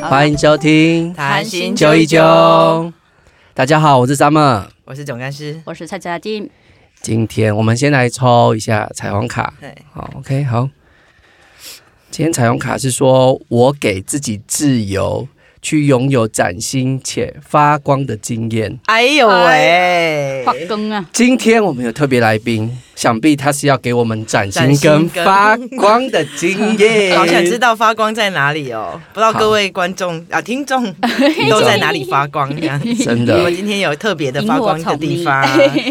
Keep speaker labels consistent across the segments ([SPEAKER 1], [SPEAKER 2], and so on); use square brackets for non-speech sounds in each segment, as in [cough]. [SPEAKER 1] 欢迎收听
[SPEAKER 2] 谈心
[SPEAKER 1] 九一九。大家好，我是 Summer。
[SPEAKER 2] 我是总干事。
[SPEAKER 3] 我是蔡佳静，
[SPEAKER 1] 今天我们先来抽一下彩虹卡。
[SPEAKER 2] 对，
[SPEAKER 1] 好，OK，好。今天彩虹卡是说我给自己自由，去拥有崭新且发光的经验。
[SPEAKER 2] 哎呦喂，
[SPEAKER 3] 发更啊，
[SPEAKER 1] 今天我们有特别来宾，想必他是要给我们崭
[SPEAKER 2] 崭
[SPEAKER 1] 新
[SPEAKER 2] 新
[SPEAKER 1] 跟
[SPEAKER 2] 跟
[SPEAKER 1] 发光的经验。
[SPEAKER 2] [laughs] 好想知道发光在哪里哦！不知道各位观众啊、听众都在哪里发光这样。
[SPEAKER 1] 真
[SPEAKER 2] 我们
[SPEAKER 1] 的
[SPEAKER 2] 今天有特别的发光的地方，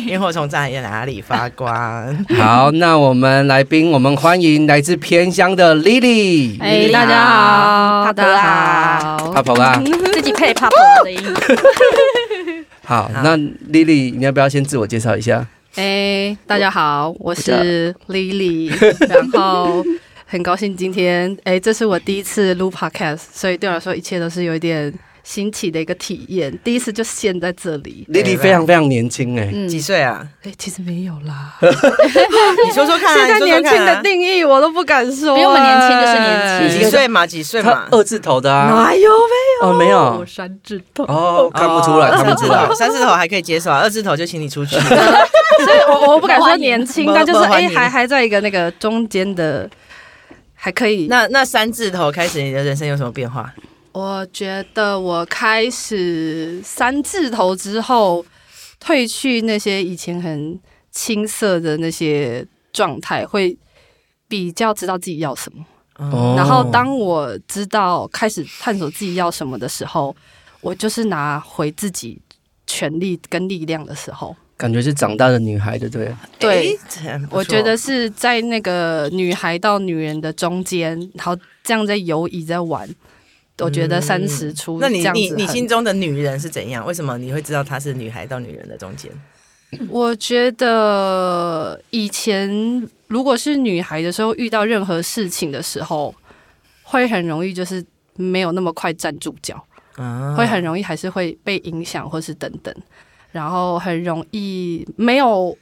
[SPEAKER 2] 萤火虫在哪里发光？
[SPEAKER 1] 好，那我们来宾，我们欢迎来自偏乡的 Lily。
[SPEAKER 3] 哎，
[SPEAKER 2] 你
[SPEAKER 3] 大家
[SPEAKER 2] 好帕
[SPEAKER 3] 好，
[SPEAKER 2] 普拉
[SPEAKER 1] 帕
[SPEAKER 3] 好，
[SPEAKER 1] 普拉，
[SPEAKER 3] 自己配帕普拉的音。 [laughs]
[SPEAKER 1] 好，那 Lily，你要不要先自我介绍一下？
[SPEAKER 4] 哎，大家好，我是 Lily，然后很高兴今天，哎，这是我第一次录 podcast，所以对我来说一切都是有一点新奇的一个体验，第一次就现在这里，
[SPEAKER 1] Lily 非常非常年轻哎、
[SPEAKER 4] 嗯，
[SPEAKER 2] 几岁啊？
[SPEAKER 4] 哎，其实没有啦，
[SPEAKER 2] 你说说看啊！
[SPEAKER 4] [laughs] 现在
[SPEAKER 2] 你
[SPEAKER 4] 年
[SPEAKER 2] 说说
[SPEAKER 4] 轻
[SPEAKER 2] 看啊呃
[SPEAKER 4] 的定义我都哎不敢说，哎
[SPEAKER 3] 比我们年轻就是年
[SPEAKER 1] 轻
[SPEAKER 2] 几岁嘛？几岁
[SPEAKER 1] 他
[SPEAKER 2] 嘛？哦
[SPEAKER 1] 二字头的啊，
[SPEAKER 4] 哪有没有？
[SPEAKER 1] 哦没有
[SPEAKER 4] 我三字头，
[SPEAKER 1] 哦，看不出来，
[SPEAKER 2] 哦
[SPEAKER 1] 看不出来
[SPEAKER 2] 三字头，三字头还可以接受啊，二字头就请你出去。
[SPEAKER 4] 所以我我不敢说年轻，
[SPEAKER 2] 不
[SPEAKER 4] 但就是
[SPEAKER 2] 不欢
[SPEAKER 4] 哎，
[SPEAKER 2] 迎
[SPEAKER 4] 还还在一个那个中间的，还可以。
[SPEAKER 2] 那那三字头开始，你的人生有什么变化？
[SPEAKER 4] 我觉得我开始三字头之后，褪去那些以前很青涩的那些状态，会比较知道自己要什么。
[SPEAKER 1] 哦
[SPEAKER 4] 然后当我知道开始探索自己要什么的时候，我就是拿回自己权利跟力量的时候。
[SPEAKER 1] 感觉是长大的女孩，对不对？
[SPEAKER 4] 对
[SPEAKER 2] 诶，这很不错
[SPEAKER 4] 我觉得是在那个女孩到女人的中间，然后这样在游移在玩。我觉得三十出、
[SPEAKER 2] 嗯那
[SPEAKER 4] 这
[SPEAKER 2] 你
[SPEAKER 4] 样
[SPEAKER 2] 你
[SPEAKER 4] 子
[SPEAKER 2] 你
[SPEAKER 4] 很
[SPEAKER 2] 心中的女人是怎样？为什么你会知道她是女孩到女人的中间？
[SPEAKER 4] 我觉得以前如果是女孩的时候，遇到任何事情的时候，会很容易就是没有那么快站住脚，
[SPEAKER 2] 啊
[SPEAKER 4] 会很容易还是会被影响，或是等等，然后很容易没有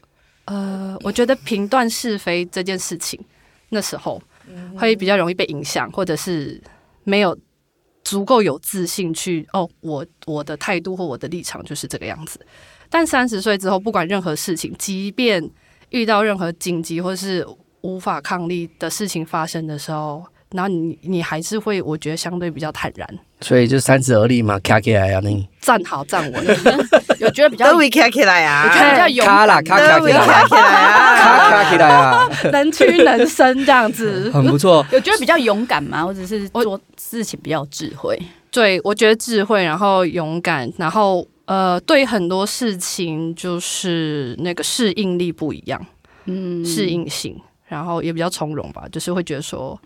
[SPEAKER 4] 呃，我觉得评断是非这件事情，那时候会比较容易被影响，或者是没有足够有自信去哦，我我的态度或我的立场就是这个样子。但三十岁之后，不管任何事情，即便遇到任何紧急或是无法抗力的事情发生的时候，然后你你还是会，我觉得相对比较坦然，
[SPEAKER 1] 所以就三十而立嘛，卡起来啊，你
[SPEAKER 4] 站好站稳。
[SPEAKER 3] 有觉得比较
[SPEAKER 2] 都，会卡起来
[SPEAKER 3] 比
[SPEAKER 2] 啊，
[SPEAKER 3] 较勇
[SPEAKER 1] 卡啦，
[SPEAKER 3] 敢
[SPEAKER 1] 卡卡起来啊，
[SPEAKER 2] 起
[SPEAKER 1] 卡
[SPEAKER 2] 来啊，
[SPEAKER 1] 卡起来啊，。
[SPEAKER 4] 能屈能伸这样子
[SPEAKER 3] [laughs]
[SPEAKER 1] 很不错。
[SPEAKER 3] 有觉得比较勇敢吗？或者是做事情比较有智慧？
[SPEAKER 4] 对，我觉得智慧，然后勇敢，然后呃，对很多事情就是那个适应力不一样，
[SPEAKER 3] 嗯，
[SPEAKER 4] 适应性，然后也比较从容吧，就是会觉得说。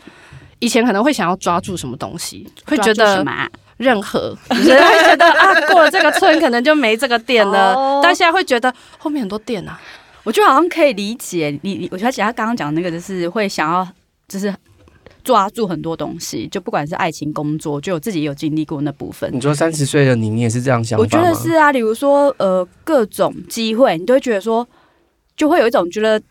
[SPEAKER 4] 以前可能会想要抓住什么东西，会觉
[SPEAKER 3] 抓住什
[SPEAKER 4] 得
[SPEAKER 3] 么啊？
[SPEAKER 4] 任何，就是会觉得啊，过了这个村可能就没这个店了。
[SPEAKER 3] 哦
[SPEAKER 4] 但现在会觉得后面很多店啊，
[SPEAKER 3] 我觉得好像可以理解你，你我觉得他刚刚讲的那个就是会想要，就是抓住很多东西，就不管是爱情、工作，就我自己也有经历过那部分。
[SPEAKER 1] 你说三十岁的你，你也是这样想法
[SPEAKER 3] 我
[SPEAKER 1] 吗？
[SPEAKER 3] 觉得是啊，比如说呃，各种机会，你都会觉得说，就会有一种觉得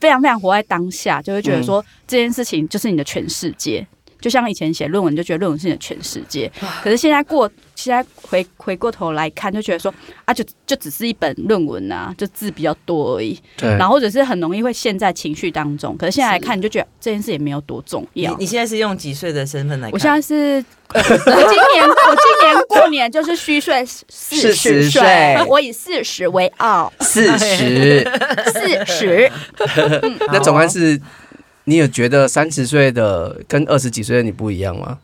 [SPEAKER 3] 非常非常活在当下，就会
[SPEAKER 1] 嗯
[SPEAKER 3] 觉得说、这件事情就是你的全世界。就像以前写论文，你就觉得论文是你的全世界。可是现在过，现在回回过头来看，就觉得说啊，就就只是一本论文啊，就字比较多而已。
[SPEAKER 1] 对，
[SPEAKER 3] 然后或者是很容易会陷在情绪当中。可是现在来
[SPEAKER 4] 是
[SPEAKER 3] 看，你就觉得这件事也没有多重
[SPEAKER 2] 你
[SPEAKER 3] 要。
[SPEAKER 2] 你现在是用几岁的身份来看？
[SPEAKER 3] 我现在是，呃我今年我今年过年就是虚岁四
[SPEAKER 1] 40岁
[SPEAKER 3] 十岁，我以四十为傲，
[SPEAKER 1] 四十，
[SPEAKER 3] 四十。
[SPEAKER 1] [laughs] 那总干是，你有觉得三十岁的跟二十几岁的你不一样吗？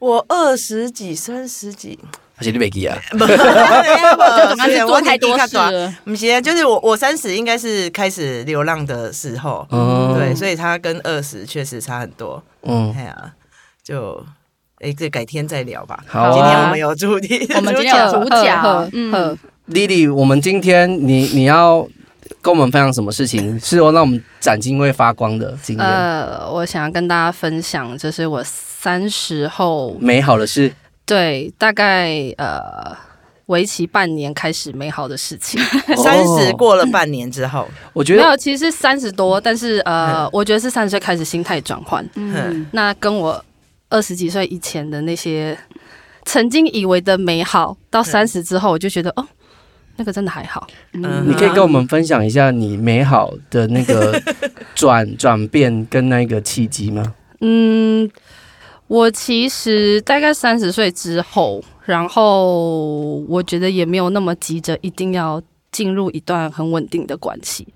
[SPEAKER 2] 我二十几、三十几，
[SPEAKER 1] 而且你没记啊，
[SPEAKER 3] [laughs] 就
[SPEAKER 2] 啊我
[SPEAKER 3] 总干是做太多事了，
[SPEAKER 2] 不是，啊就是我我三十应该是开始流浪的时候，
[SPEAKER 1] 哦
[SPEAKER 2] 对，所以他跟二十确实差很多。
[SPEAKER 1] 嗯，
[SPEAKER 2] 哎呀，就哎，这改天再聊吧。
[SPEAKER 1] 好
[SPEAKER 2] 今天我
[SPEAKER 1] 啊
[SPEAKER 2] 们。有主题，
[SPEAKER 3] 我们今天有主角，嗯，
[SPEAKER 4] 嗯，
[SPEAKER 1] Lily，我们今天你你要跟我们分享什么事情？是哦要让我们展金会发光的经验，
[SPEAKER 4] 呃，我想要跟大家分享，就是我三十后
[SPEAKER 1] 美好的事。
[SPEAKER 4] 对，大概呃，为期半年开始美好的事情。
[SPEAKER 2] 三十
[SPEAKER 1] 哦
[SPEAKER 2] 过了半年之后，
[SPEAKER 1] 我觉
[SPEAKER 4] 没
[SPEAKER 1] 得嗯
[SPEAKER 4] 有，其实是三十多，但是呃，我觉得是三十岁开始心态转换。
[SPEAKER 3] 嗯
[SPEAKER 4] 那跟我二十几岁以前的那些曾经以为的美好，
[SPEAKER 1] 嗯
[SPEAKER 4] 到三十之后我就觉得哦，那个真的还好。
[SPEAKER 1] 你可以跟我们分享一下你美好的那个转转变跟那个契机吗？
[SPEAKER 4] 嗯，我其实大概三十岁之后，然后我觉得也没有那么急着一定要进入一段很稳定的关系，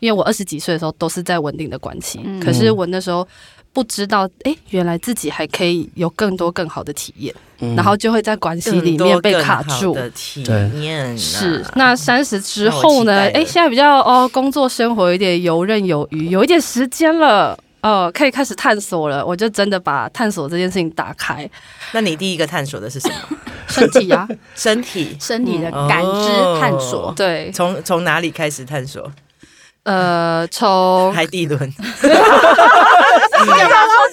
[SPEAKER 4] 因为我二十几岁的时候都是在稳定的关系，
[SPEAKER 3] 嗯
[SPEAKER 4] 可是我那时候不知道，诶，原来自己还可以有更多更好的体验，
[SPEAKER 1] 嗯
[SPEAKER 4] 然后就会在关系
[SPEAKER 2] 更
[SPEAKER 4] 里
[SPEAKER 2] 多
[SPEAKER 4] 面被卡
[SPEAKER 2] 更好
[SPEAKER 4] 住。
[SPEAKER 2] 的体
[SPEAKER 1] 对
[SPEAKER 2] 验啊
[SPEAKER 4] 是，那三十之
[SPEAKER 2] 那我
[SPEAKER 4] 后
[SPEAKER 2] 期
[SPEAKER 4] 呢？
[SPEAKER 2] 待了
[SPEAKER 4] 诶，现在比较哦，工作生活有点游刃有余，有一点时间了，哦，可以开始探索了。我就真的把探索这件事情打开，
[SPEAKER 2] 那你第一个探索的是什么？
[SPEAKER 4] [laughs] 身
[SPEAKER 1] [laughs]
[SPEAKER 4] 体啊，
[SPEAKER 2] 身体。
[SPEAKER 3] 身体
[SPEAKER 1] 嗯
[SPEAKER 3] 的感知探索，
[SPEAKER 4] 对，
[SPEAKER 2] 从从哪里开始探索？
[SPEAKER 4] 呃，从
[SPEAKER 2] 海底轮，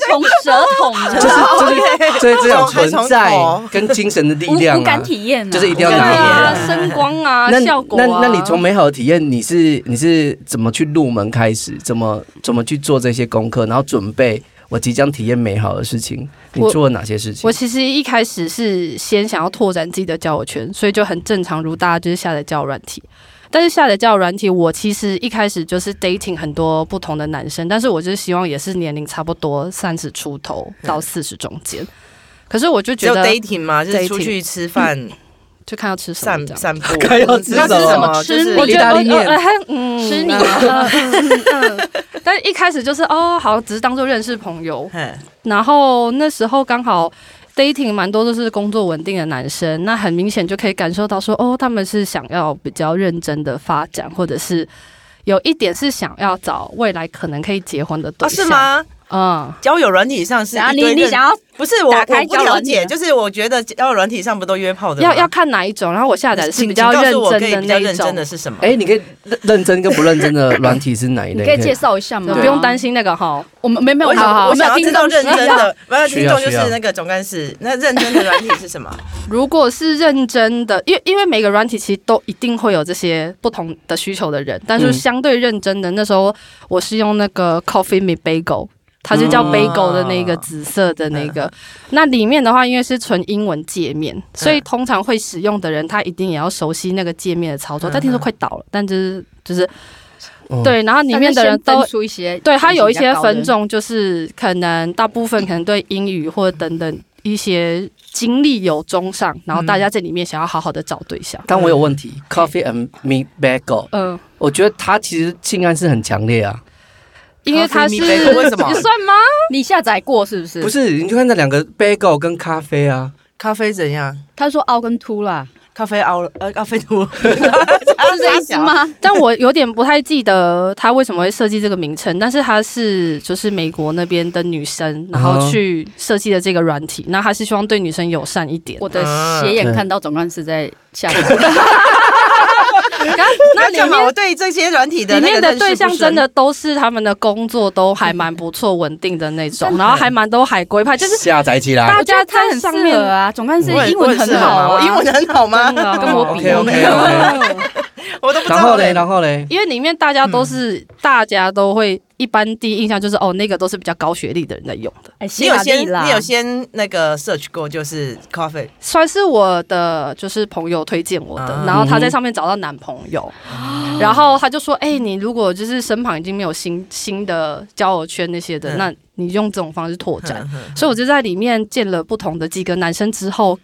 [SPEAKER 3] 从舌筒的
[SPEAKER 1] 就是就是就是这种
[SPEAKER 2] 从还从
[SPEAKER 1] 存在
[SPEAKER 2] 头
[SPEAKER 1] 跟精神的力
[SPEAKER 3] 无
[SPEAKER 1] 量
[SPEAKER 3] 无
[SPEAKER 1] 啊
[SPEAKER 3] 感。体验啊，
[SPEAKER 1] 就是一定要
[SPEAKER 4] 对
[SPEAKER 1] 拿回
[SPEAKER 4] 啊
[SPEAKER 1] 来，
[SPEAKER 4] 声光啊，
[SPEAKER 1] 那
[SPEAKER 4] 效果
[SPEAKER 1] 那
[SPEAKER 4] 啊
[SPEAKER 1] 那你从美好的体验，你是你是怎么去入门开始？怎么怎么去做这些功课，然后准备我即将体验美好的事情？你
[SPEAKER 4] 我
[SPEAKER 1] 做了哪些事情
[SPEAKER 4] 我？其实一开始是先想要拓展自己的交友圈，所以就很正常，如大家就是下载交友软体。但是下载交友软体，我其实一开始就是 dating 很多不同的男生，但是我就是希望也是年龄差不多三十出头
[SPEAKER 1] 嗯
[SPEAKER 4] 到四十中间。可是我就
[SPEAKER 2] 只
[SPEAKER 4] 觉
[SPEAKER 2] 有
[SPEAKER 4] 得
[SPEAKER 2] dating 吗？就是
[SPEAKER 4] dating 嗯
[SPEAKER 2] 出去吃饭、
[SPEAKER 4] 就看要吃什么
[SPEAKER 2] 散
[SPEAKER 4] 这样。
[SPEAKER 2] 散步。
[SPEAKER 1] 看要啊吃
[SPEAKER 2] 那
[SPEAKER 1] 什
[SPEAKER 2] 是
[SPEAKER 1] 么
[SPEAKER 2] 什么？
[SPEAKER 3] 吃
[SPEAKER 2] 就是
[SPEAKER 1] 我
[SPEAKER 4] 觉
[SPEAKER 1] 意
[SPEAKER 4] 得
[SPEAKER 1] 大利面
[SPEAKER 4] 我我还嗯
[SPEAKER 3] 吃你
[SPEAKER 4] 嗯嗯嗯嗯 [laughs] 但一开始就是哦，好，只是当做认识朋友，
[SPEAKER 2] 嘿
[SPEAKER 4] 然后那时候刚好 dating 蛮多都是工作稳定的男生，那很明显就可以感受到说，哦，他们是想要比较认真的发展，或者是有一点是想要找未来可能可以结婚的对
[SPEAKER 2] 哦，
[SPEAKER 4] 象。
[SPEAKER 2] 是？吗？
[SPEAKER 4] 嗯，
[SPEAKER 2] 交友软体上是
[SPEAKER 3] 然后
[SPEAKER 2] 一
[SPEAKER 3] 你
[SPEAKER 2] 堆
[SPEAKER 3] 你
[SPEAKER 2] 认
[SPEAKER 3] 想要
[SPEAKER 2] 不是我
[SPEAKER 3] 打开
[SPEAKER 2] 我不
[SPEAKER 3] 交友
[SPEAKER 2] 了
[SPEAKER 3] 软体
[SPEAKER 2] 解，
[SPEAKER 3] 啊
[SPEAKER 2] 就是我觉得交友软体上不都约炮的吗
[SPEAKER 4] 要要看哪一种。然后我下载的是
[SPEAKER 2] 你
[SPEAKER 4] 比较
[SPEAKER 2] 你
[SPEAKER 4] 认
[SPEAKER 2] 告诉我可以
[SPEAKER 4] 真
[SPEAKER 2] 比
[SPEAKER 4] 的
[SPEAKER 2] 较
[SPEAKER 4] 那一
[SPEAKER 2] 认
[SPEAKER 4] 种
[SPEAKER 2] 真，的是什么？
[SPEAKER 1] 哎、你可以认认真跟不认真的软体是哪一
[SPEAKER 3] 你
[SPEAKER 1] 类？
[SPEAKER 3] 可以介绍一下吗？
[SPEAKER 4] 不用担，心那个哈。
[SPEAKER 3] 我们没没有，
[SPEAKER 2] 我
[SPEAKER 4] 好好
[SPEAKER 2] 想
[SPEAKER 3] 我
[SPEAKER 2] 我
[SPEAKER 3] 没
[SPEAKER 2] 想
[SPEAKER 3] 有
[SPEAKER 2] 要
[SPEAKER 3] 听
[SPEAKER 2] 知道
[SPEAKER 3] 众
[SPEAKER 2] 认真的，没有
[SPEAKER 1] 需
[SPEAKER 2] 听
[SPEAKER 1] 要
[SPEAKER 2] 众就
[SPEAKER 1] 需
[SPEAKER 2] 是
[SPEAKER 1] 要
[SPEAKER 2] 那个总干事。那认真的软体是什么？
[SPEAKER 4] 如果是认真的，因为因为每个软体其实都一定会有这些不同的需求的人，但是
[SPEAKER 1] 嗯
[SPEAKER 4] 相对认真的，那时候我是用那个 Coffee Me Bagel。它就叫
[SPEAKER 2] 啊
[SPEAKER 1] 嗯
[SPEAKER 4] bagel 的那个紫色的那
[SPEAKER 2] 嗯
[SPEAKER 4] 个，那里面的话，因为是纯英文界面，所
[SPEAKER 2] 嗯
[SPEAKER 4] 以通常会使用的人，他一定也要熟悉那个界面的操作。
[SPEAKER 2] 嗯
[SPEAKER 4] 但听说快倒了，但就是就是
[SPEAKER 1] 嗯，
[SPEAKER 4] 对，然后里面的人
[SPEAKER 3] 但是先
[SPEAKER 4] 都
[SPEAKER 3] 分出一些，
[SPEAKER 4] 对它有一些分，众，就是可能大部分可能对英语或等等一些经历有中上，然后大家这里面想要好好的找对象。
[SPEAKER 1] 但我有问题，Coffee and Me Bagel，
[SPEAKER 4] 嗯，
[SPEAKER 1] 我觉得它其实性暗示很强烈啊。
[SPEAKER 4] 因为它是
[SPEAKER 2] Coffee meet bagel，为什么
[SPEAKER 4] [laughs] 也算吗？
[SPEAKER 3] 你下载过是不是？
[SPEAKER 1] 不，是，你就看那两个 Bagel 跟咖啡啊，
[SPEAKER 2] 咖啡怎样？
[SPEAKER 3] 他说凹跟凸啦，
[SPEAKER 2] 咖啡熬了呃，咖啡毒 [laughs] 啊
[SPEAKER 3] [laughs] 是这意思吗？
[SPEAKER 4] 但我有点不太记得它为什么会设计这个名称，但是它是就是美国那边的女生，然后去设计的这个软体，那它是希望对女生友善一点。
[SPEAKER 3] 我的斜眼看到总干事在下 [laughs] 载，
[SPEAKER 4] 那
[SPEAKER 2] 那
[SPEAKER 4] 里
[SPEAKER 2] 干嘛？
[SPEAKER 4] 面
[SPEAKER 2] 我对这些软体的
[SPEAKER 4] 里
[SPEAKER 2] 那
[SPEAKER 4] 面
[SPEAKER 2] 个
[SPEAKER 4] 的
[SPEAKER 2] 认识
[SPEAKER 4] 对
[SPEAKER 2] 不
[SPEAKER 4] 象
[SPEAKER 2] 深
[SPEAKER 4] 真的都是他们的工作都还蛮不错、稳定的那种，
[SPEAKER 3] 真的
[SPEAKER 4] 然后还蛮多海归派，就是
[SPEAKER 1] 下载起
[SPEAKER 2] 啊
[SPEAKER 1] 来
[SPEAKER 4] 大。
[SPEAKER 3] 我觉得他很适合啊，总干事英文很好
[SPEAKER 2] 我
[SPEAKER 3] 啊，
[SPEAKER 2] 英文很好吗？
[SPEAKER 4] 真的哦
[SPEAKER 3] 跟我比
[SPEAKER 1] OK，OK，OK
[SPEAKER 2] [laughs] 我 [laughs] 都不知道。
[SPEAKER 1] 然后嘞，然后嘞，
[SPEAKER 4] [laughs] 因为里面大家都是、
[SPEAKER 2] 嗯
[SPEAKER 4] 大家都会一般第一印象就是哦，那个都是比较高学历的人在用的，
[SPEAKER 3] 哎
[SPEAKER 2] 你
[SPEAKER 3] 希
[SPEAKER 2] 有
[SPEAKER 3] 拉
[SPEAKER 2] 先
[SPEAKER 3] 里啦
[SPEAKER 2] 你有先那个 search 过就是咖啡
[SPEAKER 4] 算是我的就是朋友推荐我的，
[SPEAKER 2] 啊嗯
[SPEAKER 4] 然后她在上面找到男朋友，然后她就说，哎、你如果就是身旁已经没有新新的交友圈那些的，
[SPEAKER 2] 嗯
[SPEAKER 4] 那你用这种方式拓展，所以我就在里面见了不同的几个男生之后。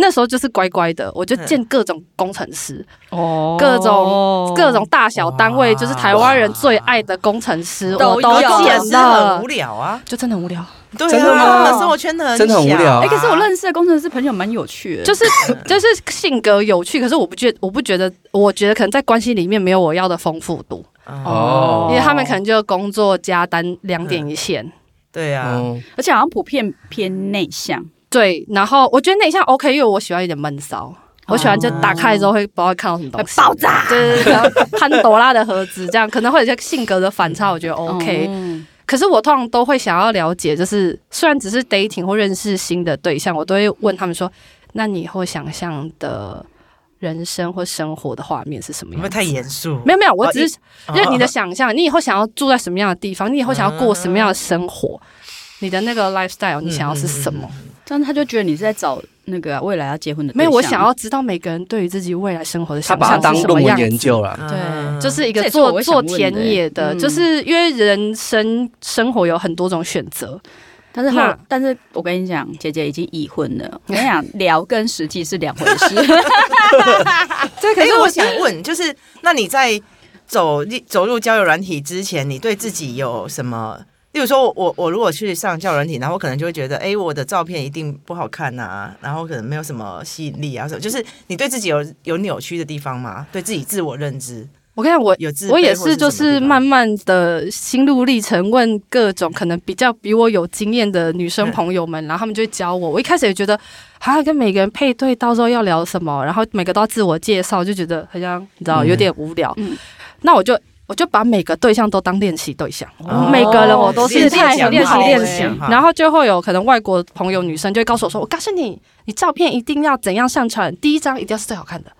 [SPEAKER 4] 那时候就是乖乖的，我就见各种工程师，
[SPEAKER 3] 哦
[SPEAKER 4] 各种各种大小单位，
[SPEAKER 2] 哇
[SPEAKER 4] 就是台湾人最爱的工程师，
[SPEAKER 3] 都
[SPEAKER 4] 我都
[SPEAKER 3] 有啊
[SPEAKER 2] 工程
[SPEAKER 4] 见
[SPEAKER 2] 师很
[SPEAKER 4] 了
[SPEAKER 2] 无，聊啊，
[SPEAKER 4] 就真的很无聊。
[SPEAKER 2] 对啊，
[SPEAKER 1] 真的吗
[SPEAKER 2] 他们生活圈很
[SPEAKER 1] 真的很无
[SPEAKER 2] 小啊
[SPEAKER 1] 聊
[SPEAKER 3] 哎，可是我认识的工程师朋友蛮有趣的，
[SPEAKER 4] 就是是就是性格有趣，可是我不觉我不觉得，我觉得可能在关系里面没有我要的丰富度，
[SPEAKER 2] 哦，
[SPEAKER 1] 哦
[SPEAKER 4] 因为他们可能就工作加单两点一线。
[SPEAKER 2] 对啊，
[SPEAKER 1] 嗯，
[SPEAKER 3] 而且好像普遍偏内向，
[SPEAKER 4] 对，然后我觉得内向 OK，因为我喜欢有点闷骚，我喜欢就打开之后会不知道看到什么东
[SPEAKER 3] 会
[SPEAKER 4] 西，
[SPEAKER 3] 爆炸
[SPEAKER 4] 对对对，然后潘朵拉的盒子这样，可能会有一些性格的反差，我觉得 OK。
[SPEAKER 3] 嗯
[SPEAKER 4] 可是我通常都会想要了解，就是虽然只是 dating 或认识新的对象，我都会问他们说：“那你以后想象的人生或生活的画面是什么
[SPEAKER 2] 你们
[SPEAKER 4] 样
[SPEAKER 2] 太严肃？”，
[SPEAKER 4] 没有没有，我只是
[SPEAKER 2] 哦
[SPEAKER 4] 就是你的想象，你以后想要住在什么样的地方，你以后想要过什么样的生活，你的那个 lifestyle，你想要是什么？
[SPEAKER 3] 这样他就觉得你是在找那个啊未来要结婚的对
[SPEAKER 4] 没有，
[SPEAKER 3] 象。
[SPEAKER 4] 我想要知道每个人对于自己未来生活的
[SPEAKER 1] 他
[SPEAKER 4] 想
[SPEAKER 1] 把它
[SPEAKER 4] 象
[SPEAKER 1] 当
[SPEAKER 4] 是什么
[SPEAKER 1] 论
[SPEAKER 4] 样
[SPEAKER 1] 文
[SPEAKER 4] 子
[SPEAKER 1] 研究了。
[SPEAKER 2] 嗯
[SPEAKER 4] 就是一
[SPEAKER 3] 这
[SPEAKER 4] 个
[SPEAKER 3] 也是我
[SPEAKER 4] 做
[SPEAKER 3] 会
[SPEAKER 4] 做
[SPEAKER 3] 想问
[SPEAKER 4] 田
[SPEAKER 3] 的欸
[SPEAKER 4] 野的，
[SPEAKER 3] 嗯
[SPEAKER 4] 就是因为人生生活有很多种选择，
[SPEAKER 3] 但是后
[SPEAKER 4] 那，
[SPEAKER 3] 但是我跟你讲，姐姐已经已婚了。我跟你讲，聊跟实际是两回事。 [laughs]
[SPEAKER 2] [laughs]
[SPEAKER 4] 这
[SPEAKER 2] 可是哎我
[SPEAKER 4] 哎
[SPEAKER 2] 想问，就是那你在走入走入交友软体之前，你对自己有什么？例如说我，我我如果去上交友软体，然后我可能就会觉得，哎，我的照片一定不好看呐、然后可能没有什么吸引力啊什么。就是你对自己有有扭曲的地方吗？对自己自我认知
[SPEAKER 4] 我跟你讲，我
[SPEAKER 2] 有自卑
[SPEAKER 4] 我也
[SPEAKER 2] 或是
[SPEAKER 4] 是，就
[SPEAKER 2] 什么地
[SPEAKER 4] 是
[SPEAKER 2] 方
[SPEAKER 4] 慢慢的心路历程，问各种可能比较比我有经验的女生
[SPEAKER 2] 嗯
[SPEAKER 4] 朋友们，然后他们就会教我。我一开始也觉得，啊，跟每个人配对，到时候要聊什么，然后每个都要自我介绍，就觉得好像你知道有点无聊。
[SPEAKER 3] 嗯
[SPEAKER 4] 那我就我就把每个对象都当练习对象，
[SPEAKER 2] 哦
[SPEAKER 4] 每个人我都是
[SPEAKER 2] 练
[SPEAKER 4] 练
[SPEAKER 2] 习
[SPEAKER 4] 习
[SPEAKER 2] 讲
[SPEAKER 4] 练习
[SPEAKER 2] 好
[SPEAKER 4] 练
[SPEAKER 2] 欸
[SPEAKER 4] 习
[SPEAKER 2] 讲，好
[SPEAKER 4] 然后就会有可能外国朋友女生就会告诉我说，我告诉你，你照片一定要怎样上传，第一张一定要是最好看的。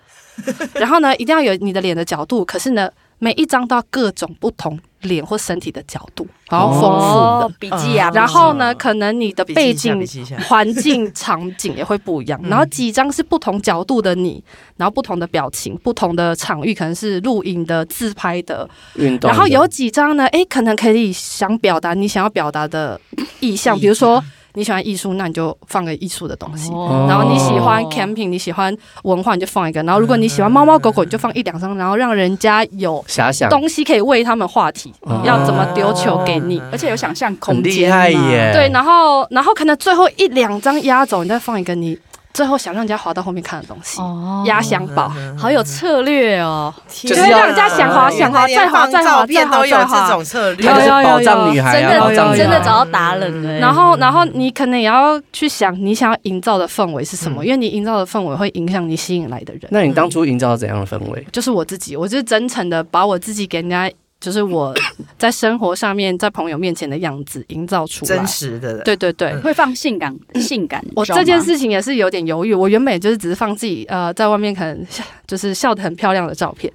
[SPEAKER 4] 然后呢，一定要有你的脸的角度，可是呢，每一张都要各种不同脸或身体的角度，然后丰富的。嗯
[SPEAKER 3] 哦，笔记啊，
[SPEAKER 4] 然后呢，
[SPEAKER 2] 哦
[SPEAKER 4] 可能你的
[SPEAKER 2] 笔记
[SPEAKER 4] 背
[SPEAKER 2] 一下
[SPEAKER 4] 景
[SPEAKER 2] 笔记一下嗯
[SPEAKER 4] 环境、场景也会不一样，然后几张是不同角度的你，然后不同的表情、不同的场域，可能是录影的、自拍的，
[SPEAKER 1] 运动的，
[SPEAKER 4] 然后有几张呢，诶，可能可以想表达你想要表达的意向，比如说你喜欢艺术，那你就放个艺术的东西。
[SPEAKER 1] 哦
[SPEAKER 4] 然后你喜欢 camping，你喜欢文化，你就放一个。然后如果你喜欢猫猫狗狗，你就放一两张，然后让人家有
[SPEAKER 1] 遐想
[SPEAKER 4] 东西可以为他们话题，
[SPEAKER 1] 哦
[SPEAKER 4] 要怎么丢球给你。
[SPEAKER 3] 而且有想象空
[SPEAKER 1] 很厉
[SPEAKER 3] 间，
[SPEAKER 1] 害耶，
[SPEAKER 4] 对，然后然后可能最后一两张压轴，你再放一个你最后想让人家滑到后面看的东西，
[SPEAKER 3] 哦
[SPEAKER 4] 压箱宝。
[SPEAKER 3] 好有策略哦。
[SPEAKER 2] 就是
[SPEAKER 1] 要
[SPEAKER 4] 让人家想滑想滑再滑再滑
[SPEAKER 2] 照片
[SPEAKER 4] 再滑
[SPEAKER 2] 都有
[SPEAKER 4] 再滑
[SPEAKER 2] 这种策略
[SPEAKER 1] 他就
[SPEAKER 4] 有
[SPEAKER 1] 是
[SPEAKER 4] 有有
[SPEAKER 1] 宝藏女孩
[SPEAKER 3] 真
[SPEAKER 1] 啊，宝藏
[SPEAKER 3] 的
[SPEAKER 1] 女
[SPEAKER 3] 真的
[SPEAKER 1] 孩。
[SPEAKER 3] 找到达人了欸。
[SPEAKER 4] 然后，然后你可能也要去想，你想要营造的氛围是什
[SPEAKER 1] 嗯
[SPEAKER 4] 么？因为你营造的氛围会影响你吸引来的人。
[SPEAKER 1] 那你当初营造怎样的氛围？
[SPEAKER 4] 就是我自己，我就是真诚的把我自己给人家，就是
[SPEAKER 2] [coughs]
[SPEAKER 4] 我在生活上面，在朋友面前的样子营造出来
[SPEAKER 2] 真。实的嗯人，
[SPEAKER 4] 对对对，
[SPEAKER 3] 会放性感，性感。
[SPEAKER 4] 我
[SPEAKER 3] 你知道
[SPEAKER 4] 这件
[SPEAKER 3] 吗，
[SPEAKER 4] 事情也是有点犹豫。我原本也就是只是放自己呃在外面可能笑就是笑得很漂亮的照片，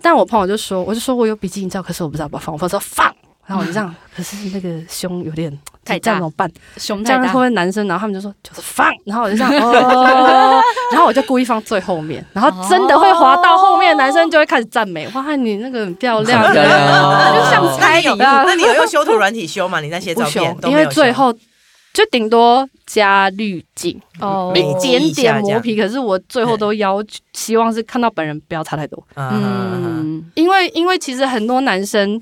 [SPEAKER 4] 但我朋友就说，我就说我有比基尼照，可是我不知道要不要放。我朋友
[SPEAKER 2] [laughs]
[SPEAKER 4] 说放，然后我就这样，可是那个胸有点
[SPEAKER 3] 太
[SPEAKER 4] 这
[SPEAKER 3] 大
[SPEAKER 4] 样怎么办？
[SPEAKER 3] 胸
[SPEAKER 4] 这
[SPEAKER 3] 太
[SPEAKER 4] 样会不
[SPEAKER 3] 大，
[SPEAKER 4] 会男生？然后他们就说就是放，然后我就这样，哦，然后我就故意放最后面，然后真的会滑到后面，男生就会开始赞美，哇，你那个很漂亮，哦
[SPEAKER 1] 很漂亮
[SPEAKER 4] [laughs] 然后就像
[SPEAKER 2] 那
[SPEAKER 4] 猜
[SPEAKER 2] 你有
[SPEAKER 4] 你
[SPEAKER 2] 那你有用修图软体修吗？你那些
[SPEAKER 4] 不
[SPEAKER 2] 照
[SPEAKER 4] 修
[SPEAKER 2] 片，都
[SPEAKER 4] 因
[SPEAKER 2] 没
[SPEAKER 4] 为
[SPEAKER 2] 有
[SPEAKER 4] 最
[SPEAKER 2] 修
[SPEAKER 4] 后就顶多加滤镜，
[SPEAKER 3] 哦
[SPEAKER 2] 美
[SPEAKER 4] 一
[SPEAKER 2] 肌
[SPEAKER 4] 点
[SPEAKER 2] 一下
[SPEAKER 4] 点
[SPEAKER 2] 这
[SPEAKER 4] 磨
[SPEAKER 2] 样
[SPEAKER 4] 皮，可是我最后都要求希望是看到本人不要差太多，
[SPEAKER 2] 嗯，
[SPEAKER 3] 嗯，
[SPEAKER 4] 因为因为其实很多男生。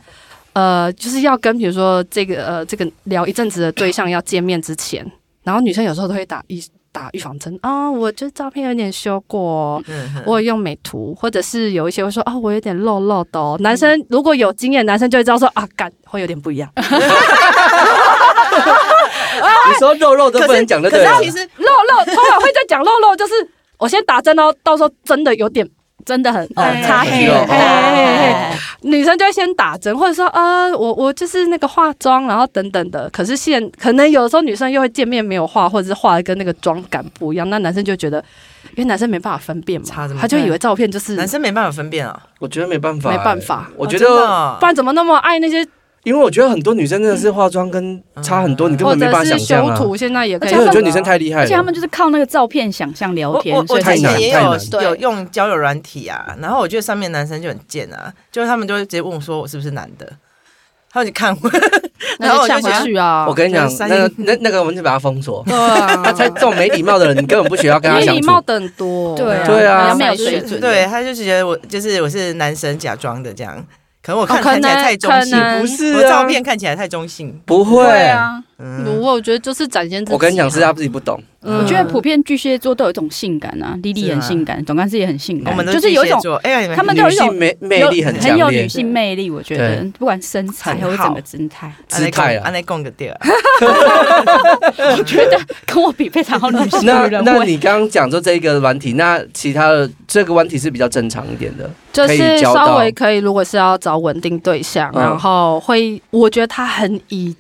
[SPEAKER 4] 呃，就是要跟比如说这个呃这个聊一阵子的对象要见面之前，然后女生有时候都会打预打预防针啊、我这照片有点修过哦、
[SPEAKER 2] 嗯
[SPEAKER 4] 我有用美图，或者是有一些会说啊、我有点露露的哦。男生如果有经验，男生就会知道说啊，感会有点不一样。
[SPEAKER 1] 你说肉肉都
[SPEAKER 2] 可
[SPEAKER 1] 不能
[SPEAKER 2] 是
[SPEAKER 1] 讲的，
[SPEAKER 2] 可
[SPEAKER 1] 对啊了
[SPEAKER 2] 是其实
[SPEAKER 4] 露露通常会在讲露露，就是我先打针哦，到时候真的有点
[SPEAKER 3] 真的很哦
[SPEAKER 4] 嗯
[SPEAKER 2] 哎
[SPEAKER 3] 差距很
[SPEAKER 1] 哎
[SPEAKER 3] 大
[SPEAKER 4] 哎哎。女生就会先打针，或者说呃，我我就是那个化妆，然后等等的。可是现可能有的时候女生又会见面没有化，或者是化的跟那个妆感不一样，那男生就觉得，因为男生没办法分辨
[SPEAKER 2] 差
[SPEAKER 4] 嘛
[SPEAKER 2] 这，么
[SPEAKER 4] 他就以为照片就是，
[SPEAKER 2] 男生没办法分辨啊，
[SPEAKER 1] 我觉得没办法，欸
[SPEAKER 4] 没办法
[SPEAKER 1] 我觉
[SPEAKER 2] 真的
[SPEAKER 1] 得，
[SPEAKER 2] 啊
[SPEAKER 4] 不然怎么那么爱那些，
[SPEAKER 1] 因为我觉得很多女生真的是化妆跟
[SPEAKER 2] 嗯
[SPEAKER 1] 差很多，你根
[SPEAKER 4] 或
[SPEAKER 1] 本没
[SPEAKER 4] 者
[SPEAKER 1] 办法
[SPEAKER 4] 是
[SPEAKER 1] 想象
[SPEAKER 4] 修
[SPEAKER 1] 啊。
[SPEAKER 4] 图现在也可以。
[SPEAKER 1] 因为我觉得女生太厉害了，
[SPEAKER 3] 而且他们就是靠那个照片想象聊
[SPEAKER 2] 我
[SPEAKER 3] 天
[SPEAKER 2] 我，
[SPEAKER 3] 所
[SPEAKER 2] 我
[SPEAKER 3] 以
[SPEAKER 1] 太
[SPEAKER 2] 之
[SPEAKER 3] 才
[SPEAKER 1] 难
[SPEAKER 2] 前也
[SPEAKER 1] 太
[SPEAKER 2] 有
[SPEAKER 1] 难
[SPEAKER 3] 对
[SPEAKER 2] 有用交友软体啊，然后我觉得上面男生就很贱啊，就是他们就会直接问我说我是不是男的，他们就看我，然
[SPEAKER 4] 那
[SPEAKER 2] 后
[SPEAKER 4] 就
[SPEAKER 2] 我就
[SPEAKER 4] 呛回
[SPEAKER 2] 觉得
[SPEAKER 4] 去啊
[SPEAKER 1] 我！跟你讲
[SPEAKER 2] 那个，三
[SPEAKER 1] 那个那那个我们就把他封锁。
[SPEAKER 4] 对啊，
[SPEAKER 1] 他才这种没礼貌的人，你根本不需要 [laughs] 跟他
[SPEAKER 4] 没
[SPEAKER 1] 相
[SPEAKER 4] 啊礼
[SPEAKER 1] 处
[SPEAKER 4] 貌。的很多，
[SPEAKER 3] 对啊，
[SPEAKER 1] 对啊
[SPEAKER 3] 比较没有
[SPEAKER 4] 就是
[SPEAKER 3] 水
[SPEAKER 2] 嗯
[SPEAKER 3] 准，
[SPEAKER 2] 对，，他就觉得我就是我是男神假装的这样，可能我看
[SPEAKER 4] 哦可
[SPEAKER 2] 看起来
[SPEAKER 4] 能
[SPEAKER 2] 太中性
[SPEAKER 4] 可，能
[SPEAKER 1] 不是
[SPEAKER 2] 我
[SPEAKER 1] 啊
[SPEAKER 2] 照片看起来太中性，
[SPEAKER 1] 不会，
[SPEAKER 3] 对啊。
[SPEAKER 4] 不
[SPEAKER 2] 嗯，
[SPEAKER 4] 过我觉得就是展现自己。啊
[SPEAKER 1] 我跟你讲是他自己不懂。
[SPEAKER 4] 嗯，
[SPEAKER 3] 我觉得普遍巨蟹座都有一种性感啊，莉莉
[SPEAKER 2] 是啊
[SPEAKER 3] 很性感，总干事也很性
[SPEAKER 2] 我
[SPEAKER 3] 感
[SPEAKER 2] 们，都
[SPEAKER 3] 就是有
[SPEAKER 2] 巨
[SPEAKER 3] 一
[SPEAKER 2] 蟹
[SPEAKER 3] 种
[SPEAKER 2] 座哎呀，你们
[SPEAKER 3] 他们都有
[SPEAKER 1] 女
[SPEAKER 3] 一种
[SPEAKER 1] 性魅魅力很强
[SPEAKER 3] 有
[SPEAKER 1] 烈
[SPEAKER 3] 女，性魅力，我觉得不管身材还有整个姿态，
[SPEAKER 1] 姿态
[SPEAKER 2] 安
[SPEAKER 1] 啊。
[SPEAKER 2] 内供个
[SPEAKER 1] [laughs]
[SPEAKER 2] 掉，
[SPEAKER 3] 我觉得 [laughs] 跟我比非常好女
[SPEAKER 1] [laughs]
[SPEAKER 3] 性
[SPEAKER 1] 那
[SPEAKER 3] 女人
[SPEAKER 1] 那
[SPEAKER 3] 味。
[SPEAKER 1] 你刚刚讲说这一个软体，那其他的这个软体是比较正常一点的，
[SPEAKER 4] 就
[SPEAKER 1] 可以
[SPEAKER 4] 是
[SPEAKER 1] 交到
[SPEAKER 4] 稍微可以，如果是要找稳定对象，
[SPEAKER 1] 嗯
[SPEAKER 4] 然后会，我觉得他很以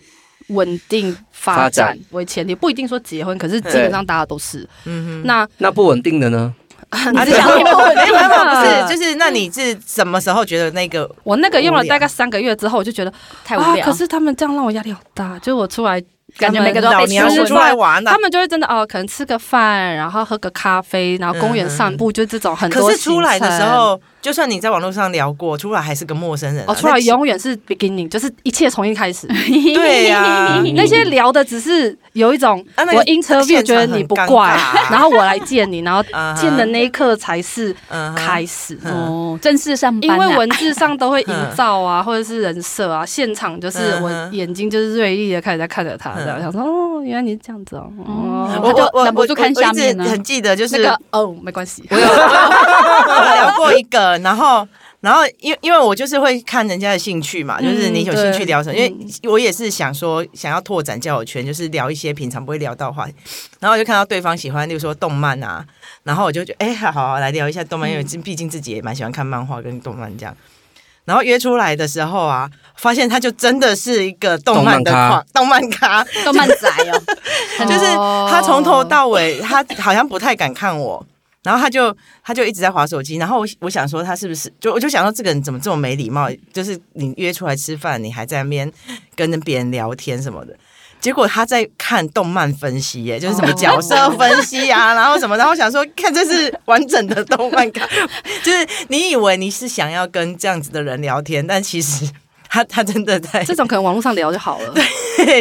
[SPEAKER 4] 稳定发
[SPEAKER 1] 发
[SPEAKER 4] 展
[SPEAKER 1] 展
[SPEAKER 4] 为前提，不一定说结婚，可是基本上大家都是。
[SPEAKER 2] 嗯哼，
[SPEAKER 4] 那
[SPEAKER 1] 那不稳定的呢？
[SPEAKER 2] 啊
[SPEAKER 4] 你是想听不稳
[SPEAKER 2] 没有
[SPEAKER 4] 定
[SPEAKER 2] 没有没有
[SPEAKER 4] 的？
[SPEAKER 2] 不是，就是那你是什么时候觉得那个
[SPEAKER 4] 我那个用了
[SPEAKER 2] 无聊
[SPEAKER 4] 大概三个月之后，我就觉得
[SPEAKER 3] 太无
[SPEAKER 4] 啊，
[SPEAKER 3] 聊
[SPEAKER 4] 可，是他们这样让我压力好大，就是我出来
[SPEAKER 3] 感觉每个都要
[SPEAKER 2] 老
[SPEAKER 3] 被
[SPEAKER 2] 娘
[SPEAKER 3] 吃
[SPEAKER 2] 是
[SPEAKER 3] 文
[SPEAKER 2] 出来玩啊的
[SPEAKER 4] 他，们就会真的哦，可能吃个饭，然后喝个咖啡，然后公园散步，就这种很
[SPEAKER 2] 嗯
[SPEAKER 4] 多。
[SPEAKER 2] 可是出来的时，候，就算你在网络上聊过，出来还是个陌生人啊、
[SPEAKER 4] 哦，出来
[SPEAKER 2] 那其
[SPEAKER 4] 永远是 beginning，就是一切重新开始。
[SPEAKER 3] [laughs]
[SPEAKER 1] 嗯
[SPEAKER 2] 对呀
[SPEAKER 4] 那些聊的只是有一种
[SPEAKER 2] 啊那个
[SPEAKER 4] 我 interview
[SPEAKER 2] 现
[SPEAKER 4] 觉
[SPEAKER 2] 场
[SPEAKER 4] 得
[SPEAKER 2] 很
[SPEAKER 4] 你不
[SPEAKER 2] 尴
[SPEAKER 4] 怪
[SPEAKER 2] 尬，
[SPEAKER 4] [laughs] 然后我来见你，然后
[SPEAKER 2] 嗯哼
[SPEAKER 4] 见的那一刻才是
[SPEAKER 2] [laughs] 嗯哼
[SPEAKER 4] 开始。
[SPEAKER 3] 哦，正式上
[SPEAKER 4] 因
[SPEAKER 3] 班啊，
[SPEAKER 4] 为文字上都会营造啊，或者是人设啊，现场就是
[SPEAKER 2] 嗯
[SPEAKER 4] 我
[SPEAKER 2] 哼
[SPEAKER 4] 眼睛就是锐利的开始在看着他，
[SPEAKER 2] 嗯
[SPEAKER 4] 这样想说哦，原来你是这样子哦，
[SPEAKER 3] 哦
[SPEAKER 4] 哦
[SPEAKER 2] 我
[SPEAKER 3] 他就
[SPEAKER 2] 我我
[SPEAKER 3] 忍不住
[SPEAKER 2] 我
[SPEAKER 3] 看下面
[SPEAKER 2] 我
[SPEAKER 3] 呢
[SPEAKER 2] 一直很记得，就是、
[SPEAKER 4] 那个哦，没关系，我
[SPEAKER 2] 我聊过一个，然后。然后，因因为我就是会看人家的兴趣
[SPEAKER 1] 嗯
[SPEAKER 2] 嘛，就是你有兴趣聊什么，因
[SPEAKER 4] 对
[SPEAKER 2] 为我也是想说想要拓展交友圈，就是聊一些平常不会聊到的话题。然后我就看到对方喜欢，例如说动漫啊，然后我就觉得，哎，好好好来聊一下动漫，因为毕竟自己也蛮喜欢看漫画跟动漫这样。然后约出来的时候啊，发现他就真的是一个动漫的
[SPEAKER 1] 动漫咖
[SPEAKER 2] 狂动漫咖，
[SPEAKER 3] 动漫宅
[SPEAKER 2] [laughs]
[SPEAKER 3] 哦，
[SPEAKER 2] 就是他从头
[SPEAKER 1] 哦
[SPEAKER 4] 哦
[SPEAKER 2] 到尾，他好像不太敢看我，然后他就他就一直在划手机，然后我我想说他是不是就我就想说这个人怎么这么没礼貌，就是你约出来吃饭，你还在那边跟别人聊天什么的。结果他在看动漫分析耶，就是什
[SPEAKER 1] 哦
[SPEAKER 2] 么角色分析啊，然后什么，然后我想说，看这是完整的动漫咖，就是你以为你是想要跟这样子的人聊天，但其实他他真的在，
[SPEAKER 4] 这种可能网络上聊就好
[SPEAKER 2] [laughs]
[SPEAKER 4] 了。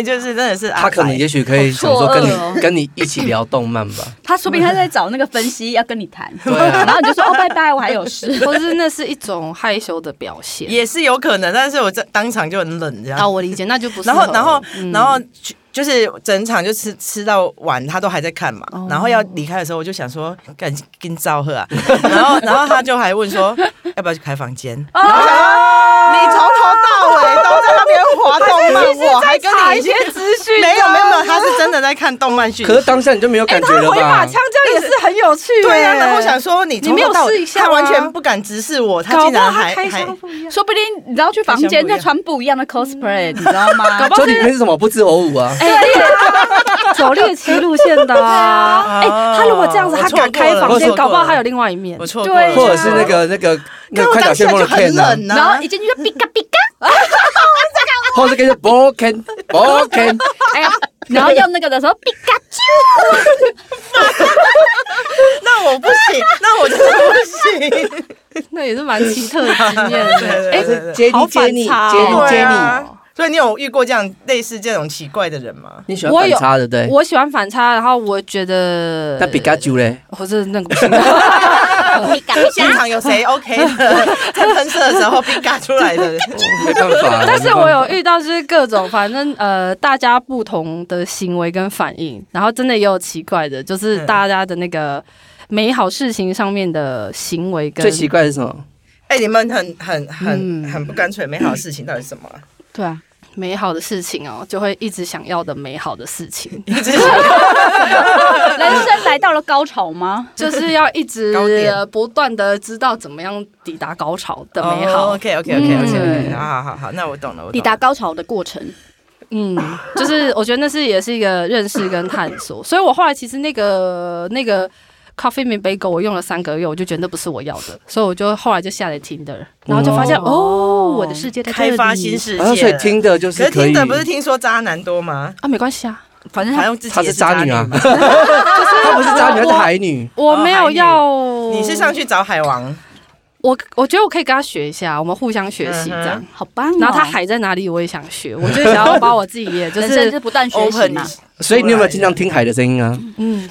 [SPEAKER 2] 就是真的是阿
[SPEAKER 1] 他可能
[SPEAKER 2] 白
[SPEAKER 1] 也许可以想说
[SPEAKER 3] 好
[SPEAKER 1] 跟
[SPEAKER 3] 错愕
[SPEAKER 1] 你、
[SPEAKER 3] 哦
[SPEAKER 1] 跟你一起聊动漫吧，
[SPEAKER 3] [laughs] 他说不定他在找那个分析要跟你谈，
[SPEAKER 1] [laughs] 对啊
[SPEAKER 3] 然后你就说哦拜拜，我还有 [laughs] 事。
[SPEAKER 4] 或是那是一种害羞的表现。
[SPEAKER 2] 也是有可能，但是我在当场就很冷这样
[SPEAKER 4] 啊，。我理解，那就不是。
[SPEAKER 2] 然后，然后，
[SPEAKER 4] 嗯
[SPEAKER 2] 然后就就是整场就吃吃到晚，他都还在看嘛。
[SPEAKER 4] 哦
[SPEAKER 2] 然后要离开的时候，我就想说，赶紧招喝啊。 [laughs] 然后，然后他就还问说，要不要去开房间？
[SPEAKER 4] 哦
[SPEAKER 2] 然后我想
[SPEAKER 3] 哦
[SPEAKER 2] 说，你从头到尾都在那边滑动
[SPEAKER 4] [laughs]
[SPEAKER 2] 漫，我还跟你一些资
[SPEAKER 3] 啊
[SPEAKER 2] 讯，没有没有没有，他是真的在看动漫讯息
[SPEAKER 1] 可。是当下你就没
[SPEAKER 3] 哎
[SPEAKER 1] 有感觉了
[SPEAKER 4] 回
[SPEAKER 1] 吧？
[SPEAKER 4] 马枪这样也
[SPEAKER 3] [laughs]
[SPEAKER 4] 是很有趣。
[SPEAKER 2] 对啊，然后我想，说你从
[SPEAKER 4] 你没有
[SPEAKER 2] 头到尾
[SPEAKER 4] 试一下
[SPEAKER 2] 他完
[SPEAKER 4] 吗
[SPEAKER 2] 全不敢直视我，他
[SPEAKER 4] 搞
[SPEAKER 2] 竟
[SPEAKER 4] 不好
[SPEAKER 2] 然
[SPEAKER 4] 他
[SPEAKER 2] 还
[SPEAKER 4] 开
[SPEAKER 2] 还
[SPEAKER 4] 箱不一样。
[SPEAKER 3] 说不定你知道去房间他穿不一样的 cosplay，你知道 [laughs] 吗？
[SPEAKER 4] 搞不好
[SPEAKER 1] 这
[SPEAKER 4] 哎
[SPEAKER 1] 里面是什么不知火舞啊？
[SPEAKER 4] [laughs] 走猎奇路线的啊！哎，
[SPEAKER 2] 哦
[SPEAKER 4] 他如果这样子，
[SPEAKER 2] 我
[SPEAKER 4] 他
[SPEAKER 2] 错
[SPEAKER 4] 敢
[SPEAKER 2] 过
[SPEAKER 4] 开
[SPEAKER 2] 了
[SPEAKER 4] 房
[SPEAKER 1] 我
[SPEAKER 4] 间
[SPEAKER 1] 错，过
[SPEAKER 4] 搞不好
[SPEAKER 2] 了
[SPEAKER 4] 还有另外一面
[SPEAKER 2] 我。错
[SPEAKER 3] 对
[SPEAKER 2] 过
[SPEAKER 1] 或
[SPEAKER 2] 了，
[SPEAKER 4] 啊
[SPEAKER 1] 者是那个那个那
[SPEAKER 2] 看
[SPEAKER 1] 个
[SPEAKER 2] 我
[SPEAKER 1] 快
[SPEAKER 2] 当
[SPEAKER 1] 打旋
[SPEAKER 2] 下
[SPEAKER 1] 风
[SPEAKER 2] 就
[SPEAKER 1] 的
[SPEAKER 2] 很
[SPEAKER 1] Ken 啊，
[SPEAKER 2] 冷啊，
[SPEAKER 3] 然后一进去就哔嘎哔 [laughs] 嘎，
[SPEAKER 1] 或者跟着 Broken Broken，
[SPEAKER 3] 哎呀，然后用那个的时候哔嘎啾，
[SPEAKER 2] 那我不 [laughs] 行，那我真
[SPEAKER 1] [laughs]
[SPEAKER 2] 的不行。
[SPEAKER 4] 那也是蛮奇特的经验
[SPEAKER 2] [laughs]
[SPEAKER 4] 的。
[SPEAKER 2] 对对
[SPEAKER 4] 哎，
[SPEAKER 2] 对
[SPEAKER 1] 接
[SPEAKER 4] 好
[SPEAKER 1] 你接你
[SPEAKER 4] 反差哦
[SPEAKER 1] 接你
[SPEAKER 2] 对
[SPEAKER 1] 接
[SPEAKER 2] 啊
[SPEAKER 1] 你，
[SPEAKER 2] 所以你有遇过这样类似这种奇怪的人吗？
[SPEAKER 1] 你喜欢
[SPEAKER 4] 我
[SPEAKER 1] 反
[SPEAKER 4] 有
[SPEAKER 1] 差的对？
[SPEAKER 4] 我喜欢反差，然后我觉得
[SPEAKER 1] 那比卡丘嘞？
[SPEAKER 4] 我是那个不行，
[SPEAKER 2] [laughs]
[SPEAKER 3] [laughs] 哔嘎哔
[SPEAKER 2] 现
[SPEAKER 3] 嘎。
[SPEAKER 2] 场有谁 OK 的，在喷射的时候被嘎出来的？
[SPEAKER 1] 没办
[SPEAKER 2] 啊
[SPEAKER 1] 法，啊
[SPEAKER 4] 但是
[SPEAKER 1] 没办法
[SPEAKER 4] 我 [laughs] 有遇到就是各种，反正呃，大家不同的行为跟反应，然后真的也有奇怪的，就是
[SPEAKER 2] 嗯
[SPEAKER 4] 大家的那个美好事情上面的行为跟
[SPEAKER 1] 最奇怪的是什么？
[SPEAKER 2] [laughs] 哎，你们很很很
[SPEAKER 4] 嗯
[SPEAKER 2] 很不干脆，美好的事情到底是什么啊？
[SPEAKER 4] 对啊，美好的事情哦，就会一直想要的美好的事情，
[SPEAKER 3] 人生来到了高潮吗？
[SPEAKER 2] [laughs]
[SPEAKER 4] 就是要一直
[SPEAKER 2] 高点
[SPEAKER 4] 呃不断的知道怎么样抵达高潮的美好。
[SPEAKER 2] OK OK OK OK OK，
[SPEAKER 1] 嗯
[SPEAKER 2] 好好好好，那我懂了，我懂了
[SPEAKER 3] 抵达高潮的过程，
[SPEAKER 4] 嗯，就是我觉得那是也是一个认识跟探
[SPEAKER 2] [laughs]
[SPEAKER 4] 索，所以我后来其实那个那个 Coffee Me Bagel 我用了三个月，我就觉得那不是我要的，所以我就后来就下来听的，然后就发现
[SPEAKER 3] 哦
[SPEAKER 4] 哦我的世界在这里
[SPEAKER 2] 开发新世界
[SPEAKER 1] 然后
[SPEAKER 2] 了。
[SPEAKER 1] 所以听的就
[SPEAKER 2] 可
[SPEAKER 1] 是
[SPEAKER 2] 是
[SPEAKER 1] 可以
[SPEAKER 2] 听，的不是听说渣男多吗？
[SPEAKER 4] 啊，没关系啊，
[SPEAKER 3] 反正
[SPEAKER 2] 好
[SPEAKER 3] 他
[SPEAKER 2] 像自己
[SPEAKER 1] 她
[SPEAKER 2] 也
[SPEAKER 1] 是
[SPEAKER 2] 是渣
[SPEAKER 1] 渣女啊
[SPEAKER 2] 嘛，
[SPEAKER 1] [laughs] 她不是渣女，她是
[SPEAKER 4] 我
[SPEAKER 1] 海女。
[SPEAKER 2] 哦
[SPEAKER 4] 我没有要，
[SPEAKER 2] 你是上去找海王，
[SPEAKER 4] 我我觉得我可以跟他学一下，我们互相学习这样。
[SPEAKER 2] 嗯
[SPEAKER 3] 好棒哦。
[SPEAKER 4] 然后他海在哪里，我也想学，我就想要把我自己也就
[SPEAKER 3] 人生就是是不断学习
[SPEAKER 2] open
[SPEAKER 3] 嘛，
[SPEAKER 1] 所以你有没有经常听海的声音啊？
[SPEAKER 4] 嗯，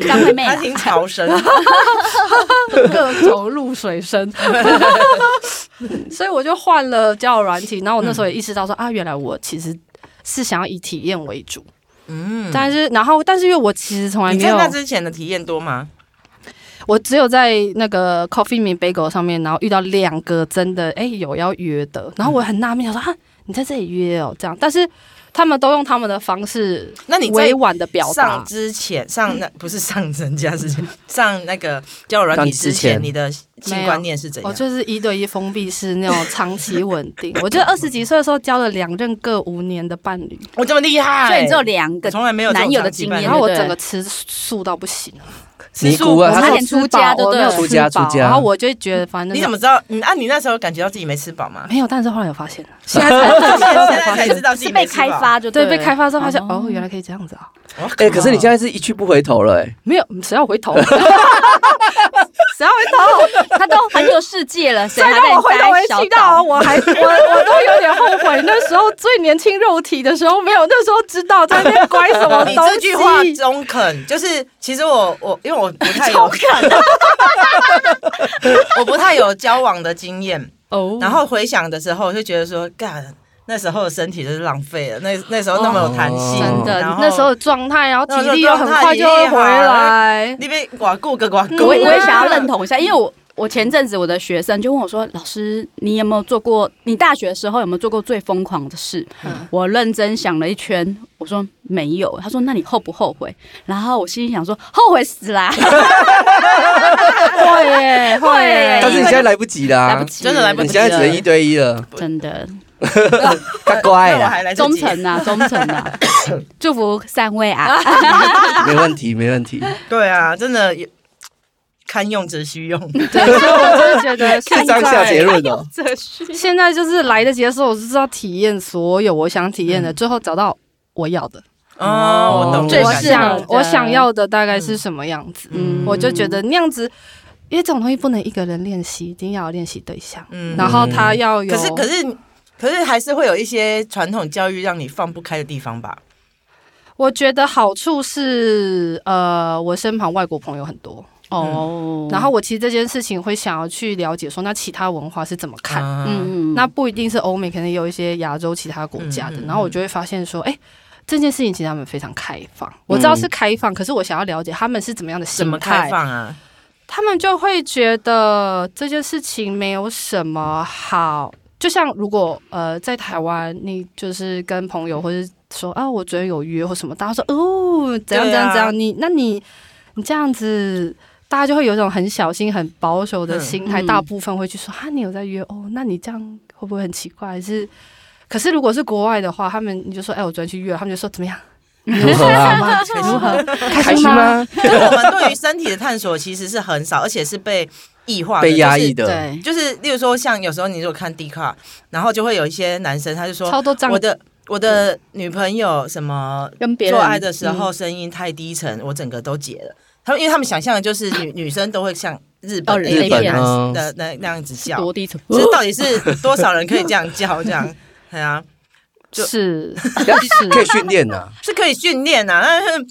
[SPEAKER 3] 张惠妹啊
[SPEAKER 2] 他听潮声，
[SPEAKER 4] [laughs] 各种露水声， [laughs] 所以我就换了交友软体。然后我那时候也意识到说、啊，原来我其实是想要以体验为主，
[SPEAKER 2] 嗯，
[SPEAKER 4] 但是然后但是因为我其实从来
[SPEAKER 2] 你
[SPEAKER 4] 没
[SPEAKER 2] 在
[SPEAKER 4] 有，
[SPEAKER 2] 那之前的体验多吗？
[SPEAKER 4] 我只有在那个 Coffee Me Bagel 上面，然后遇到两个真的哎、有要约的，然后我很纳闷想说啊，你在这里约哦这样，但是他们都用他们的方式
[SPEAKER 2] 那你在
[SPEAKER 4] 委婉的表达
[SPEAKER 2] 上。之前上那不是上人家之前上那个交友软体
[SPEAKER 1] 上之
[SPEAKER 2] 之
[SPEAKER 1] 前
[SPEAKER 2] 前，你的性观念是怎
[SPEAKER 4] 我
[SPEAKER 2] 样？
[SPEAKER 4] 哦就是一对一封闭式那种长期稳定。我就二十几岁的时候交了两任各五年的伴侣，
[SPEAKER 2] 我这么厉害，
[SPEAKER 3] 所以你只有两个
[SPEAKER 2] 从来没有这种
[SPEAKER 3] 男友的
[SPEAKER 2] 长期
[SPEAKER 3] 经
[SPEAKER 2] 伴侣
[SPEAKER 3] 验，
[SPEAKER 4] 然后我
[SPEAKER 3] 对不对
[SPEAKER 4] 整个吃素到不行，
[SPEAKER 1] 尼姑
[SPEAKER 4] 我
[SPEAKER 1] 啊，他
[SPEAKER 3] 差
[SPEAKER 4] 没有
[SPEAKER 3] 点
[SPEAKER 4] 吃饱
[SPEAKER 3] 出家就
[SPEAKER 4] 我没
[SPEAKER 3] 对
[SPEAKER 4] 有
[SPEAKER 3] 了
[SPEAKER 4] 吃
[SPEAKER 1] 出家
[SPEAKER 4] 饱
[SPEAKER 1] 出家
[SPEAKER 4] 然后我就会觉得反正
[SPEAKER 2] 你怎么知道？你啊，你那时候感觉到自己没吃饱吗？
[SPEAKER 4] 没有？但是后来有发现，
[SPEAKER 3] 现在才
[SPEAKER 2] 现在才知道自己
[SPEAKER 3] 是
[SPEAKER 2] 没
[SPEAKER 3] 被
[SPEAKER 2] 吃
[SPEAKER 3] 开
[SPEAKER 2] 饱，
[SPEAKER 3] 发就
[SPEAKER 4] 对，
[SPEAKER 3] 了
[SPEAKER 4] 被开发之后发现
[SPEAKER 3] 哦
[SPEAKER 4] 哦，原来可以这样子啊，
[SPEAKER 1] 哎、可是你现在是一去不回头了、哎，
[SPEAKER 4] 没有，谁要回 [laughs] 头？谁要回头？
[SPEAKER 3] 他都环游世界了，谁
[SPEAKER 4] 再
[SPEAKER 3] 还在
[SPEAKER 4] 让我回头
[SPEAKER 3] 待
[SPEAKER 4] 回
[SPEAKER 3] 小
[SPEAKER 4] 去到，啊
[SPEAKER 3] 岛？
[SPEAKER 4] 我 [laughs] 还我我都有点后悔，那时候最年轻肉体的时候，没有那时候知道
[SPEAKER 2] [laughs]
[SPEAKER 4] 在那边乖什么
[SPEAKER 2] 哦你
[SPEAKER 4] 东西。
[SPEAKER 2] 这句话中肯，就是其实我我因为我不太有 [laughs] 我不太有交往的经验，
[SPEAKER 4] 哦
[SPEAKER 1] 嗯
[SPEAKER 2] 然后回想的时候就觉得说，干那时候的身体就是浪费了，那那时候那么有弹性，
[SPEAKER 1] 哦
[SPEAKER 4] 真的
[SPEAKER 2] 嗯然后
[SPEAKER 4] 那时候的状态，然后
[SPEAKER 2] 那时
[SPEAKER 4] 体
[SPEAKER 2] 候
[SPEAKER 4] 力又很
[SPEAKER 2] 状态
[SPEAKER 4] 快就会回来。
[SPEAKER 2] 你被寡顾个寡
[SPEAKER 3] 我
[SPEAKER 2] 顾，
[SPEAKER 3] 我也
[SPEAKER 4] 嗯啊
[SPEAKER 3] 想要认同一下，因为我我前阵子我的学生就问我说：“老师，你有没有做过？你大学的时候有没有做过最疯狂的事？”
[SPEAKER 4] 嗯
[SPEAKER 3] 我认真想了一圈，我说没有。他说：“那你后不后悔？”然后我心里想说：“后悔死
[SPEAKER 4] [laughs]
[SPEAKER 3] 啦，
[SPEAKER 4] 会耶，会耶
[SPEAKER 3] 哎
[SPEAKER 1] 但是你
[SPEAKER 3] 因为
[SPEAKER 1] 现在来不及啦、
[SPEAKER 3] 来不及，
[SPEAKER 2] 真的来不
[SPEAKER 1] 你
[SPEAKER 2] 及
[SPEAKER 1] 现在只能一对一了，
[SPEAKER 3] 真的
[SPEAKER 1] 他乖
[SPEAKER 2] [laughs] 那我
[SPEAKER 1] 了，
[SPEAKER 2] 还来得
[SPEAKER 3] 忠
[SPEAKER 2] 及
[SPEAKER 1] [laughs]
[SPEAKER 3] 诚啊，忠诚啊，祝福三位啊！
[SPEAKER 1] 没问题，没问题。
[SPEAKER 2] 对啊，真的有堪用则须用，
[SPEAKER 4] 对，所以我真的觉得
[SPEAKER 1] 是
[SPEAKER 4] 现
[SPEAKER 1] 这样下结
[SPEAKER 4] 在
[SPEAKER 1] 论哦、
[SPEAKER 3] 这是
[SPEAKER 2] [laughs]
[SPEAKER 4] 现在就是来得及的时候，我就是要体验所有我想体
[SPEAKER 2] 嗯
[SPEAKER 4] 验的，最后找到我要的。
[SPEAKER 2] 哦，我懂
[SPEAKER 1] 最
[SPEAKER 2] 这
[SPEAKER 4] 我
[SPEAKER 2] 个
[SPEAKER 3] 适
[SPEAKER 2] 感
[SPEAKER 3] 合
[SPEAKER 4] 想
[SPEAKER 2] 觉
[SPEAKER 3] 的
[SPEAKER 4] 我想要的大概是什么样子，
[SPEAKER 2] 嗯
[SPEAKER 4] 我就觉得那样子，因为这种东西不能一个人练习，一定要有练习对象，
[SPEAKER 2] 嗯
[SPEAKER 4] 然后他要有，
[SPEAKER 2] 可是可是可是还是会有一些传统教育让你放不开的地方吧？
[SPEAKER 4] 我觉得好处是，呃，我身旁外国朋友很多，
[SPEAKER 3] 哦，
[SPEAKER 2] 嗯
[SPEAKER 4] 然后我其实这件事情会想要去了解说，那其他文化是怎么看。
[SPEAKER 2] 嗯，
[SPEAKER 3] 嗯
[SPEAKER 4] 那不一定是欧美，可能有一些亚洲其他国家的。
[SPEAKER 2] 嗯嗯嗯
[SPEAKER 4] 然后我就会发现说，哎、这件事情其实他们非常开放。我
[SPEAKER 2] 嗯
[SPEAKER 4] 知道是开放，可是我想要了解他们是怎么样的
[SPEAKER 2] 怎
[SPEAKER 4] 心
[SPEAKER 2] 么
[SPEAKER 4] 态
[SPEAKER 2] 开，放啊？
[SPEAKER 4] 他们就会觉得这件事情没有什么好。就像如果呃在台湾，你就是跟朋友或是说啊，我昨天有约或什么，大家说哦怎样怎
[SPEAKER 2] 对啊
[SPEAKER 4] 样怎样，你那你你这样子。大家就会有一种很小心、很保守的心态，
[SPEAKER 3] 嗯嗯
[SPEAKER 4] 大部分会去说啊，你有在约哦，那你这样会不会很奇怪？还是，可是如果是国外的话，他们你就说，哎，我昨天去约了，他们就说怎么样？
[SPEAKER 1] 如何
[SPEAKER 4] 哎
[SPEAKER 1] 啊？
[SPEAKER 4] [laughs] 如何？
[SPEAKER 1] 开
[SPEAKER 4] 开
[SPEAKER 1] 心
[SPEAKER 4] 心吗？
[SPEAKER 1] 吗？
[SPEAKER 2] [laughs] 就是我们对于身体的探索其实是很少，而且是被异化的、
[SPEAKER 1] 被压抑的，
[SPEAKER 4] 对，
[SPEAKER 2] 就是。就是，例如说，像有时候你如果看 D 卡，然后就会有一些男生，他就说
[SPEAKER 4] 超多脏
[SPEAKER 2] 我的我的女朋友什么
[SPEAKER 3] 跟别人嗯
[SPEAKER 2] 做爱的时候声音太低沉，我整个都解了。他们因为他们想象的就是女女生都会像日本
[SPEAKER 3] 哦
[SPEAKER 2] 的
[SPEAKER 3] 日本
[SPEAKER 2] 男
[SPEAKER 1] 啊
[SPEAKER 2] 的那那样子叫，
[SPEAKER 3] 多低层，
[SPEAKER 2] 这到底是多少人可以这样叫？这样， [laughs] 对啊，就是
[SPEAKER 1] 可
[SPEAKER 4] 是
[SPEAKER 1] 以训练呐，
[SPEAKER 2] 是可以训练啊， [laughs] 但是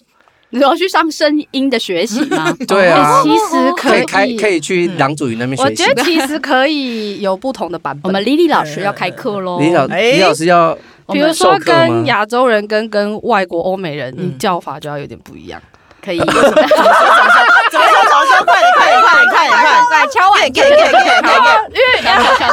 [SPEAKER 3] 你要去上声音的学习
[SPEAKER 2] [laughs]
[SPEAKER 3] 吗？
[SPEAKER 1] 对啊
[SPEAKER 4] 哎，其实
[SPEAKER 1] 可以开
[SPEAKER 4] 以，嗯
[SPEAKER 1] 可以去郎祖云那边
[SPEAKER 4] 我
[SPEAKER 1] 学习
[SPEAKER 4] 觉。得其实可以有不同的版
[SPEAKER 3] 我
[SPEAKER 4] 本，
[SPEAKER 3] 们 Lily 老师要开课喽，
[SPEAKER 1] 李老
[SPEAKER 2] 哎
[SPEAKER 1] 李老师要
[SPEAKER 3] 我
[SPEAKER 4] 比
[SPEAKER 3] 们
[SPEAKER 4] 如
[SPEAKER 1] 授
[SPEAKER 4] 说
[SPEAKER 1] 课吗
[SPEAKER 4] 跟亚洲人跟跟外国欧美人，
[SPEAKER 2] 嗯
[SPEAKER 4] 你叫法就要有点不一样。
[SPEAKER 2] [laughs]
[SPEAKER 3] 可以
[SPEAKER 2] 怎么说怎么说，快点快点快点快点快点，
[SPEAKER 3] 来敲碗，
[SPEAKER 2] 给给给给给给，
[SPEAKER 4] 因
[SPEAKER 3] [laughs]
[SPEAKER 4] 为
[SPEAKER 3] 敲敲敲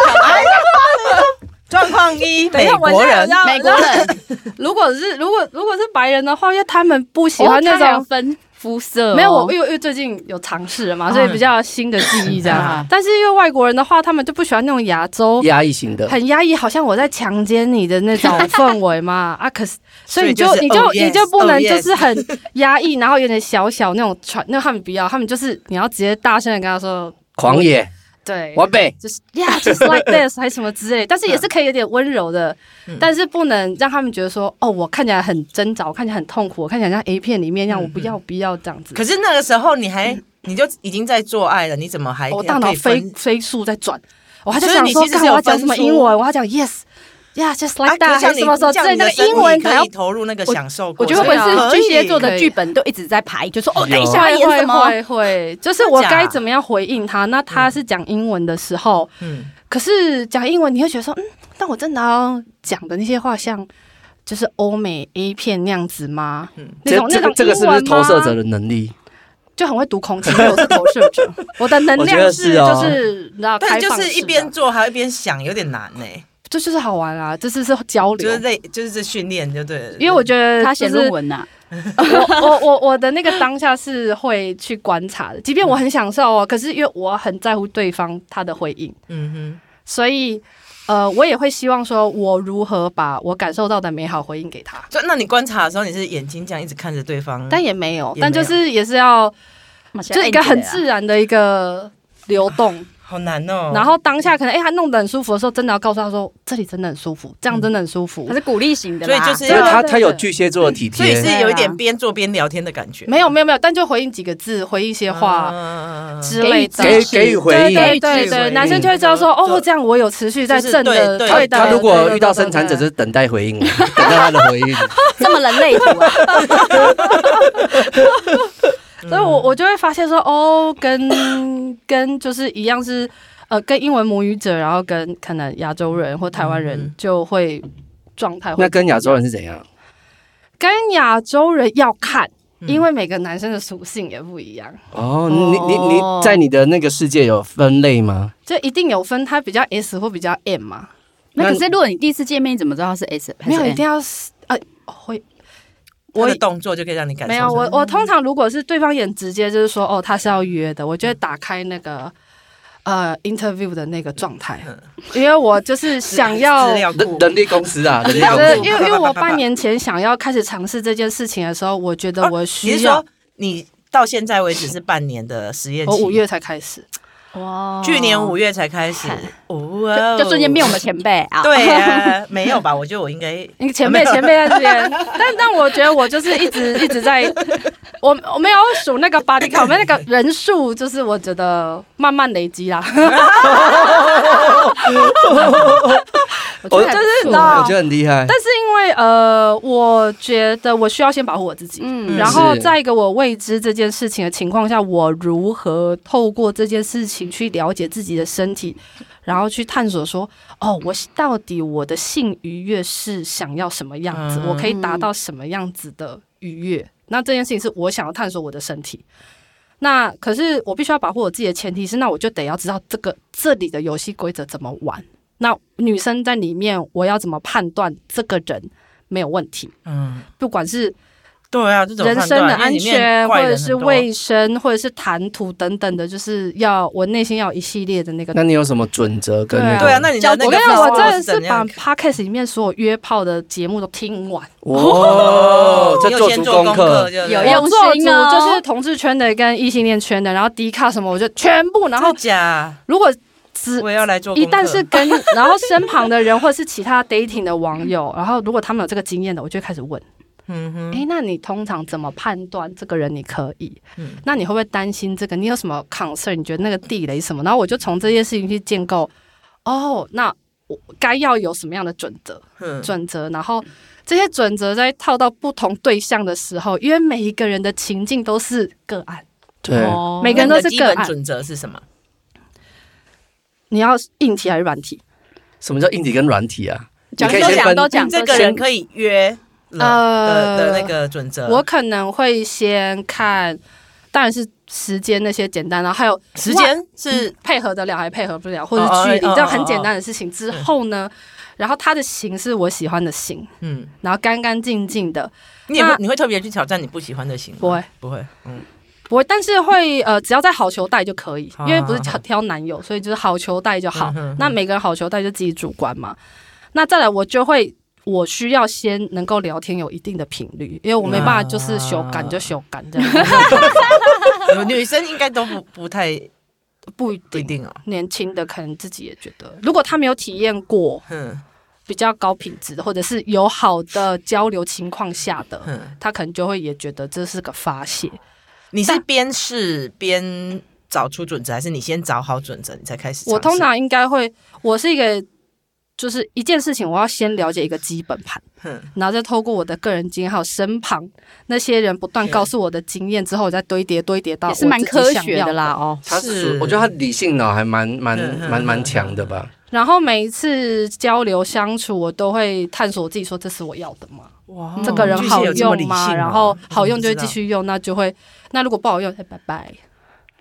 [SPEAKER 2] 状况一，
[SPEAKER 4] 等一
[SPEAKER 2] 美
[SPEAKER 4] 下我
[SPEAKER 2] 国人
[SPEAKER 4] 现在要
[SPEAKER 3] 美国人
[SPEAKER 4] 如果是如果如果是白人的话，因为他们不喜欢那
[SPEAKER 3] 哦他还有
[SPEAKER 4] 种。
[SPEAKER 3] 分肤色哦，
[SPEAKER 4] 没有，我因为因为最近有尝试
[SPEAKER 3] 啊
[SPEAKER 4] 了嘛，所以比较新的记忆这样
[SPEAKER 3] 嗯。
[SPEAKER 4] 但是因为外国人的话，他们就不喜欢那种亚洲
[SPEAKER 1] 压抑型的，
[SPEAKER 4] 很压抑，好像我在强奸你的那种氛
[SPEAKER 2] [laughs]
[SPEAKER 4] 围嘛啊！可是，所以你就
[SPEAKER 2] 所以就是
[SPEAKER 4] 你就
[SPEAKER 2] oh yes,
[SPEAKER 4] 你就不能
[SPEAKER 2] oh yes
[SPEAKER 4] 就是很压抑，然后有点小小那种传，那他们不要，他们就是你要直接大声的跟他说，
[SPEAKER 1] 狂野
[SPEAKER 4] 对，
[SPEAKER 1] 完美，
[SPEAKER 4] 就是 yeah
[SPEAKER 2] [laughs]
[SPEAKER 4] just like this 还是什么之类的，但是也是可以有点温柔的，
[SPEAKER 2] 嗯
[SPEAKER 4] 但是不能让他们觉得说，哦，我看起来很挣扎，我看起来很痛苦，我看起来像 A 片里面一样，
[SPEAKER 2] 嗯
[SPEAKER 4] 我不要不要这样子。
[SPEAKER 2] 可是那个时候你还你就已经在做爱了，你怎么还
[SPEAKER 4] 我
[SPEAKER 2] 哎
[SPEAKER 4] 大
[SPEAKER 2] 可
[SPEAKER 4] 脑
[SPEAKER 2] 以
[SPEAKER 4] 飞
[SPEAKER 2] 分啊
[SPEAKER 4] 飞速在转，我还在
[SPEAKER 2] 所以
[SPEAKER 4] 想
[SPEAKER 2] 你
[SPEAKER 4] 说，
[SPEAKER 2] 其实
[SPEAKER 4] 看
[SPEAKER 2] 是
[SPEAKER 4] 我
[SPEAKER 2] 有
[SPEAKER 4] 要讲什么
[SPEAKER 2] 分出
[SPEAKER 4] 英文，我要讲 yes。Yeah, just
[SPEAKER 2] 啊
[SPEAKER 4] like that，
[SPEAKER 2] 可是
[SPEAKER 4] 还
[SPEAKER 2] 像
[SPEAKER 4] 是
[SPEAKER 2] 你
[SPEAKER 4] 什么时候？
[SPEAKER 2] 像
[SPEAKER 4] 对，
[SPEAKER 2] 你
[SPEAKER 4] 那
[SPEAKER 2] 的
[SPEAKER 4] 个
[SPEAKER 2] 身体
[SPEAKER 4] 英文可
[SPEAKER 2] 可
[SPEAKER 4] 能要
[SPEAKER 2] 以哦投入那个享受过
[SPEAKER 3] 我觉
[SPEAKER 2] 程，
[SPEAKER 3] 得会
[SPEAKER 4] 对
[SPEAKER 3] 不
[SPEAKER 4] 啊
[SPEAKER 3] 会是巨蟹座
[SPEAKER 2] 可
[SPEAKER 3] 的
[SPEAKER 2] 以
[SPEAKER 3] 剧本都一直在排，就说哦，等一下
[SPEAKER 4] 会
[SPEAKER 3] 演什
[SPEAKER 4] 会
[SPEAKER 3] 么？
[SPEAKER 4] 会会，就是我
[SPEAKER 2] 真假
[SPEAKER 4] 该怎么样回应他？那他是讲英文的时候，
[SPEAKER 2] 嗯，
[SPEAKER 4] 可是讲英文你会觉得说，嗯，但我真的要讲的那些话像就是欧美 A 片那样子吗？
[SPEAKER 2] 嗯
[SPEAKER 4] 那
[SPEAKER 1] 这
[SPEAKER 4] 种
[SPEAKER 1] 这
[SPEAKER 4] 那
[SPEAKER 1] 个
[SPEAKER 4] 种
[SPEAKER 1] 这个是不是
[SPEAKER 4] 英文吗
[SPEAKER 1] 投射者的能力？
[SPEAKER 4] 就很会读空气？因为我是投射
[SPEAKER 1] [laughs]
[SPEAKER 4] 者，我的能
[SPEAKER 1] 我觉
[SPEAKER 4] 量
[SPEAKER 1] 得是哦
[SPEAKER 4] 就是你知道，
[SPEAKER 2] 但
[SPEAKER 4] 开
[SPEAKER 2] 就
[SPEAKER 4] 放
[SPEAKER 2] 是
[SPEAKER 4] 式
[SPEAKER 2] 一
[SPEAKER 4] 的
[SPEAKER 2] 边做还有一边想，有点难呢。欸
[SPEAKER 4] 这就是好玩啊，这就是交流，
[SPEAKER 2] 就是类就是这训练就对了。
[SPEAKER 4] 因为我觉得
[SPEAKER 3] 他写
[SPEAKER 4] 就是
[SPEAKER 3] 论文啊呐、
[SPEAKER 4] 我我我我的那个当下是会去观察的，即便我很享受哦，可是因为我很在乎对方他的回应，
[SPEAKER 2] 嗯
[SPEAKER 4] 所以呃，我也会希望说我如何把我感受到的美好回应给他，
[SPEAKER 2] 哼，就那你观察的时候，你是眼睛这样一直看着对方，
[SPEAKER 4] 但也没有，
[SPEAKER 2] 嗯也没有
[SPEAKER 4] 但就是也是要
[SPEAKER 3] 啊，
[SPEAKER 4] 就是一个很自然的一个流动，
[SPEAKER 2] 好难哦。
[SPEAKER 4] 然后当下可能哎、他弄得很舒服的时候，真的要告诉他说这里真的很舒服，这样真的很舒服
[SPEAKER 2] 嗯
[SPEAKER 3] 它，是鼓励型的
[SPEAKER 2] 所
[SPEAKER 3] 啦，
[SPEAKER 2] 以就是
[SPEAKER 1] 因为
[SPEAKER 4] 对
[SPEAKER 1] 他
[SPEAKER 4] 对
[SPEAKER 1] 他有
[SPEAKER 4] 对
[SPEAKER 1] 巨蟹座的体
[SPEAKER 2] 所以
[SPEAKER 1] 贴，
[SPEAKER 2] 是有一点边做边聊天的感觉，嗯
[SPEAKER 4] 没有没有没有，但就回应几个字，回应一些话。
[SPEAKER 2] 话
[SPEAKER 4] 之类的，
[SPEAKER 1] 给给予回应，
[SPEAKER 4] 对对
[SPEAKER 3] 给予
[SPEAKER 4] 对
[SPEAKER 3] 回
[SPEAKER 4] 对，
[SPEAKER 3] 应
[SPEAKER 4] 男生就会知道说，
[SPEAKER 2] 对
[SPEAKER 4] 哦，这样我有持续在
[SPEAKER 2] 嗯就是
[SPEAKER 4] 正
[SPEAKER 2] 对
[SPEAKER 4] 的
[SPEAKER 2] 对
[SPEAKER 1] 他
[SPEAKER 4] 的。
[SPEAKER 1] 他如
[SPEAKER 4] 对
[SPEAKER 1] 果
[SPEAKER 4] 对
[SPEAKER 1] 遇到
[SPEAKER 4] 对
[SPEAKER 1] 生产者，
[SPEAKER 4] 对
[SPEAKER 1] 就是等待回应，啊等待他的回应。
[SPEAKER 4] [laughs]
[SPEAKER 3] 这么人类图啊，
[SPEAKER 1] 嗯
[SPEAKER 4] 所以我我就会发现说，哦，跟 [coughs] 跟就是一样是，呃，跟英文母语者，然后跟可能亚洲人或台湾
[SPEAKER 2] 嗯
[SPEAKER 4] 人就会状态
[SPEAKER 1] 那
[SPEAKER 4] 会
[SPEAKER 1] 跟亚洲人是怎样？
[SPEAKER 4] 跟亚洲人要看，
[SPEAKER 2] 嗯
[SPEAKER 4] 因为每个男生的属性也不一样，
[SPEAKER 1] 哦，你你你
[SPEAKER 4] 哦
[SPEAKER 1] 在你的那个世界有分类吗？
[SPEAKER 4] 就一定有分他比较 S 或比较 M 嘛，
[SPEAKER 3] [laughs] 那
[SPEAKER 1] 那
[SPEAKER 3] 可是如果你第一次见面，你怎么知道他是 S 还
[SPEAKER 4] 没
[SPEAKER 3] 是
[SPEAKER 4] 有
[SPEAKER 3] N？
[SPEAKER 4] 一定要是呃
[SPEAKER 2] 我
[SPEAKER 4] 会。我
[SPEAKER 2] 的动作就可以让你感受
[SPEAKER 4] 没有，
[SPEAKER 2] 出
[SPEAKER 4] 我我通常如果是对方也很直接，就是说哦，他是要约的，我就会打开那个呃 interview 的那个状态，因为我就是想
[SPEAKER 2] 嗯
[SPEAKER 4] 要
[SPEAKER 2] 资。料
[SPEAKER 1] 人
[SPEAKER 2] 库，
[SPEAKER 1] 人力公司啊，人力公
[SPEAKER 2] 料库
[SPEAKER 4] 对
[SPEAKER 1] 司。
[SPEAKER 4] 哦因为因为我半年前想要开始尝试这件事情的时候，我觉得我
[SPEAKER 2] 啊你是
[SPEAKER 4] 需要哦
[SPEAKER 2] 说，你到现在为止是半年的实验期？
[SPEAKER 4] 我五，月才开始，
[SPEAKER 3] 哇
[SPEAKER 2] 去年五月才开始，哦
[SPEAKER 3] 就就瞬间变我们前辈啊，
[SPEAKER 2] 对啊，没有吧？我觉得我
[SPEAKER 1] [laughs]
[SPEAKER 2] 应该
[SPEAKER 4] 那个前辈前辈在这边，但但我觉得我就是一直一直在，我我没有数那个 [coughs] body count，那个人数就是我觉得慢慢累积啦，
[SPEAKER 3] [laughs] 我觉得还不
[SPEAKER 4] 就是你知
[SPEAKER 3] 错
[SPEAKER 4] 道
[SPEAKER 1] 我觉得很厉害。
[SPEAKER 4] 但是因为呃，我觉得我需要先保护我自己，
[SPEAKER 3] 嗯，
[SPEAKER 4] 然后
[SPEAKER 1] 是
[SPEAKER 4] 在一个我未知这件事情的情况下，我如何透过这件事情去了解自己的身体，然后去探索说，哦，我是到底我的性愉悦是想要什么样子，
[SPEAKER 2] 嗯
[SPEAKER 4] 我可以达到什么样子的愉悦？那这件事情是我想要探索我的身体。那可是我必须要保护我自己的前提是，那我就得要知道这个这里的游戏规则怎么玩。那女生在里面，我要怎么判断这个人没有问题？
[SPEAKER 2] 嗯，
[SPEAKER 4] 不管是
[SPEAKER 2] 对啊，这种
[SPEAKER 4] 人
[SPEAKER 2] 判
[SPEAKER 4] 身
[SPEAKER 2] 断
[SPEAKER 4] 的
[SPEAKER 2] 因为
[SPEAKER 4] 安
[SPEAKER 2] 里面
[SPEAKER 4] 全，或
[SPEAKER 2] 怪
[SPEAKER 4] 者
[SPEAKER 2] 人
[SPEAKER 4] 是
[SPEAKER 2] 很多
[SPEAKER 4] 卫生，或者是谈吐等等的，就是要我内心要有一系列的那个。
[SPEAKER 1] 那你有什么准则跟那个？
[SPEAKER 4] 对啊
[SPEAKER 2] 对啊，那你的
[SPEAKER 3] 我
[SPEAKER 2] 那个
[SPEAKER 4] 我跟你讲，
[SPEAKER 2] flow
[SPEAKER 4] 我真的
[SPEAKER 2] 怎
[SPEAKER 4] 是把
[SPEAKER 2] 样
[SPEAKER 4] podcast 里面所有约炮的节目都听完。
[SPEAKER 2] [laughs]
[SPEAKER 1] 哦，这
[SPEAKER 2] 你有
[SPEAKER 1] 做
[SPEAKER 2] 先
[SPEAKER 1] 足
[SPEAKER 2] 做
[SPEAKER 1] 功
[SPEAKER 2] 课
[SPEAKER 1] 课，
[SPEAKER 2] 就
[SPEAKER 3] 有
[SPEAKER 2] 对
[SPEAKER 3] 用
[SPEAKER 4] 我做主
[SPEAKER 3] 心哦
[SPEAKER 4] 就是同志圈的跟异性恋圈的，然后迪卡什么我就全部。然
[SPEAKER 2] 真
[SPEAKER 4] 后
[SPEAKER 2] 的假，啊
[SPEAKER 4] 如果只
[SPEAKER 2] 我也要来做功
[SPEAKER 4] 一
[SPEAKER 2] 课。
[SPEAKER 4] 旦是
[SPEAKER 2] [laughs]
[SPEAKER 4] 跟然后身旁的人或是其他 dating 的网友，然后如果他们有这个经验的，我就会开始问。
[SPEAKER 2] 嗯哼，
[SPEAKER 4] 哎、那你通常怎么判断这个人你可以？
[SPEAKER 2] 嗯
[SPEAKER 4] 那你会不会担心这个？你有什么 concern？你觉得那个地雷什么？然后我就从这些事情去建构。哦，那我该要有什么样的准则？
[SPEAKER 2] 嗯
[SPEAKER 4] 准则，然后这些准则在套到不同对象的时候，因为每一个人的情境都是个案，
[SPEAKER 1] 对，
[SPEAKER 3] 哦
[SPEAKER 4] 每个人都是
[SPEAKER 2] 基
[SPEAKER 4] 个
[SPEAKER 2] 本
[SPEAKER 4] 案。
[SPEAKER 2] 准则是什么？
[SPEAKER 4] 你要硬体还是软体？
[SPEAKER 1] 什么叫硬体跟软体啊？
[SPEAKER 3] 讲
[SPEAKER 1] 你可以
[SPEAKER 3] 都
[SPEAKER 1] 先
[SPEAKER 3] 讲
[SPEAKER 1] 分
[SPEAKER 3] 都讲，
[SPEAKER 2] 这个
[SPEAKER 3] 都讲
[SPEAKER 2] 人可以约了
[SPEAKER 4] 呃
[SPEAKER 2] 的的那个准则，
[SPEAKER 4] 我可能会先看，当然是时间那些简单，然后还有嗯
[SPEAKER 2] 时间是
[SPEAKER 4] 配合得了还配合不了，或者
[SPEAKER 2] 哦哦
[SPEAKER 4] 距离
[SPEAKER 2] 哦哦
[SPEAKER 4] 这样很简单的事情之
[SPEAKER 2] 嗯
[SPEAKER 4] 后呢，然后它的型是我喜欢的型，
[SPEAKER 2] 嗯，
[SPEAKER 4] 然后干干净净的，
[SPEAKER 2] 你也会
[SPEAKER 4] 那
[SPEAKER 2] 你会特别去挑战你不喜欢的型吗？
[SPEAKER 4] 不会
[SPEAKER 2] 不会，嗯，
[SPEAKER 4] 不会，但是会呃，只要在好球带就可以，
[SPEAKER 2] 啊
[SPEAKER 4] 因为不是挑挑男友，所以就是好球带就好
[SPEAKER 2] 嗯哼。
[SPEAKER 4] 那每个人好球带就自己主观嘛。那再来，我就会我需要先能够聊天有一定的频率，因为我没办法就是修改
[SPEAKER 2] 啊
[SPEAKER 4] 就修改这样，
[SPEAKER 2] 有 [laughs] 女生应该都不不太
[SPEAKER 4] [laughs] 不一
[SPEAKER 2] 不一
[SPEAKER 4] 定。
[SPEAKER 2] 定哦，
[SPEAKER 4] 年轻的可能自己也觉得，如果他没有体验过
[SPEAKER 2] 嗯
[SPEAKER 4] 比较高品质的，或者是有好的交流情况下的，
[SPEAKER 2] 嗯，
[SPEAKER 4] 他可能就会也觉得这是个发泄。
[SPEAKER 2] 你是边试边找出准则，还是你先找好准则你才开始尝试？
[SPEAKER 4] 我通常应该会，我是一个，就是一件事情，我要先了解一个基本盘，
[SPEAKER 2] 嗯
[SPEAKER 4] 然后再透过我的个人经验，还有身旁那些人不断告诉我的经验之后，我再堆叠堆叠到
[SPEAKER 3] 也是蛮
[SPEAKER 4] 我自己
[SPEAKER 3] 科
[SPEAKER 4] 想
[SPEAKER 3] 学
[SPEAKER 4] 要
[SPEAKER 3] 的。啦哦。
[SPEAKER 1] 他
[SPEAKER 2] 是
[SPEAKER 1] 是，我觉得他理性脑还蛮蛮
[SPEAKER 2] 嗯嗯
[SPEAKER 1] 蛮
[SPEAKER 2] 嗯
[SPEAKER 1] 蛮强的吧。
[SPEAKER 4] 然后每一次交流相处，我都会探索我自己，说这是我要的吗？
[SPEAKER 2] 哇
[SPEAKER 4] 这个人
[SPEAKER 2] 巨蟹
[SPEAKER 4] 好
[SPEAKER 2] 哦有这么
[SPEAKER 4] 用
[SPEAKER 2] 理性
[SPEAKER 4] 吗？
[SPEAKER 2] 哦
[SPEAKER 4] 然后好用就
[SPEAKER 2] 我怎么不知
[SPEAKER 4] 会
[SPEAKER 2] 道
[SPEAKER 4] 继续用，那就会；那如果不好用，哎，拜拜。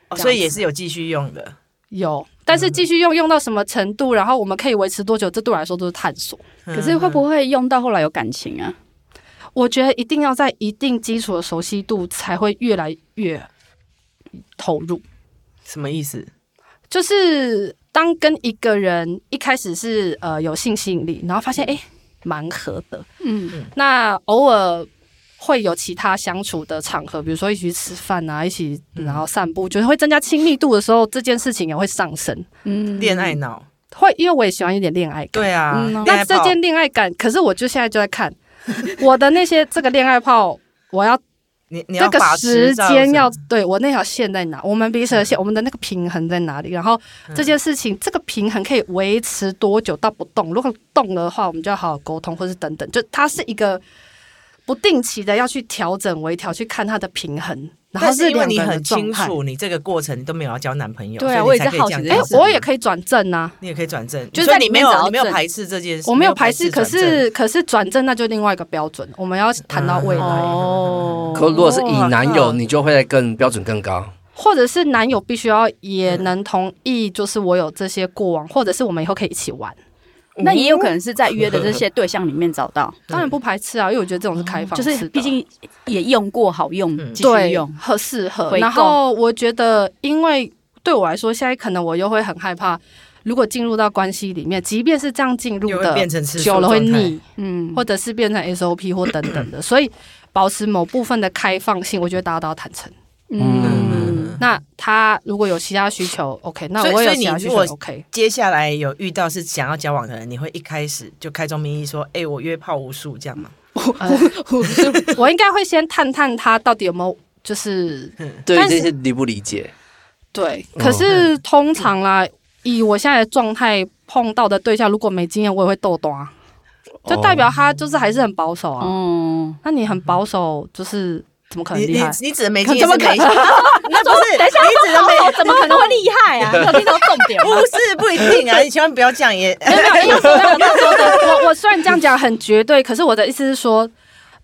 [SPEAKER 2] 哦
[SPEAKER 4] 这样
[SPEAKER 2] 所以
[SPEAKER 4] 子
[SPEAKER 2] 也是有继续用的。
[SPEAKER 4] 有，但
[SPEAKER 2] 嗯
[SPEAKER 4] 是继续用用到什么程度，然后我们可以维持多久，这对我来说都是探索。
[SPEAKER 3] 可是会不会用到后来有感情啊？
[SPEAKER 4] 我觉得一定要在一定基础的熟悉度，才会越来越投入。
[SPEAKER 2] 什么意思？
[SPEAKER 4] 就是当跟一个人一开始是呃有性吸引力，然后发现诶蛮合的，
[SPEAKER 3] 嗯
[SPEAKER 4] 那偶尔会有其他相处的场合，比如说一起去吃饭啊，一起
[SPEAKER 2] 嗯
[SPEAKER 4] 然后散步，就是会增加亲密度的时候，这件事情也会上升。
[SPEAKER 3] 嗯
[SPEAKER 2] 恋爱脑？
[SPEAKER 4] 会，因为我也喜欢一点恋爱感。
[SPEAKER 2] 对啊
[SPEAKER 3] 嗯，
[SPEAKER 2] 恋
[SPEAKER 4] 那
[SPEAKER 2] 爱
[SPEAKER 4] 这
[SPEAKER 2] 泡
[SPEAKER 4] 件恋爱感，可是我就现在就在看我的那些这个恋爱泡，我要
[SPEAKER 2] 你你
[SPEAKER 4] 这
[SPEAKER 2] 要
[SPEAKER 4] 个
[SPEAKER 2] 把
[SPEAKER 4] 时
[SPEAKER 2] 持到
[SPEAKER 4] 间要
[SPEAKER 2] 什么
[SPEAKER 4] 对我那条线在哪，我们彼
[SPEAKER 2] 嗯
[SPEAKER 4] 此的线，我们的那个平衡在哪里？然后这件事情，这个平衡可以维持多久到不动？如果动了的话，我们就要好好沟通，或是等等，就它是一个不定期的要去调整微调，去看它的平衡。然后
[SPEAKER 2] 但是因为
[SPEAKER 4] 两个
[SPEAKER 2] 你
[SPEAKER 4] 人的
[SPEAKER 2] 很
[SPEAKER 4] 状
[SPEAKER 2] 清
[SPEAKER 4] 态。
[SPEAKER 2] 楚，你这个过程你都没有要交男朋友，
[SPEAKER 3] 对啊
[SPEAKER 2] 所以你
[SPEAKER 3] 我也
[SPEAKER 2] 才
[SPEAKER 3] 在
[SPEAKER 2] 可以
[SPEAKER 3] 好
[SPEAKER 2] 这样
[SPEAKER 3] 奇这
[SPEAKER 4] 哎
[SPEAKER 2] 讲
[SPEAKER 3] 件事
[SPEAKER 4] 我也可以转正啊，
[SPEAKER 2] 你也可以转正，
[SPEAKER 3] 就
[SPEAKER 2] 所
[SPEAKER 3] 是
[SPEAKER 2] 以
[SPEAKER 3] 在
[SPEAKER 2] 你
[SPEAKER 3] 里
[SPEAKER 2] 没
[SPEAKER 3] 面
[SPEAKER 2] 有
[SPEAKER 3] 找到
[SPEAKER 2] 你没有
[SPEAKER 3] 正
[SPEAKER 2] 排斥这件事，
[SPEAKER 4] 我没有
[SPEAKER 2] 排
[SPEAKER 4] 排斥，可
[SPEAKER 2] 转正
[SPEAKER 4] 是可是转正那就另外一个标准，我们要谈到未
[SPEAKER 2] 嗯
[SPEAKER 4] 来。
[SPEAKER 3] 哦
[SPEAKER 1] 可如果是以男友，
[SPEAKER 4] 哦
[SPEAKER 1] 你就会再更标准更高。
[SPEAKER 4] 或者是男友必须要
[SPEAKER 2] 嗯
[SPEAKER 4] 也能同意，就是我有这些过往，或者是我们以后可以一起玩。
[SPEAKER 3] 那也有可能是在约的这些对象里面找 [laughs] 到，
[SPEAKER 4] 当然不排斥啊，因为我觉得这种是开
[SPEAKER 3] 哦
[SPEAKER 4] 放
[SPEAKER 3] 就
[SPEAKER 4] 式的，
[SPEAKER 3] 是毕竟也用过好用，继续
[SPEAKER 4] 对
[SPEAKER 3] 用。
[SPEAKER 4] 合适合。
[SPEAKER 3] 回购
[SPEAKER 4] 然后我觉得，因为对我来说，现在可能我又会很害怕，如果进入到关系里面，即便是这样进入
[SPEAKER 2] 又会
[SPEAKER 4] 的，
[SPEAKER 2] 变成吃素
[SPEAKER 4] 久了会
[SPEAKER 2] 状态
[SPEAKER 4] 腻，
[SPEAKER 3] 嗯，
[SPEAKER 4] 或者是变成 SOP 或等等的，所以保持某部分的开放性，我觉得大家都要坦诚。
[SPEAKER 1] 嗯
[SPEAKER 3] 嗯，
[SPEAKER 4] 那他如果有其他需求，OK，那
[SPEAKER 2] 所以
[SPEAKER 4] 我也
[SPEAKER 2] 所
[SPEAKER 4] 有
[SPEAKER 2] 以
[SPEAKER 4] 其他
[SPEAKER 2] 你
[SPEAKER 4] 需
[SPEAKER 2] 如
[SPEAKER 4] 求
[SPEAKER 2] 果
[SPEAKER 4] 也，OK。
[SPEAKER 2] 接下来有遇到是想要交往的人，你会一开始就开宗明义说：“哎、我约炮无数，这样吗
[SPEAKER 4] 呃 [laughs] 我应该会先探探他到底有没有，就是
[SPEAKER 1] 对
[SPEAKER 4] 但是
[SPEAKER 1] 这些理不理解？
[SPEAKER 4] 对。可是通常啦，以我现在的状态碰到的对象，如果没经验，我也会豆豆啊，就代表他就是还是很保守啊。
[SPEAKER 3] 哦，
[SPEAKER 4] 那你很保守，就是怎么可？”能
[SPEAKER 2] 你
[SPEAKER 4] 厉
[SPEAKER 2] 你
[SPEAKER 4] 害？
[SPEAKER 2] 你指的没经验
[SPEAKER 3] 怎么
[SPEAKER 2] 是
[SPEAKER 3] 可
[SPEAKER 2] 没， [laughs] 那不是
[SPEAKER 3] 等一下，
[SPEAKER 2] 你指的没
[SPEAKER 3] 我怎么可能会厉害啊？你有听到重点吗？
[SPEAKER 2] [laughs] 不是不一定
[SPEAKER 3] [laughs]
[SPEAKER 2] 啊，你千万不要这样也。
[SPEAKER 4] 没有没有，因为我那时候的我我 [laughs] 虽然这样讲很绝对，可是我的意思是说。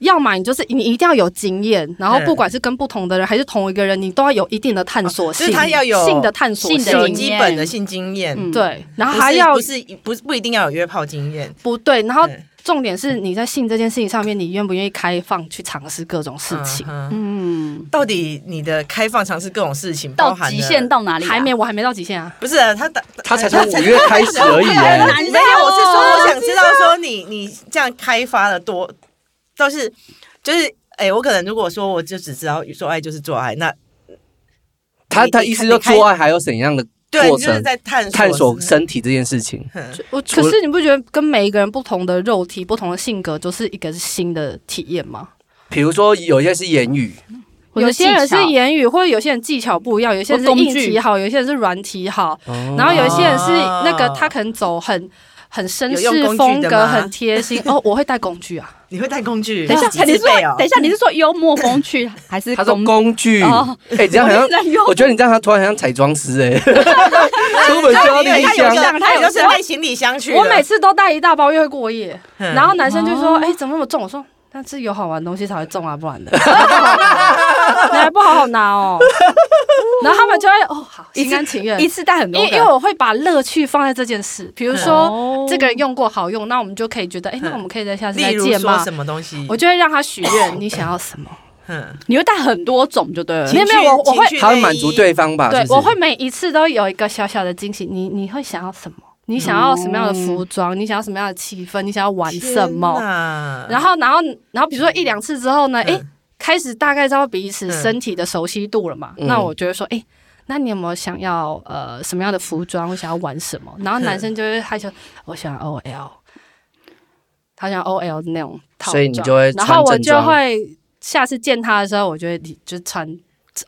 [SPEAKER 4] 要么你就是你一定要有经验，然后不管是跟不同的人还是同一个人，你都要有一定的探索性，
[SPEAKER 2] 就是他要有
[SPEAKER 4] 性的探索
[SPEAKER 3] 性的
[SPEAKER 2] 有
[SPEAKER 3] 经
[SPEAKER 2] 基
[SPEAKER 3] 验
[SPEAKER 2] 本的性经验，
[SPEAKER 3] 嗯
[SPEAKER 4] 对，然
[SPEAKER 2] 不
[SPEAKER 4] 后
[SPEAKER 2] 是
[SPEAKER 4] 还要
[SPEAKER 2] 不是不是不一定要有约炮经验，
[SPEAKER 4] 不对，然后
[SPEAKER 2] 对
[SPEAKER 4] 重点是你在性这件事情上面，你愿不愿意开放去尝试各种事情？
[SPEAKER 2] 嗯哼
[SPEAKER 3] [laughs] 嗯，
[SPEAKER 2] 到底你的开放尝试各种事情，包
[SPEAKER 3] 到
[SPEAKER 2] 含了
[SPEAKER 3] 极限到哪里啊？
[SPEAKER 4] 还没，我还没到极限嗯啊！
[SPEAKER 2] 不是啊他打
[SPEAKER 1] 他才从五月开始而已、
[SPEAKER 3] 很
[SPEAKER 1] 哎
[SPEAKER 3] 难
[SPEAKER 2] [laughs] 没有，我是说，我想知道说你你这样开发了多，倒是就是，哎、我可能如果说我就只知道说爱就是做爱，那
[SPEAKER 1] 他
[SPEAKER 2] 你
[SPEAKER 1] 他
[SPEAKER 2] 你
[SPEAKER 1] 意思就
[SPEAKER 2] 开
[SPEAKER 1] 做爱还有怎样的
[SPEAKER 2] 对，
[SPEAKER 1] 过
[SPEAKER 2] 你就是
[SPEAKER 1] 程？
[SPEAKER 2] 在探索
[SPEAKER 1] 探索身体这件事情，
[SPEAKER 4] 就我
[SPEAKER 1] 除
[SPEAKER 4] 可
[SPEAKER 1] 了
[SPEAKER 4] 是你不觉得跟每一个人不同的肉体、不同的性格，就是一个新的体验吗？
[SPEAKER 1] 比如说有些是言语，
[SPEAKER 3] 或者
[SPEAKER 4] 有些人是
[SPEAKER 3] 技巧
[SPEAKER 4] 言语，或者有些人技巧不一样，有些人是
[SPEAKER 3] 或工
[SPEAKER 4] 硬
[SPEAKER 3] 具
[SPEAKER 4] 体好，有些人是软体好，
[SPEAKER 1] 然
[SPEAKER 4] 然后有一些人是
[SPEAKER 2] 哦
[SPEAKER 4] 那个他可能走很很绅
[SPEAKER 2] 有用
[SPEAKER 4] 士
[SPEAKER 2] 工具
[SPEAKER 4] 风
[SPEAKER 2] 的
[SPEAKER 4] 格，
[SPEAKER 2] 吗
[SPEAKER 4] 很贴心。哦，我会带工具啊，
[SPEAKER 2] 你会带工具，
[SPEAKER 3] 等一
[SPEAKER 2] 几
[SPEAKER 3] 下，你
[SPEAKER 2] 只
[SPEAKER 3] 是
[SPEAKER 2] 背哦
[SPEAKER 3] 说，等一下，你是说幽默风趣还
[SPEAKER 1] [laughs]
[SPEAKER 3] 是
[SPEAKER 1] 他说
[SPEAKER 3] 工
[SPEAKER 1] 工具，
[SPEAKER 3] 哦
[SPEAKER 1] 哎、你这样好像
[SPEAKER 3] 我一直在用，
[SPEAKER 1] 我觉得你这样好像突然很像彩妆师
[SPEAKER 2] [laughs]
[SPEAKER 1] 哎、出门就要拎
[SPEAKER 2] 他有
[SPEAKER 1] 箱，
[SPEAKER 2] 像，他
[SPEAKER 3] 他有
[SPEAKER 2] 有就是
[SPEAKER 3] 像
[SPEAKER 2] 带行李箱去的。
[SPEAKER 4] 我每次都带一大包，因为会过夜。
[SPEAKER 2] 嗯
[SPEAKER 4] 然后男生就说
[SPEAKER 3] 哦：“
[SPEAKER 4] 哎、怎么那么重？”我说：“那是有好玩的东西才会重啊，不然的，你还不好好拿哦。”然后他们就会哦，好，
[SPEAKER 3] 一次
[SPEAKER 4] 心甘情愿
[SPEAKER 3] 一。次带很
[SPEAKER 4] 因
[SPEAKER 3] 多
[SPEAKER 4] 为
[SPEAKER 3] 个？
[SPEAKER 4] 因为我会把乐趣放在这件事，比如说、
[SPEAKER 3] 哦
[SPEAKER 4] 这个人用过好用，那我们就可以觉得，哎、那
[SPEAKER 2] 嗯
[SPEAKER 4] 我们可以在下次
[SPEAKER 2] 例
[SPEAKER 4] 再
[SPEAKER 2] 如
[SPEAKER 4] 见
[SPEAKER 2] 说
[SPEAKER 4] 嘛
[SPEAKER 2] 什。么东西，
[SPEAKER 4] 我就会让他
[SPEAKER 2] [laughs]
[SPEAKER 4] 许愿，你想要什么？
[SPEAKER 2] 嗯，
[SPEAKER 3] 你会带很多种就对了
[SPEAKER 4] 其。没有没有我我会
[SPEAKER 1] 他会满足对方
[SPEAKER 2] 啊
[SPEAKER 1] 吧？
[SPEAKER 4] 对
[SPEAKER 1] 是，不是
[SPEAKER 4] 我会每一次都有一个小小的惊喜。你你会想要什么？你想要什么样的服装？你想要什么样的气氛？你想要玩什么？
[SPEAKER 2] 么
[SPEAKER 4] 然后，然后，然后，比如说一两次之后呢，诶，
[SPEAKER 2] 嗯
[SPEAKER 4] 开始大概知道彼此
[SPEAKER 2] 嗯
[SPEAKER 4] 身体的熟悉度了嘛。
[SPEAKER 1] 嗯
[SPEAKER 4] 那我觉得说，诶，那你有没有想要呃什么样的服装？我想要玩什么？然后男
[SPEAKER 1] 嗯
[SPEAKER 4] 生就会害羞，我想要 OL，他想要 OL 那种套装，
[SPEAKER 1] 所以你就会
[SPEAKER 4] 然
[SPEAKER 1] 穿
[SPEAKER 4] 后我
[SPEAKER 1] 正
[SPEAKER 4] 就
[SPEAKER 1] 装
[SPEAKER 4] 会下次见他的时候，我就会你就穿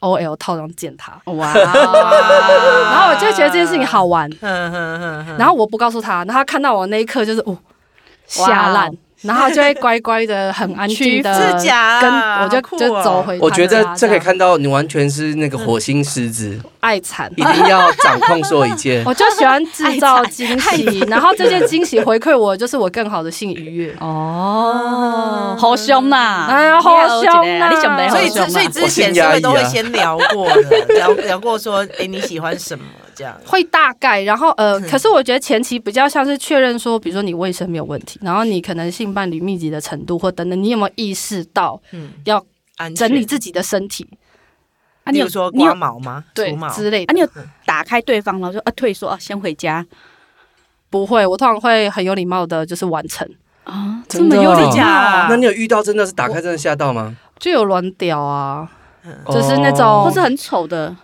[SPEAKER 4] OL 套装见他，
[SPEAKER 3] 哇，
[SPEAKER 4] 然后我就觉得这件事情好玩，
[SPEAKER 2] 嗯哼哼哼，
[SPEAKER 4] 然后我不告诉他，然后他看到我那一刻就是哦，吓
[SPEAKER 3] 哇
[SPEAKER 4] 烂
[SPEAKER 3] 哦，
[SPEAKER 4] 然后他就会乖乖的、很安静的
[SPEAKER 2] 屈服是假啊
[SPEAKER 4] 呃跟我
[SPEAKER 2] 好
[SPEAKER 4] 就
[SPEAKER 2] 酷哦
[SPEAKER 4] 就走回他家。
[SPEAKER 1] 我觉得这可以
[SPEAKER 4] 样
[SPEAKER 1] 看到你完全是那个火星狮子，
[SPEAKER 4] 爱惨
[SPEAKER 1] 一。定要掌控所有一切。
[SPEAKER 4] [laughs] 我就喜欢制造惊喜，然后这些惊喜回馈我，就是我更好的性愉悦。
[SPEAKER 3] [laughs] 哦，好凶呐！
[SPEAKER 4] 哎呀哎好凶呐
[SPEAKER 3] 啊你想得
[SPEAKER 4] 然
[SPEAKER 3] 好
[SPEAKER 4] 后
[SPEAKER 2] 所以
[SPEAKER 3] 凶
[SPEAKER 2] 之
[SPEAKER 3] 啊
[SPEAKER 2] 所以之
[SPEAKER 1] 我先
[SPEAKER 2] 前是
[SPEAKER 1] 压抑
[SPEAKER 2] 不
[SPEAKER 4] [laughs]
[SPEAKER 2] 是都会
[SPEAKER 1] 啊
[SPEAKER 2] 先聊过的，聊聊过说，哎，你喜欢什么这样。
[SPEAKER 4] 会大概，然后呃，
[SPEAKER 2] 嗯
[SPEAKER 4] 可是我觉得前期比较像是确认说，比如说你卫生没有问题，然后你可能性伴侣密集的程度或等等，你有没有意识到
[SPEAKER 2] 嗯，
[SPEAKER 4] 要
[SPEAKER 2] 安全
[SPEAKER 4] 整理自己的身体，
[SPEAKER 3] 啊，
[SPEAKER 2] 例
[SPEAKER 3] 你
[SPEAKER 2] 如
[SPEAKER 3] 有
[SPEAKER 2] 说
[SPEAKER 3] 你
[SPEAKER 2] 刮
[SPEAKER 3] 有
[SPEAKER 2] 毛吗？
[SPEAKER 4] 对
[SPEAKER 2] 除毛
[SPEAKER 4] 之类
[SPEAKER 3] 啊，
[SPEAKER 4] 的？
[SPEAKER 3] 你有打开对方，然后就啊退缩啊，先回家
[SPEAKER 4] 不会，我通常会很有礼貌的，就是完成，
[SPEAKER 3] 啊，这
[SPEAKER 1] 真
[SPEAKER 3] 么
[SPEAKER 1] 的
[SPEAKER 3] 有
[SPEAKER 1] 哦
[SPEAKER 3] 礼
[SPEAKER 2] 真
[SPEAKER 3] 貌
[SPEAKER 2] 假
[SPEAKER 3] 啊，
[SPEAKER 1] 那你有遇到真的是打开真的吓到吗？
[SPEAKER 4] 就有软屌啊，
[SPEAKER 2] 嗯
[SPEAKER 4] 就是那种
[SPEAKER 1] 哦
[SPEAKER 3] 或是很丑 [laughs] 的，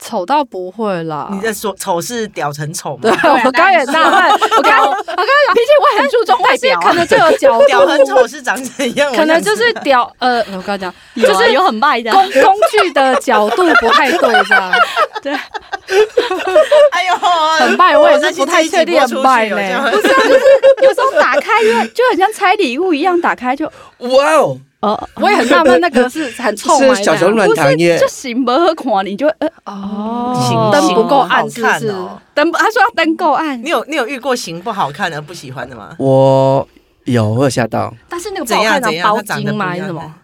[SPEAKER 4] 丑到不会啦。
[SPEAKER 2] 你的丑丑是屌成丑吗
[SPEAKER 4] 对？我刚也
[SPEAKER 3] [laughs]
[SPEAKER 4] 纳闷，我刚我刚
[SPEAKER 3] 毕竟我很注重外
[SPEAKER 4] 但是
[SPEAKER 3] 表
[SPEAKER 4] 可
[SPEAKER 3] 啊，
[SPEAKER 4] 能就有角
[SPEAKER 2] 屌
[SPEAKER 4] 度，
[SPEAKER 2] 很丑是长怎样？
[SPEAKER 4] 可能
[SPEAKER 2] 我想
[SPEAKER 4] 就
[SPEAKER 2] 知
[SPEAKER 4] 是屌呃，我刚讲
[SPEAKER 3] 就
[SPEAKER 4] 就是
[SPEAKER 3] 是有很卖的啊，
[SPEAKER 4] 工
[SPEAKER 3] [laughs]
[SPEAKER 4] 工具的角度不太对，这样。
[SPEAKER 2] 哎呦，
[SPEAKER 4] 很拜我也是不太确定很拜嘞
[SPEAKER 2] 呢。
[SPEAKER 3] 不是啊，就是有时候打开就就很像拆礼物一样，打开就
[SPEAKER 1] 哇哦，
[SPEAKER 3] 哦，
[SPEAKER 4] 我也很纳闷，那个是很臭吗？
[SPEAKER 1] 是小熊软
[SPEAKER 3] 不
[SPEAKER 1] 糖
[SPEAKER 3] 是
[SPEAKER 1] 耶
[SPEAKER 3] 就，醒不喝看，你就呃
[SPEAKER 4] 哦
[SPEAKER 2] 嗯
[SPEAKER 3] 行
[SPEAKER 4] 灯不够暗，
[SPEAKER 2] 行
[SPEAKER 4] 是不
[SPEAKER 2] 不好看
[SPEAKER 4] 是？
[SPEAKER 2] 哦
[SPEAKER 3] 灯，他说要灯够暗
[SPEAKER 2] 你，有你有遇过型不好看的不喜欢的吗？
[SPEAKER 1] 我有我有吓到，
[SPEAKER 4] 但是那个不
[SPEAKER 2] 怎
[SPEAKER 4] 好
[SPEAKER 2] 样
[SPEAKER 4] 看的
[SPEAKER 2] 怎样？
[SPEAKER 4] 包
[SPEAKER 2] 他长得
[SPEAKER 4] 巾
[SPEAKER 2] 不
[SPEAKER 4] 吗？
[SPEAKER 2] 一
[SPEAKER 4] 还是什
[SPEAKER 2] 样
[SPEAKER 4] 么？？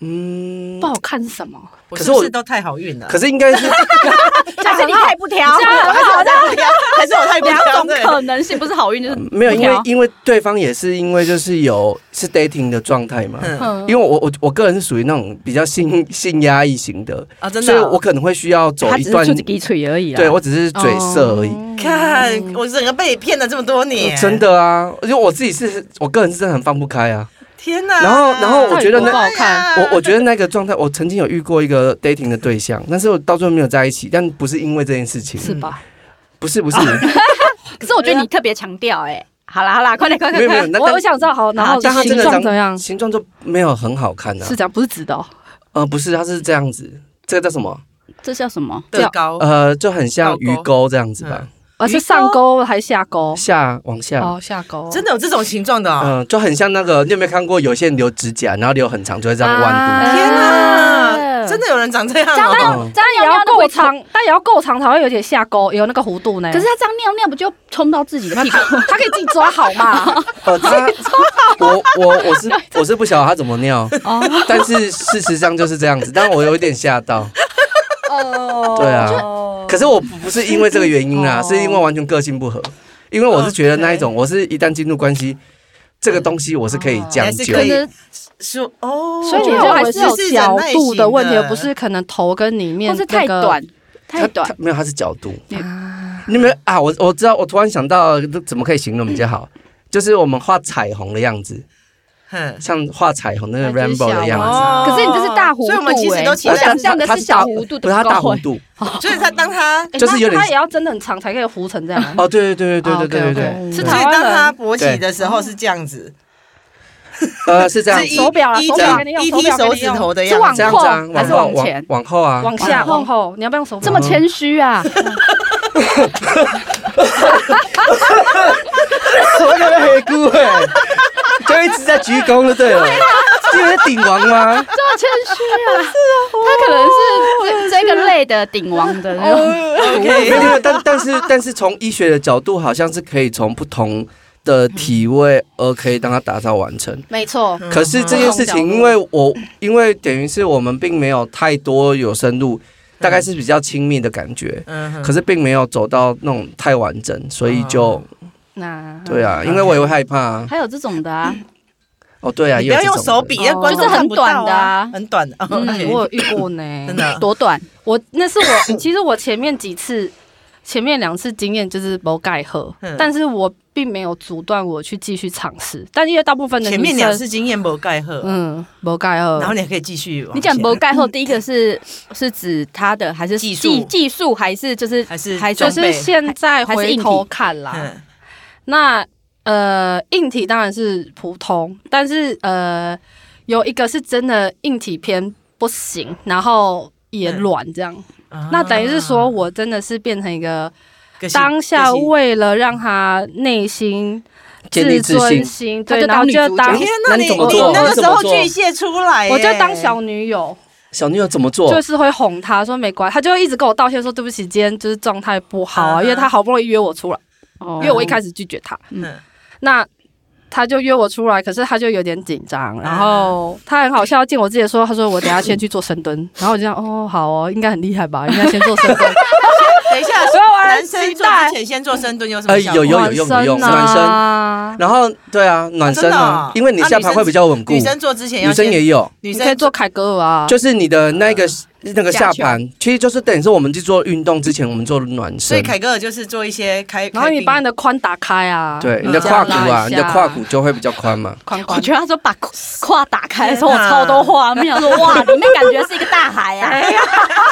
[SPEAKER 1] 嗯
[SPEAKER 4] 不，好看是什么？
[SPEAKER 2] 我
[SPEAKER 1] 可
[SPEAKER 2] 是
[SPEAKER 1] 是
[SPEAKER 2] 不
[SPEAKER 1] 我
[SPEAKER 2] 是都太好运了？
[SPEAKER 1] 可是应该是 [laughs]
[SPEAKER 3] 但是你
[SPEAKER 2] [laughs]
[SPEAKER 3] 太不挑，
[SPEAKER 2] 我还是我太不挑，还是我太不
[SPEAKER 3] 两
[SPEAKER 2] 挑
[SPEAKER 3] 种
[SPEAKER 2] 对
[SPEAKER 3] 可能性不是好运，就是
[SPEAKER 1] 呃没有，因
[SPEAKER 3] 不
[SPEAKER 1] 为
[SPEAKER 3] 挑
[SPEAKER 1] 因为对方也是因为就是有是 dating 的状态嘛。
[SPEAKER 2] 嗯
[SPEAKER 4] 嗯
[SPEAKER 1] 因为我我我个人是属于那种比较性性压抑型的，
[SPEAKER 2] 啊，真的
[SPEAKER 1] 所以
[SPEAKER 2] 啊，
[SPEAKER 1] 我可能会需要走
[SPEAKER 3] 他
[SPEAKER 1] 一
[SPEAKER 3] 只
[SPEAKER 1] 段
[SPEAKER 3] 是，出几嘴而已啊啦。
[SPEAKER 1] 对我只是嘴色而已。
[SPEAKER 2] 看嗯我整个被骗了这么多年，
[SPEAKER 1] 真。的啊，因为我自己是我个人是真的很放不开啊。
[SPEAKER 2] 天哪！
[SPEAKER 1] 然后然后我觉得
[SPEAKER 4] 那
[SPEAKER 1] 那
[SPEAKER 4] 不好看，
[SPEAKER 1] 我我觉得那个状态，我曾经有遇过一个 dating 的对象，但是我到最后没有在一起，但不是因为这件事情，
[SPEAKER 4] 是吧？
[SPEAKER 1] 不是不是，
[SPEAKER 3] 可是我觉得你特别强调，哎，好啦好啦，快点快
[SPEAKER 1] 没有
[SPEAKER 3] 点
[SPEAKER 1] 没
[SPEAKER 3] 快
[SPEAKER 1] 有
[SPEAKER 3] 点，
[SPEAKER 1] 那
[SPEAKER 4] [laughs]
[SPEAKER 1] 啊
[SPEAKER 4] 我我想知道，好，然后
[SPEAKER 1] 但他
[SPEAKER 4] 形
[SPEAKER 1] 真的
[SPEAKER 4] 状怎样？
[SPEAKER 1] 形状就没有很好看啊
[SPEAKER 4] 是。这样，不是直的哦，
[SPEAKER 1] 呃，不是，它是这样子，这个叫什么？
[SPEAKER 3] 这叫什么？
[SPEAKER 2] 乐高，
[SPEAKER 1] 呃，就很像鱼钩这样子吧，
[SPEAKER 4] 而哦是上钩还是下钩？
[SPEAKER 1] 下往下。
[SPEAKER 4] 哦，下钩，
[SPEAKER 2] 真的有这种形状的哦！
[SPEAKER 1] 嗯，就很像那个，你有没有看过？有些人留指甲，然后留很长，就会这样弯
[SPEAKER 4] 啊
[SPEAKER 1] 度。
[SPEAKER 2] 天哪，
[SPEAKER 4] 嗯
[SPEAKER 3] 啊
[SPEAKER 2] 真的有人长这样
[SPEAKER 4] 这样
[SPEAKER 2] 哦！
[SPEAKER 4] 当然当然也要够长，但也要够长才会有点下钩，有那个弧度呢。 [laughs]
[SPEAKER 3] 可是他这样尿尿不就冲到自己的屁
[SPEAKER 1] [laughs]
[SPEAKER 3] 股？
[SPEAKER 4] 他可以自己抓好嘛？
[SPEAKER 1] 呃，他，我我我是我是不晓得他怎么尿，
[SPEAKER 4] 哦，
[SPEAKER 1] 但是事实上就是这样子。但我有一点吓到，
[SPEAKER 4] 哦
[SPEAKER 1] 对啊可是我不是因为这个原因啦，
[SPEAKER 4] 哦
[SPEAKER 1] 是因为完全个性不合。因为我是觉得那一
[SPEAKER 3] 哦
[SPEAKER 1] 种，我是一旦进入关系，这个东西我是可以
[SPEAKER 3] 哦
[SPEAKER 2] 还
[SPEAKER 1] 将
[SPEAKER 2] 是
[SPEAKER 1] 就
[SPEAKER 2] 可。以
[SPEAKER 4] 可能
[SPEAKER 2] 说哦，
[SPEAKER 4] 所
[SPEAKER 3] 我
[SPEAKER 4] 以你
[SPEAKER 3] 觉
[SPEAKER 4] 就
[SPEAKER 3] 得
[SPEAKER 4] 还
[SPEAKER 3] 我
[SPEAKER 4] 是
[SPEAKER 3] 是
[SPEAKER 4] 有
[SPEAKER 2] 忍
[SPEAKER 4] 角
[SPEAKER 2] 耐
[SPEAKER 4] 度的
[SPEAKER 2] 型
[SPEAKER 4] 问题，
[SPEAKER 2] 的
[SPEAKER 4] 而不是可能头跟里面
[SPEAKER 3] 或是太
[SPEAKER 4] 那个
[SPEAKER 1] 呃
[SPEAKER 3] 短，太
[SPEAKER 1] 他
[SPEAKER 3] 短
[SPEAKER 1] 他。没有，他是角度。
[SPEAKER 4] 啊
[SPEAKER 1] 你们啊，我我知道，我突然想到怎么可以形容比较好，就是我们画彩虹的样子，
[SPEAKER 2] 哼
[SPEAKER 1] 像画彩虹那个
[SPEAKER 4] 那就是
[SPEAKER 1] rainbow 的
[SPEAKER 4] 小
[SPEAKER 1] 样子。
[SPEAKER 2] 哦
[SPEAKER 3] 可是你这是大弧度、
[SPEAKER 2] 所
[SPEAKER 3] 欸，
[SPEAKER 2] 以我们其实都期
[SPEAKER 1] 而且它
[SPEAKER 2] 待
[SPEAKER 3] 想象的
[SPEAKER 1] 它
[SPEAKER 3] 是小弧度
[SPEAKER 1] 不是
[SPEAKER 3] 的
[SPEAKER 1] 它大
[SPEAKER 3] 高欸
[SPEAKER 1] 弧度
[SPEAKER 2] 所以他当他，
[SPEAKER 4] 欸
[SPEAKER 1] 就是有点
[SPEAKER 4] 那它也要真的很长才可以糊成这样。啊
[SPEAKER 1] 哦，对对对对对对对
[SPEAKER 4] OK，OK
[SPEAKER 3] 哦
[SPEAKER 1] 对，
[SPEAKER 4] 是
[SPEAKER 1] 对
[SPEAKER 2] 所
[SPEAKER 4] 台
[SPEAKER 2] 以
[SPEAKER 4] 湾
[SPEAKER 2] 当
[SPEAKER 4] 人
[SPEAKER 2] 他勃起的时候是这样子，
[SPEAKER 1] 呃是这样
[SPEAKER 2] 是一
[SPEAKER 1] 子，
[SPEAKER 4] 手表啊，
[SPEAKER 2] 一
[SPEAKER 4] 手表给你用，
[SPEAKER 2] 一
[SPEAKER 4] 手
[SPEAKER 2] 踢
[SPEAKER 4] 表给
[SPEAKER 2] 手
[SPEAKER 4] 你
[SPEAKER 2] 指
[SPEAKER 4] 用
[SPEAKER 2] 头的
[SPEAKER 3] 是
[SPEAKER 2] 样
[SPEAKER 3] 往
[SPEAKER 1] 这
[SPEAKER 2] 子，
[SPEAKER 1] 样
[SPEAKER 3] 后
[SPEAKER 1] 这样
[SPEAKER 3] 还
[SPEAKER 1] 往
[SPEAKER 3] 是
[SPEAKER 1] 后
[SPEAKER 3] 往
[SPEAKER 1] 往
[SPEAKER 3] 前？
[SPEAKER 1] 往后啊，
[SPEAKER 4] 往下
[SPEAKER 3] 往
[SPEAKER 4] 往后，你要不要用手表？
[SPEAKER 3] 这么谦虚啊？
[SPEAKER 1] 嗯我感觉黑姑哎， [laughs] 就一直在鞠躬就对了，这个是顶王吗？
[SPEAKER 3] 这么谦虚
[SPEAKER 1] [laughs]
[SPEAKER 3] 啊？ [laughs] 他可能是这这个类的顶王的那
[SPEAKER 1] 哦
[SPEAKER 3] 种。
[SPEAKER 1] 没有没有，但但是但是从医学的角度，好像是可以从不同的体位而可以让它达到完成。
[SPEAKER 4] 没错，
[SPEAKER 1] 可是这件事情，因为我因为等于是我们并没有太多有深入，大概是比较亲密的感觉，
[SPEAKER 2] 嗯哼
[SPEAKER 1] 可是并没有走到那种太完整，所以就
[SPEAKER 4] 那
[SPEAKER 1] 对啊，
[SPEAKER 2] 嗯
[SPEAKER 1] 因为我也会害怕啊。
[SPEAKER 3] 还有这种的啊，
[SPEAKER 1] 哦，对啊，
[SPEAKER 2] 你
[SPEAKER 1] 也
[SPEAKER 2] 不
[SPEAKER 1] 有
[SPEAKER 2] 要
[SPEAKER 1] 这
[SPEAKER 2] 用
[SPEAKER 1] 种
[SPEAKER 2] 手
[SPEAKER 1] 的
[SPEAKER 2] 比，
[SPEAKER 4] 哦
[SPEAKER 2] 因为观众看不到
[SPEAKER 3] 这很短的啊
[SPEAKER 2] 很短的，哦
[SPEAKER 4] 嗯，
[SPEAKER 2] OK
[SPEAKER 4] 我有遇过呢，
[SPEAKER 2] 哎
[SPEAKER 1] 嗯
[SPEAKER 2] 真的
[SPEAKER 3] 多短？
[SPEAKER 4] 我那是我， [coughs] 其实我前面几次，前面两次经验就是没盖喝
[SPEAKER 2] 嗯，
[SPEAKER 4] 但是我并没有阻断我去继续尝试。但因为大部分的
[SPEAKER 2] 前
[SPEAKER 4] 女
[SPEAKER 2] 面两
[SPEAKER 4] 生，
[SPEAKER 2] 次经验不盖赫，
[SPEAKER 4] 嗯，没盖喝
[SPEAKER 2] 然，后你还可以继续往前。
[SPEAKER 3] 你讲不盖
[SPEAKER 1] 嗯
[SPEAKER 3] 后，第一个是是指他的还是
[SPEAKER 2] 技术
[SPEAKER 3] 技技术还是就是
[SPEAKER 2] 还是
[SPEAKER 3] 还
[SPEAKER 4] 就
[SPEAKER 2] 装备
[SPEAKER 4] 是现在
[SPEAKER 3] 还是
[SPEAKER 4] 回
[SPEAKER 3] 硬体
[SPEAKER 4] 头看啦，
[SPEAKER 2] 嗯
[SPEAKER 4] 那呃，硬体当然是普通，但是呃，有一个是真的硬体偏不行，然后也
[SPEAKER 2] 嗯啊
[SPEAKER 4] 软这样。那等于是说我真的是变成一个当下
[SPEAKER 2] 我
[SPEAKER 4] 为了让他内心
[SPEAKER 1] 建立
[SPEAKER 4] 自
[SPEAKER 1] 自信
[SPEAKER 4] 尊心，对，
[SPEAKER 3] 他就
[SPEAKER 4] 然
[SPEAKER 3] 当女主
[SPEAKER 4] 后就当
[SPEAKER 3] 角
[SPEAKER 2] 天
[SPEAKER 1] 哎那
[SPEAKER 2] 哪，
[SPEAKER 1] 你
[SPEAKER 2] 你
[SPEAKER 1] 怎么
[SPEAKER 2] 你
[SPEAKER 1] 做
[SPEAKER 2] 那
[SPEAKER 1] 你
[SPEAKER 2] 个
[SPEAKER 1] 怎
[SPEAKER 2] 时
[SPEAKER 1] 么
[SPEAKER 2] 候
[SPEAKER 1] 做
[SPEAKER 2] 巨蟹出来耶，嗯
[SPEAKER 4] 我就当小女友，
[SPEAKER 1] 小女友怎么做？
[SPEAKER 4] 就是会哄他说没关系，他就会一直跟我道歉说对不起，今天就是状态不好
[SPEAKER 2] 嗯
[SPEAKER 4] 啊，
[SPEAKER 2] 哼
[SPEAKER 4] 因为他好不容易约我出来，
[SPEAKER 3] 哦
[SPEAKER 4] 因为我 [laughs] 一开始拒绝他，
[SPEAKER 2] 嗯
[SPEAKER 4] 那。他就约我出来，可是他就有点紧张，然后他很好笑，进我自己说，他说我等一下先去做深蹲，然后我就想，哦，好哦，应该很厉害吧，应该先做深蹲，
[SPEAKER 2] 等一下，
[SPEAKER 3] 所
[SPEAKER 4] [laughs]
[SPEAKER 3] 有人
[SPEAKER 2] 男生
[SPEAKER 3] 期
[SPEAKER 2] 做
[SPEAKER 3] 待
[SPEAKER 2] 之前先做深蹲有什
[SPEAKER 1] 呃
[SPEAKER 2] 么效果？
[SPEAKER 1] 啊有有用不用
[SPEAKER 4] 暖身啊，
[SPEAKER 1] 然后对啊，暖身
[SPEAKER 2] 真的
[SPEAKER 1] 啊
[SPEAKER 2] 哦，
[SPEAKER 1] 因为你
[SPEAKER 2] 啊
[SPEAKER 1] 下盘会比较稳固。
[SPEAKER 2] 女生做之前要
[SPEAKER 1] 女生
[SPEAKER 2] 先嗯
[SPEAKER 1] 也有，
[SPEAKER 2] 女
[SPEAKER 4] 你
[SPEAKER 2] 生
[SPEAKER 4] 可以做凯格尔啊，
[SPEAKER 1] 就是你的那个那个下
[SPEAKER 3] 架球
[SPEAKER 1] 盘，其实就是等于是我们去做运动之前，我们做暖
[SPEAKER 2] 所以
[SPEAKER 1] 身。
[SPEAKER 2] 凯哥尔就是做一些开，
[SPEAKER 4] 然后你
[SPEAKER 2] 开
[SPEAKER 4] 把
[SPEAKER 2] 并
[SPEAKER 4] 你的髋打开啊，
[SPEAKER 1] 对，
[SPEAKER 2] 嗯
[SPEAKER 1] 你的胯骨
[SPEAKER 4] 这样
[SPEAKER 1] 啊，
[SPEAKER 4] 拉一
[SPEAKER 1] 你
[SPEAKER 4] 下
[SPEAKER 1] 的胯骨就会比较宽
[SPEAKER 2] [laughs]
[SPEAKER 1] 嘛。
[SPEAKER 4] 髋
[SPEAKER 3] 我
[SPEAKER 4] 关
[SPEAKER 3] 觉得他说把胯胯打开的时候，我
[SPEAKER 2] 天哪
[SPEAKER 3] 超多画面，我说哇，里面感觉是一个大海啊！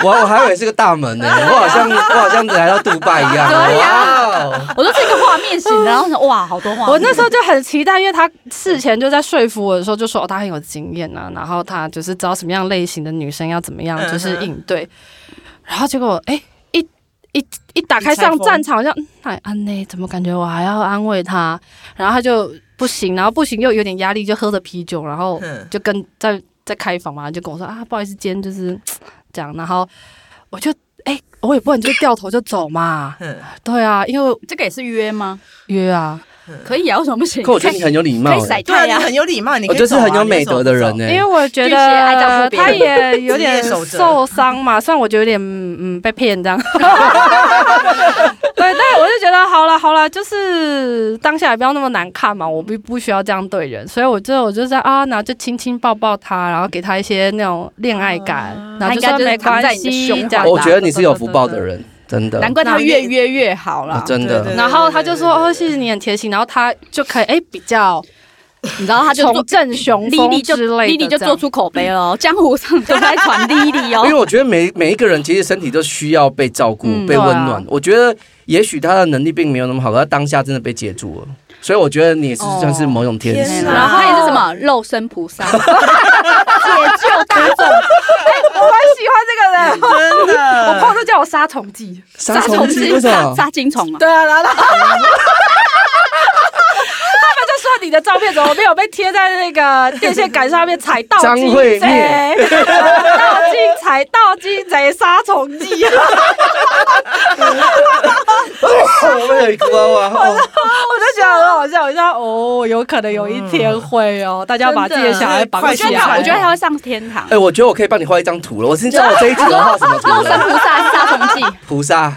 [SPEAKER 1] 我我还以为是个大门
[SPEAKER 2] [laughs]
[SPEAKER 1] 呢，我好像我好像来到杜拜一样。啊
[SPEAKER 2] 啊
[SPEAKER 3] 对
[SPEAKER 1] 哇哦，
[SPEAKER 3] 我说这个画面型的，然后想哇，好多画面。
[SPEAKER 4] 我那时候就很期待，因为他事前就在说服我的时候就说、哦、他很有经验啊，然后他就是知道什么样类型的女生要怎么样
[SPEAKER 2] 嗯哼
[SPEAKER 4] 就是应对，然后结果哎、一一一打开
[SPEAKER 2] 一拆
[SPEAKER 4] 上
[SPEAKER 2] 封
[SPEAKER 4] 战场，好像嗯哎安内怎么感觉我还要安慰他，然后他就不行，然后不行又有点压力，就喝着啤酒，然后
[SPEAKER 2] 嗯
[SPEAKER 4] 就跟在在开房嘛，就跟我说啊不好意思，今天就是嘖这样，然后我就哎、我也不能就掉头就走嘛，
[SPEAKER 2] 嗯
[SPEAKER 4] 对啊，因为
[SPEAKER 3] 这个也是约吗？
[SPEAKER 4] 约啊。
[SPEAKER 3] 可以啊，为什么不行？
[SPEAKER 1] 可我觉得你很有礼貌
[SPEAKER 3] 可以
[SPEAKER 1] 欸，
[SPEAKER 3] 甩
[SPEAKER 2] 对
[SPEAKER 3] 掉
[SPEAKER 2] 啊，你
[SPEAKER 3] 呀。
[SPEAKER 2] 很有礼貌，你
[SPEAKER 1] 我
[SPEAKER 2] 可以
[SPEAKER 1] 就是很
[SPEAKER 2] 走啊
[SPEAKER 1] 有美德的人。欸呢。
[SPEAKER 4] 因为我觉
[SPEAKER 3] 巨蟹爱照
[SPEAKER 4] 得
[SPEAKER 3] 顾别人
[SPEAKER 4] 他也有点
[SPEAKER 2] 职业守则
[SPEAKER 4] 受伤嘛，虽然我觉得有点嗯嗯被骗这样， [laughs] 对，但是我就觉得好了好了，就是当下也不要那么难看嘛，我不不需要这样对人，所以我就我就在啊，然后就亲亲抱抱他，然后给他一些那种恋爱感，然后
[SPEAKER 3] 啊他应
[SPEAKER 4] 就说
[SPEAKER 3] 该就是
[SPEAKER 4] 没
[SPEAKER 3] 藏在
[SPEAKER 4] 关
[SPEAKER 3] 你的
[SPEAKER 4] 系
[SPEAKER 3] 胸，怀啊
[SPEAKER 4] 这样
[SPEAKER 3] 吧
[SPEAKER 1] 我觉得你是有福报的。人，真的
[SPEAKER 3] 难，怪他越约越好
[SPEAKER 1] 啊
[SPEAKER 3] 啦。
[SPEAKER 1] 真
[SPEAKER 2] 对
[SPEAKER 1] 的
[SPEAKER 2] 对。
[SPEAKER 4] 然后他就说哦，谢谢你很贴心，然后他就可以哎比较
[SPEAKER 3] 你知道他就
[SPEAKER 4] 重振雄
[SPEAKER 3] 莉
[SPEAKER 4] 风
[SPEAKER 3] 莉就
[SPEAKER 4] 之类的，
[SPEAKER 3] 莉莉就做出口碑了哦，江湖上都在传
[SPEAKER 1] [laughs]
[SPEAKER 3] 莉莉
[SPEAKER 1] 因为
[SPEAKER 3] 哦。
[SPEAKER 1] 我觉得每每一个人其实身体都需要被照顾、
[SPEAKER 4] 嗯
[SPEAKER 1] 被温暖。
[SPEAKER 4] 对
[SPEAKER 1] 我觉得也许他的能力并没有那么好，可他当下真的被接住了，所以我觉得你也是
[SPEAKER 3] 哦
[SPEAKER 1] 算是某种天
[SPEAKER 2] 天
[SPEAKER 1] 使。
[SPEAKER 2] 哪
[SPEAKER 3] 然后他也是什么肉身菩萨，解救大众。
[SPEAKER 4] 我蛮喜欢这个人。
[SPEAKER 2] 真
[SPEAKER 4] [laughs] 我朋
[SPEAKER 2] 的，
[SPEAKER 4] 友都叫我杀虫剂，
[SPEAKER 1] 杀虫剂为
[SPEAKER 3] 杀
[SPEAKER 1] 什么？
[SPEAKER 3] 杀金虫啊！
[SPEAKER 4] 对啊，然后他他们就说你的照片怎么没有被贴在那个电线杆上面？踩到
[SPEAKER 1] 张
[SPEAKER 4] 金
[SPEAKER 1] 惠
[SPEAKER 4] 贼，
[SPEAKER 1] 妹
[SPEAKER 4] 到金踩到金贼杀虫 [laughs] 剂，
[SPEAKER 1] 我们有瓜娃，哦
[SPEAKER 4] 我就觉得很好笑。我就说哦，有可能有一天会哦，大家把自己的小孩绑
[SPEAKER 2] 快
[SPEAKER 3] 我
[SPEAKER 4] 起
[SPEAKER 3] 觉得他，
[SPEAKER 4] 来。
[SPEAKER 3] 我觉得他会上天堂。
[SPEAKER 1] 哎，我觉得我可以帮你画一张图了。我是知道我这一题要画什么图
[SPEAKER 3] 肉 [laughs] 身
[SPEAKER 1] 了。
[SPEAKER 3] 菩萨是杀虫剂，
[SPEAKER 1] 菩萨，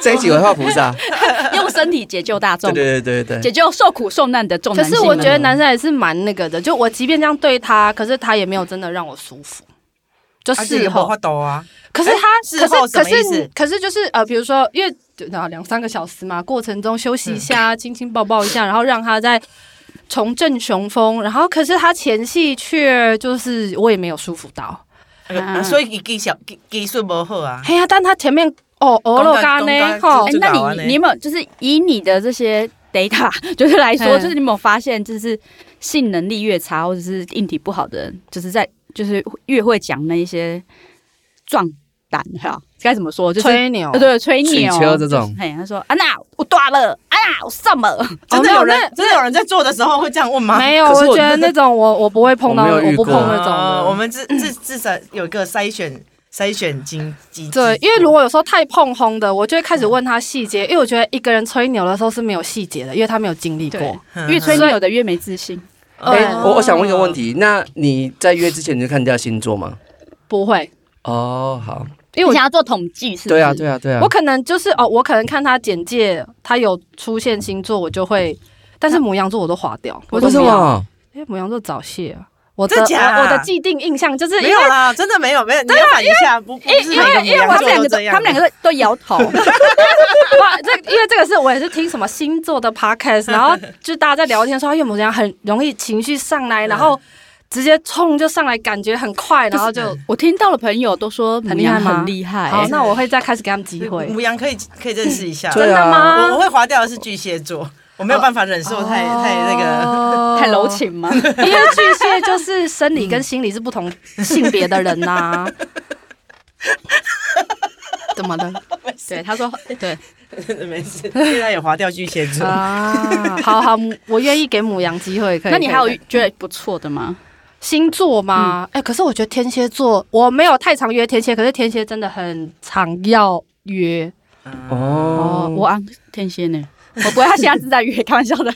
[SPEAKER 1] 这一集我会画菩萨。
[SPEAKER 3] 用身体解救大众
[SPEAKER 1] 对，对对对
[SPEAKER 3] 解
[SPEAKER 1] 对，
[SPEAKER 3] 救受苦受难的众
[SPEAKER 4] 可
[SPEAKER 3] 男性
[SPEAKER 4] 是
[SPEAKER 3] 们。
[SPEAKER 4] 我觉得男生还是蛮那个的，就我即便这样对他，可是他也没有真的让我舒服，就
[SPEAKER 2] 啊这个
[SPEAKER 4] 事
[SPEAKER 2] 有
[SPEAKER 4] 后
[SPEAKER 2] 法抖啊，
[SPEAKER 4] 可是
[SPEAKER 2] 哎
[SPEAKER 4] 他，
[SPEAKER 2] 事后
[SPEAKER 4] 可是可
[SPEAKER 2] 什么意
[SPEAKER 4] 是
[SPEAKER 2] 思
[SPEAKER 4] 你可是就是呃，比如说，因为啊两三个小时嘛，过程中休息一
[SPEAKER 2] 嗯
[SPEAKER 4] 下，亲亲抱抱一下，然后让他再重振雄风。然后可是他前戏却就是我也没有舒服到，嗯
[SPEAKER 2] 呃所以技术技术不好啊。
[SPEAKER 4] 嘿呀、但他前面哦，俄罗干呢，
[SPEAKER 2] 公干公干
[SPEAKER 4] 吼
[SPEAKER 3] 哎
[SPEAKER 2] 就，
[SPEAKER 3] 那
[SPEAKER 2] 搞完
[SPEAKER 3] 你
[SPEAKER 2] 嘞
[SPEAKER 3] 你有没有就是以你的这些 data [laughs] 就是来说，
[SPEAKER 4] 嗯
[SPEAKER 3] 就是你有没有发现，就是性能力越差或者是硬体不好的人，就是在就是越会讲那一些壮胆哈，该怎么说？就是
[SPEAKER 4] 吹牛
[SPEAKER 3] 呃，对吹牛
[SPEAKER 1] 取车这种
[SPEAKER 3] 嘿，他说安娜我大了，安娜我什么？
[SPEAKER 2] 真的有
[SPEAKER 4] 哦没有
[SPEAKER 2] 人，真的有人在做的时候会这样问吗？
[SPEAKER 4] 没有，
[SPEAKER 1] 可是我
[SPEAKER 4] 我觉得那种我我不会碰到，
[SPEAKER 1] 我
[SPEAKER 4] 我
[SPEAKER 1] 没有遇
[SPEAKER 4] 不
[SPEAKER 1] 过
[SPEAKER 4] 碰那种
[SPEAKER 2] 呃
[SPEAKER 4] 的。
[SPEAKER 2] 我们
[SPEAKER 4] 嗯
[SPEAKER 2] 至至至少有一个筛选筛选经机制。
[SPEAKER 4] 对，因为如果有时候太碰轰的，我就会开始问他细节，因为我觉得一个人吹牛的时候是没有细节的，因为他没有经历过
[SPEAKER 3] 对。
[SPEAKER 2] 嗯
[SPEAKER 3] 越吹牛的越没自信。
[SPEAKER 1] 哎，
[SPEAKER 4] 嗯
[SPEAKER 1] 我我想问一个问题，那你在约之前你就看掉星座吗？
[SPEAKER 4] 不会，
[SPEAKER 1] 哦，好，
[SPEAKER 4] 因为我
[SPEAKER 3] 你想要做统计是不是？
[SPEAKER 1] 对啊，对啊，对啊
[SPEAKER 4] 我。可能就是哦，我可能看他简介，他有出现星座，我就会，但是母羊座我都划掉，我都
[SPEAKER 1] 为什
[SPEAKER 4] 不要？
[SPEAKER 1] 么？
[SPEAKER 4] 因为母羊座早泄啊，我的
[SPEAKER 2] 真假啊
[SPEAKER 4] 我我的既定印象就是
[SPEAKER 2] 没
[SPEAKER 4] 因为啊
[SPEAKER 2] 有啊啦，真的没有，没有，你要反一下，不不是每个
[SPEAKER 3] 因为
[SPEAKER 2] 母羊
[SPEAKER 3] 他们
[SPEAKER 2] 座
[SPEAKER 3] 两
[SPEAKER 2] 都
[SPEAKER 3] 个都
[SPEAKER 2] 这样。
[SPEAKER 3] 他们两个都都摇头，
[SPEAKER 4] 哇，这因为这 [laughs] 个是我也是听什么星座的
[SPEAKER 2] [laughs]
[SPEAKER 4] podcast，然后就大家在聊天说，因哎为母羊很容易情绪上
[SPEAKER 2] 嗯
[SPEAKER 4] 来，然后直接冲就上来，感觉很快，然后就。
[SPEAKER 3] 我听到了朋友都说
[SPEAKER 4] 很厉害吗
[SPEAKER 3] 很厉害。
[SPEAKER 4] 好，
[SPEAKER 3] 欸
[SPEAKER 4] 那我会再开始给他们机会。
[SPEAKER 2] 母羊可以可以认识一下。
[SPEAKER 1] 对啊
[SPEAKER 4] 真的吗哦
[SPEAKER 2] 我我会划掉的是巨蟹座，我没有办法忍受太太那个。
[SPEAKER 4] 个
[SPEAKER 3] 太柔情 [laughs] 吗？
[SPEAKER 4] [laughs] 因为巨蟹就是生理跟心理是不同
[SPEAKER 2] 嗯
[SPEAKER 4] 性别的
[SPEAKER 2] [laughs]
[SPEAKER 4] 人呐、怎么了？
[SPEAKER 3] 对，他说欸对，
[SPEAKER 2] [laughs] 没事，现在也划掉巨蟹座。
[SPEAKER 4] 啊，好好，母我愿意给母羊机会，可以。
[SPEAKER 3] 那你还有
[SPEAKER 4] 可以可以
[SPEAKER 3] 觉得不错的吗？
[SPEAKER 4] 星座吗？
[SPEAKER 2] 嗯
[SPEAKER 4] 哎、可是我觉得天蝎座，我没有太常约天蝎，可是天蝎真的很常要约
[SPEAKER 1] 哦
[SPEAKER 4] 哦。
[SPEAKER 3] 我啊
[SPEAKER 4] 我
[SPEAKER 3] 安天蝎呢？我不会，他现在是在约，开玩 [laughs] 笑的。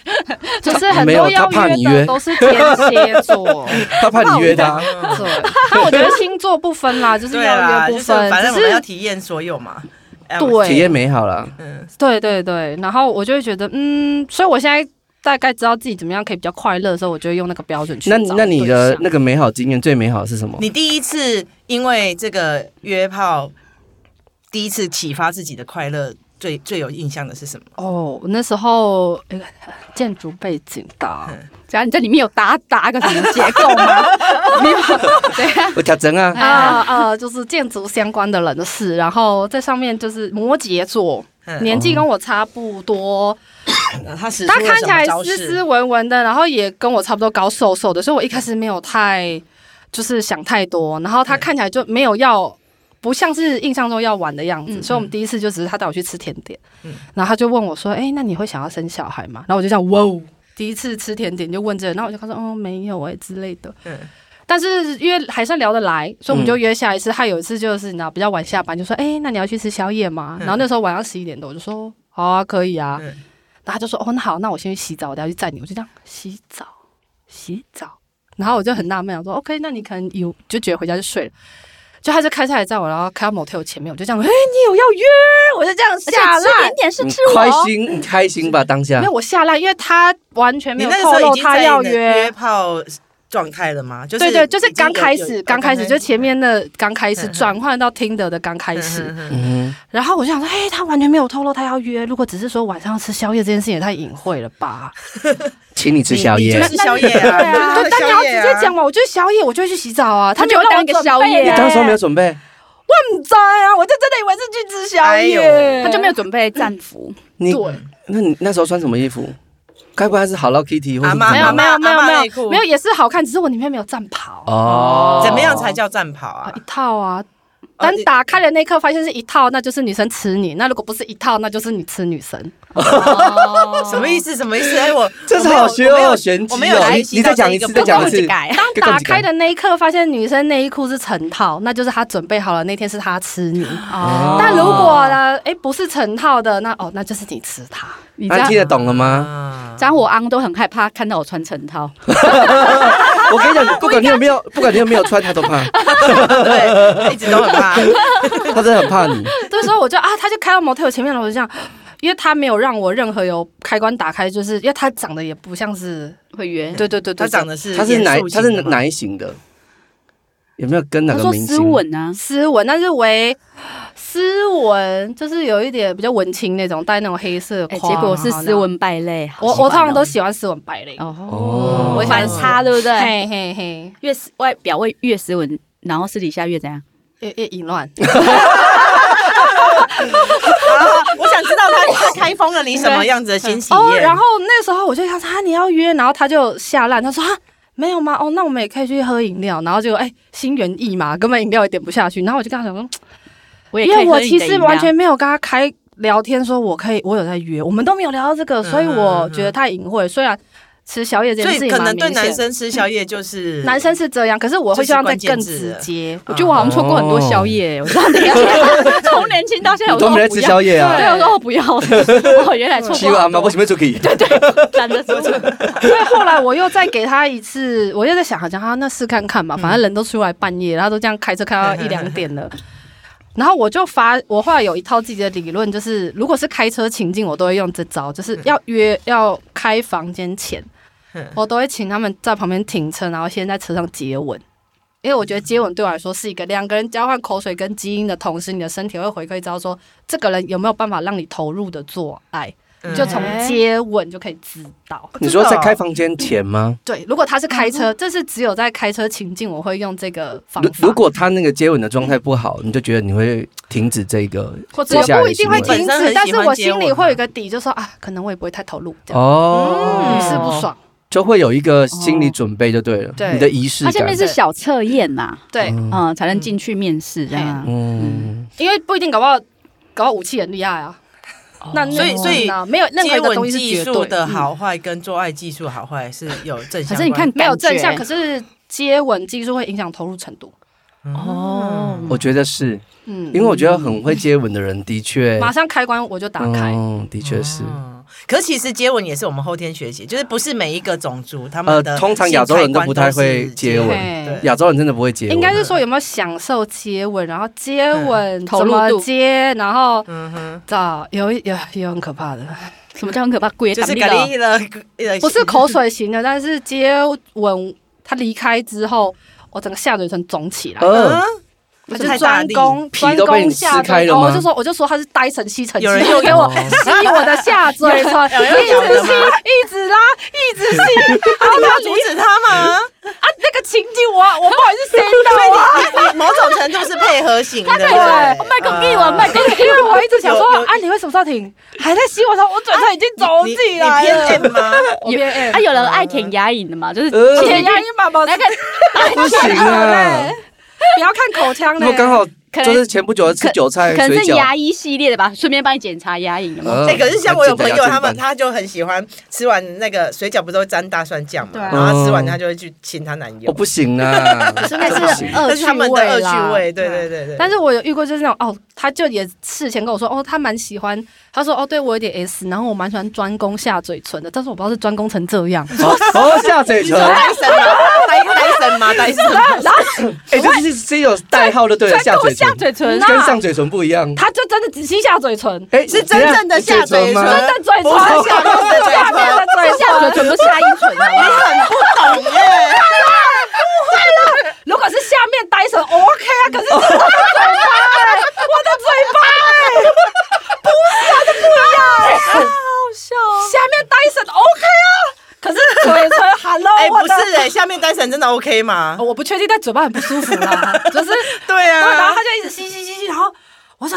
[SPEAKER 4] 就是很
[SPEAKER 1] 没有
[SPEAKER 4] 多
[SPEAKER 1] 他
[SPEAKER 4] 邀
[SPEAKER 1] 怕你约
[SPEAKER 4] 的都是天蝎
[SPEAKER 2] [laughs]
[SPEAKER 4] 座，
[SPEAKER 1] 他怕你约他，
[SPEAKER 4] 对。 [laughs] 但我觉得星座不分啦，就是
[SPEAKER 2] 对
[SPEAKER 4] 邀
[SPEAKER 2] 啦，
[SPEAKER 4] 约
[SPEAKER 2] 就
[SPEAKER 4] 不
[SPEAKER 2] 是
[SPEAKER 4] 分，
[SPEAKER 2] 反正我
[SPEAKER 4] 只
[SPEAKER 2] 们要
[SPEAKER 4] 是
[SPEAKER 2] 体验所有嘛。哎
[SPEAKER 4] 对
[SPEAKER 1] 体验美好啦。
[SPEAKER 2] 嗯，
[SPEAKER 4] 对对对。然后我就会觉得，嗯，所以我现在大概知道自己怎么样可以比较快乐的时候，我就会用那个标准去
[SPEAKER 1] 那
[SPEAKER 4] 找
[SPEAKER 1] 那你的
[SPEAKER 4] 对象
[SPEAKER 1] 那个美好经验最美好的是什么？
[SPEAKER 2] 你第一次因为这个约炮，第一次启发自己的快乐，最最有印象的是什么？
[SPEAKER 4] 哦，那时候、呃建筑背景的，
[SPEAKER 1] 嗯
[SPEAKER 3] 只要你这里面有打打个什么结构 [laughs] 吗？没有，对啊
[SPEAKER 1] 我调整啊，
[SPEAKER 4] [laughs] 啊啊，就是建筑相关的人的事。然后在上面就是摩羯座，
[SPEAKER 2] 嗯
[SPEAKER 4] 年
[SPEAKER 1] 哦
[SPEAKER 4] 纪跟我差不多，
[SPEAKER 2] 他使出
[SPEAKER 4] 他
[SPEAKER 2] 了
[SPEAKER 4] 看
[SPEAKER 2] 什
[SPEAKER 4] 起
[SPEAKER 2] 么
[SPEAKER 4] 来
[SPEAKER 2] 招
[SPEAKER 4] 斯斯
[SPEAKER 2] 式？
[SPEAKER 4] 文文的，然后也跟我差不多高瘦瘦的，所以我一开始没有太就是想太多。然后他看起来就没有要。不像是印象中要玩的样子，
[SPEAKER 3] 嗯
[SPEAKER 4] 所以我们第一次就只是他带我去吃甜点，
[SPEAKER 2] 嗯
[SPEAKER 4] 然后他就问我说：“哎、那你会想要生小孩吗？”然后我就这样，哇哦，第一次吃甜点就问这个然后我就跟他说：“哦，没有哎、之类的。”
[SPEAKER 2] 嗯
[SPEAKER 4] 但是约还算聊得来，所以我们就约下一次。他有一次就是你知道比较晚下班，就说：“哎、那你要去吃宵夜吗？”
[SPEAKER 2] 嗯
[SPEAKER 4] 然后那时候晚上十一点多，我就说：“好啊，可以啊。
[SPEAKER 2] 嗯
[SPEAKER 4] 然后他就说：“哦，那好，那我先去洗澡，我等下去载你。”我就这样洗澡，洗澡。然后我就很纳闷，我说：“OK，那你可能有就觉得回家就睡了。”就他就开车来载我，然后开到 motel 前面，我就这样，哎、你有要约？我就这样
[SPEAKER 3] 而且
[SPEAKER 4] 下
[SPEAKER 2] 啊
[SPEAKER 3] 吃
[SPEAKER 4] 烂
[SPEAKER 3] 甜，点是
[SPEAKER 1] 你
[SPEAKER 3] 吃我
[SPEAKER 1] 嗯开
[SPEAKER 3] 哦，
[SPEAKER 1] 心你开心吧当下
[SPEAKER 4] 没有。我下烂，因为他完全
[SPEAKER 2] 你
[SPEAKER 4] 没有
[SPEAKER 2] 那个时
[SPEAKER 4] 透
[SPEAKER 2] 候
[SPEAKER 4] 露
[SPEAKER 2] 已经
[SPEAKER 4] 他
[SPEAKER 2] 在
[SPEAKER 4] 要
[SPEAKER 2] 你的
[SPEAKER 4] 约
[SPEAKER 2] 约炮状态了吗？就是
[SPEAKER 4] 对对，就是
[SPEAKER 2] 已经有
[SPEAKER 4] 刚开
[SPEAKER 2] 有
[SPEAKER 4] 始，
[SPEAKER 2] 有
[SPEAKER 4] 刚开始就前面的刚开
[SPEAKER 2] 嗯
[SPEAKER 4] 始
[SPEAKER 2] 嗯
[SPEAKER 4] 转换到听得的刚开始，
[SPEAKER 2] 嗯嗯嗯
[SPEAKER 1] 嗯，
[SPEAKER 4] 然后我就想说，哎嘿，他完全没有透露他要约，如果只是说晚上吃宵夜这件事情也太隐晦了吧？
[SPEAKER 1] 请你吃宵
[SPEAKER 2] 你
[SPEAKER 1] 夜
[SPEAKER 2] 就。是宵夜
[SPEAKER 4] 对
[SPEAKER 2] 啊，
[SPEAKER 4] 啊，
[SPEAKER 2] 就
[SPEAKER 4] 对，
[SPEAKER 2] 是
[SPEAKER 4] 但你要
[SPEAKER 2] 宵
[SPEAKER 4] 直
[SPEAKER 2] 夜啊
[SPEAKER 4] 接讲嘛，我就宵夜，我就会去洗澡啊，
[SPEAKER 3] 他
[SPEAKER 4] 他
[SPEAKER 3] 没
[SPEAKER 4] 就
[SPEAKER 3] 有
[SPEAKER 4] 会让
[SPEAKER 3] 让我
[SPEAKER 4] 我准
[SPEAKER 3] 宵
[SPEAKER 4] 备
[SPEAKER 3] 夜
[SPEAKER 1] 你当时候没有准备，
[SPEAKER 4] 很渣啊，我就真的以为是去吃宵
[SPEAKER 2] 哎
[SPEAKER 4] 夜，
[SPEAKER 3] 他就没有准备战 [laughs] 服，
[SPEAKER 1] 你
[SPEAKER 4] 对。
[SPEAKER 1] 那你那时候穿什么衣服？该不会是 Hello Kitty 或者
[SPEAKER 2] 阿嬷
[SPEAKER 4] 没有
[SPEAKER 2] 阿嬷
[SPEAKER 4] 没有啊没有
[SPEAKER 2] 阿嬷
[SPEAKER 4] 没
[SPEAKER 2] 内裤
[SPEAKER 4] 有没有也是好看，只是我里面没有战袍
[SPEAKER 1] 哦，
[SPEAKER 2] 怎么样才叫战跑
[SPEAKER 4] 啊
[SPEAKER 2] 啊
[SPEAKER 4] 一？套啊。
[SPEAKER 2] 哦
[SPEAKER 4] 但
[SPEAKER 2] 一
[SPEAKER 4] 打开的那一刻，发现是一套，那就是女生吃你；那如果不是一套，那就是你吃女生。
[SPEAKER 3] 哦
[SPEAKER 4] 哦
[SPEAKER 2] 什么意思？什么意思？哎，我
[SPEAKER 1] [laughs] 这是
[SPEAKER 2] 我没有
[SPEAKER 1] 好学
[SPEAKER 2] 我没
[SPEAKER 1] 哦，
[SPEAKER 2] 有
[SPEAKER 1] 玄机
[SPEAKER 2] 我没有
[SPEAKER 1] 哦
[SPEAKER 2] 学！
[SPEAKER 1] 你
[SPEAKER 2] 习到
[SPEAKER 1] 再讲
[SPEAKER 2] 这
[SPEAKER 1] 一
[SPEAKER 2] 个
[SPEAKER 1] 次，
[SPEAKER 2] 部
[SPEAKER 1] 再讲一
[SPEAKER 2] 分
[SPEAKER 1] 次。
[SPEAKER 4] [laughs]
[SPEAKER 3] 改
[SPEAKER 4] 当
[SPEAKER 1] 就更
[SPEAKER 4] 打
[SPEAKER 1] 紧
[SPEAKER 4] 开
[SPEAKER 1] 张
[SPEAKER 4] 的那一刻，发现女生内衣裤是成套，那就是她准备好了，那天是她吃你。
[SPEAKER 1] 哦
[SPEAKER 3] 啊
[SPEAKER 4] 但如果呢，哎、不是成套的，那哦，那就是你吃 [laughs] 她。
[SPEAKER 3] 你这
[SPEAKER 1] 那
[SPEAKER 3] 样
[SPEAKER 1] 听得懂了
[SPEAKER 2] [laughs]
[SPEAKER 1] 吗？
[SPEAKER 2] 啊
[SPEAKER 3] 这样我昂都很害怕看到我穿成套，
[SPEAKER 1] 我跟你讲，不管你有没有，不管你有没有穿，他都怕，
[SPEAKER 2] 啊对，一直都很
[SPEAKER 1] [laughs]
[SPEAKER 2] 怕。
[SPEAKER 1] 他真的很怕你。
[SPEAKER 4] 这时候我就啊，他就开到模特有前面了，我就这样，因为他没有让我任何有开关打开，就是因为他长得也不像是，
[SPEAKER 3] 会约。
[SPEAKER 4] 对对对对
[SPEAKER 2] 他
[SPEAKER 4] 对
[SPEAKER 2] 长得是
[SPEAKER 1] 他是哪
[SPEAKER 2] 严肃？
[SPEAKER 1] 他
[SPEAKER 2] 型的
[SPEAKER 1] 是
[SPEAKER 2] 吗
[SPEAKER 1] 哪一型的？有没有跟哪
[SPEAKER 3] 他
[SPEAKER 1] 个
[SPEAKER 3] 说
[SPEAKER 1] 明
[SPEAKER 3] 斯
[SPEAKER 1] 星？
[SPEAKER 3] 文啊，
[SPEAKER 4] 斯文，但是为斯文就是有一点比较文青那种，戴那种黑色
[SPEAKER 3] 哎，
[SPEAKER 4] 框，
[SPEAKER 3] 结果是
[SPEAKER 4] 然后那
[SPEAKER 3] 斯
[SPEAKER 4] 样。
[SPEAKER 3] 文败类。好
[SPEAKER 4] 我
[SPEAKER 3] 喜欢
[SPEAKER 4] 我通常
[SPEAKER 3] 哦
[SPEAKER 4] 都喜欢斯文白领，
[SPEAKER 1] 哦
[SPEAKER 3] 哦，我喜欢差，对不对？
[SPEAKER 4] 嘿嘿嘿，
[SPEAKER 3] 越斯外表越越斯文，然后私底下越怎样？
[SPEAKER 4] 越越淫乱。
[SPEAKER 2] 啊我想知道他 [laughs] 他开封了你什么样子的新体验。
[SPEAKER 4] 哦，然后那时候我就想他、啊你要约，然后他就下烂，他说啊没有吗？哦，那我们也可以去喝饮料，然后就哎心猿意马，根本饮料也点不下去。然后我就跟他讲说，
[SPEAKER 3] [laughs] 我也
[SPEAKER 4] 因
[SPEAKER 3] 可
[SPEAKER 4] 为
[SPEAKER 3] 以喝
[SPEAKER 4] 我
[SPEAKER 3] 你
[SPEAKER 4] 其
[SPEAKER 3] 的
[SPEAKER 4] 实
[SPEAKER 3] 饮料
[SPEAKER 4] 完全没有跟他开聊天，说我可以，我有在约，我们都没有聊到这个，所以
[SPEAKER 3] 嗯
[SPEAKER 4] 我觉得太隐晦。虽然吃宵夜这
[SPEAKER 2] 所
[SPEAKER 4] 件事
[SPEAKER 2] 以
[SPEAKER 4] 情
[SPEAKER 2] 可能
[SPEAKER 4] 蛮
[SPEAKER 2] 对
[SPEAKER 4] 明
[SPEAKER 2] 男
[SPEAKER 4] 显，
[SPEAKER 2] 生吃宵夜就是
[SPEAKER 4] [laughs] 男生是这样，可是我会希望再更直接。
[SPEAKER 3] 我觉得我好像错过很多宵夜，我知道你从年轻到现在
[SPEAKER 1] 哦你
[SPEAKER 3] 我说
[SPEAKER 1] 都
[SPEAKER 3] 我
[SPEAKER 1] 没在
[SPEAKER 3] 不
[SPEAKER 1] 吃
[SPEAKER 3] 要，
[SPEAKER 1] 宵夜啊？
[SPEAKER 3] 对，我说我 [laughs] 不要，我哦原来错
[SPEAKER 1] 希望
[SPEAKER 3] 过
[SPEAKER 1] 阿妈为什么会出去？
[SPEAKER 3] 懒得出 [laughs]
[SPEAKER 4] 所以后来我又再给他一次，我又在想，好像啊，那试看看嘛，
[SPEAKER 2] 嗯
[SPEAKER 4] 反正人都出来半夜，然后都这样开车开到一两
[SPEAKER 2] [laughs]
[SPEAKER 4] 点了。然后我就发，我后来有一套自己的理论，就是如果是开车情境，我都会用这招，就是要约要开房间前
[SPEAKER 2] 嗯，
[SPEAKER 4] 我都会请他们在旁边停车，然后先在车上接吻，因为我觉得接吻对我来说是一个两个人交换口水跟基因的同时，你的身体会回馈到说这个人有没有办法让你投入的做爱，
[SPEAKER 2] 嗯
[SPEAKER 4] 就从接吻就可以知道。
[SPEAKER 1] 你说在开房间前吗？
[SPEAKER 4] 对，如果他是开
[SPEAKER 2] 嗯
[SPEAKER 4] 车，这是只有在开车情境我会用这个方
[SPEAKER 1] 如
[SPEAKER 4] 法。
[SPEAKER 1] 如果他那个接吻的状态不好，你就觉得你会停止这个
[SPEAKER 4] 我
[SPEAKER 1] 接下来的行为？
[SPEAKER 4] 不一定会
[SPEAKER 2] 本
[SPEAKER 4] 停
[SPEAKER 2] 身很
[SPEAKER 4] 止，但
[SPEAKER 2] 喜
[SPEAKER 4] 是
[SPEAKER 2] 欢
[SPEAKER 4] 我
[SPEAKER 2] 接吻
[SPEAKER 4] 心
[SPEAKER 2] 嘛
[SPEAKER 4] 里会有一个底，就说啊，可能我也不会太投入，这样
[SPEAKER 1] 哦，
[SPEAKER 4] 屡试不爽。
[SPEAKER 1] 就会有一个心理准备就对了，
[SPEAKER 4] 对
[SPEAKER 1] 你的仪式
[SPEAKER 3] 它
[SPEAKER 1] 感。
[SPEAKER 3] 下面是小测验呐，
[SPEAKER 4] 对，
[SPEAKER 3] 嗯，才能进去面试这样啊。
[SPEAKER 1] 嗯，
[SPEAKER 4] 因为不一定搞不好，搞不好武器很厉害啊。
[SPEAKER 1] 哦
[SPEAKER 4] 那
[SPEAKER 2] 所以所以
[SPEAKER 4] 那没有任何
[SPEAKER 2] 接
[SPEAKER 4] 一个东
[SPEAKER 2] 吻
[SPEAKER 4] 西是
[SPEAKER 2] 技
[SPEAKER 4] 绝
[SPEAKER 2] 术
[SPEAKER 4] 对嗯
[SPEAKER 2] 的，好坏跟做爱技术好坏是有正
[SPEAKER 3] 可
[SPEAKER 2] 相关。
[SPEAKER 3] 是你看，
[SPEAKER 4] 没有正
[SPEAKER 3] 向，
[SPEAKER 4] 向，可是接吻技术会影响投入程度。
[SPEAKER 3] 哦，
[SPEAKER 1] 我觉得是
[SPEAKER 4] 嗯
[SPEAKER 1] 因为我觉得很会接吻的人的确嗯
[SPEAKER 4] 马上开关我就打开。
[SPEAKER 1] 嗯，的确是。
[SPEAKER 2] 嗯可是其实接吻也是我们后天学习，就是不是每一个种族他
[SPEAKER 1] 呃
[SPEAKER 2] 们的，
[SPEAKER 1] 通常亚洲人都不太会接吻
[SPEAKER 2] 性开关都是接
[SPEAKER 1] 亚洲人真的不会接吻，啊
[SPEAKER 4] 应该是说有没有享受接吻，然后接吻、
[SPEAKER 3] 投入
[SPEAKER 4] 怎么
[SPEAKER 3] 度
[SPEAKER 4] 接，然后
[SPEAKER 2] 嗯哼，
[SPEAKER 4] 找有一有有很可怕的，
[SPEAKER 3] 什么叫很可怕？鬼也
[SPEAKER 2] 就
[SPEAKER 3] 挡
[SPEAKER 2] 是呃
[SPEAKER 3] 不
[SPEAKER 2] 咖
[SPEAKER 3] 了。
[SPEAKER 2] 喱了，
[SPEAKER 4] 啊不是口水型的，但是接吻他离开之后，我整个下嘴唇肿起来。
[SPEAKER 2] 啊
[SPEAKER 1] 呃，
[SPEAKER 4] 他
[SPEAKER 2] 太大
[SPEAKER 4] 就专
[SPEAKER 2] 力
[SPEAKER 4] 攻
[SPEAKER 1] 皮
[SPEAKER 4] 专
[SPEAKER 1] 都被
[SPEAKER 4] 攻
[SPEAKER 1] 你
[SPEAKER 4] 下
[SPEAKER 1] 撕开了
[SPEAKER 4] 嘴唇，
[SPEAKER 1] 吗
[SPEAKER 4] 我就说我就说他是呆成吸尘器，
[SPEAKER 2] 有人
[SPEAKER 4] 又
[SPEAKER 2] 又
[SPEAKER 4] 给我
[SPEAKER 1] 哦
[SPEAKER 4] 吸我的下嘴唇，
[SPEAKER 2] [laughs]
[SPEAKER 4] 一
[SPEAKER 2] 有人
[SPEAKER 4] 直
[SPEAKER 2] 有
[SPEAKER 4] 吸，
[SPEAKER 2] 人
[SPEAKER 4] 一直拉，一直吸，然后
[SPEAKER 2] 你
[SPEAKER 4] 他
[SPEAKER 2] 要阻止他吗？
[SPEAKER 4] 啊那个情景我我不好意思谁
[SPEAKER 2] 所
[SPEAKER 4] 到啊，
[SPEAKER 2] 以你你某种程度是配合型的，对不
[SPEAKER 1] 哦
[SPEAKER 2] 啊
[SPEAKER 4] 对
[SPEAKER 2] 对
[SPEAKER 3] 麦克一吻，麦克
[SPEAKER 4] 因为我一直想说
[SPEAKER 2] 有有
[SPEAKER 4] 啊你为什么时候停？还在吸我的时候，我嘴唇已经肿
[SPEAKER 2] 你
[SPEAKER 4] 起
[SPEAKER 2] 你
[SPEAKER 4] 来
[SPEAKER 2] 偏
[SPEAKER 4] 了，
[SPEAKER 2] 见吗？
[SPEAKER 4] 我哎偏见
[SPEAKER 3] 啊，有人爱舔牙龈的嘛，就是
[SPEAKER 1] 呃
[SPEAKER 4] 舔
[SPEAKER 3] 舔牙
[SPEAKER 4] 牙龈宝宝
[SPEAKER 3] 哎那个
[SPEAKER 1] 不行啊。
[SPEAKER 4] 不要看口腔
[SPEAKER 1] 如
[SPEAKER 4] 呢
[SPEAKER 1] 果，刚好
[SPEAKER 3] 可能
[SPEAKER 1] [laughs] 就是前不久的吃韭菜
[SPEAKER 3] 可能
[SPEAKER 1] 水
[SPEAKER 3] 是
[SPEAKER 1] 饺，
[SPEAKER 3] 牙医系列的吧，顺便帮你检查牙龈有
[SPEAKER 1] [laughs]
[SPEAKER 3] 没有。
[SPEAKER 1] 呃
[SPEAKER 2] 哎、可是像我有朋友，他们
[SPEAKER 1] 那
[SPEAKER 2] 他就很喜欢吃完那个水饺，不都会沾大蒜酱嘛？
[SPEAKER 4] 对啊
[SPEAKER 2] 然后吃完他就会去亲她男
[SPEAKER 1] 我
[SPEAKER 2] 友，
[SPEAKER 1] 哦不行啊，
[SPEAKER 4] [laughs] 真的
[SPEAKER 1] 这不行
[SPEAKER 4] 是呃恶
[SPEAKER 2] 那是
[SPEAKER 4] 趣
[SPEAKER 2] 他们的
[SPEAKER 4] 味
[SPEAKER 2] 恶
[SPEAKER 4] 啦啊
[SPEAKER 2] 趣味。对对对对。
[SPEAKER 4] 但是我有遇过，就是那种哦，他就也事前跟我说，哦，他蛮喜欢，他说哦，对我有点 S，然后我蛮喜欢专攻下嘴唇的，但是我不知道是专攻成这样，
[SPEAKER 1] 哦哦下嘴
[SPEAKER 2] [laughs]
[SPEAKER 1] 唇，
[SPEAKER 2] 戴森吗？戴戴森
[SPEAKER 4] [laughs] 啊
[SPEAKER 2] 吗？戴森。
[SPEAKER 1] 哎，这是是有代号的，对了，下嘴唇，
[SPEAKER 3] 嘴唇
[SPEAKER 4] 那
[SPEAKER 1] 跟上嘴唇不一样。
[SPEAKER 4] 他就真的只吸下嘴唇，
[SPEAKER 1] 哎，
[SPEAKER 2] 是真正的下嘴唇
[SPEAKER 1] 吗？
[SPEAKER 4] 真的嘴唇，
[SPEAKER 2] 不是下面的嘴
[SPEAKER 4] 下面的嘴
[SPEAKER 3] 是下
[SPEAKER 1] [laughs]
[SPEAKER 3] 嘴唇，不是下阴唇，好不
[SPEAKER 2] 你
[SPEAKER 3] 好
[SPEAKER 2] 很不懂耶、
[SPEAKER 4] 如果是下面呆成 OK 啊，可是
[SPEAKER 2] [laughs]
[SPEAKER 4] 这是我的嘴巴、欸，
[SPEAKER 2] 哎
[SPEAKER 4] 我的嘴巴、欸，啊不是我的不一样、欸，好笑、下面呆成 OK 啊，可是嘴
[SPEAKER 2] [laughs]
[SPEAKER 4] 唇 Hello，
[SPEAKER 2] 哎、
[SPEAKER 4] 我
[SPEAKER 2] 不
[SPEAKER 4] 的
[SPEAKER 2] 是哎、下面戴森真的 OK 吗
[SPEAKER 4] 哦？我不确定，但嘴巴很不舒服
[SPEAKER 2] [laughs]
[SPEAKER 4] 啦，就是
[SPEAKER 2] 对
[SPEAKER 4] 对，然
[SPEAKER 2] 啊
[SPEAKER 4] 后他，就一直吸吸吸吸，然后我操，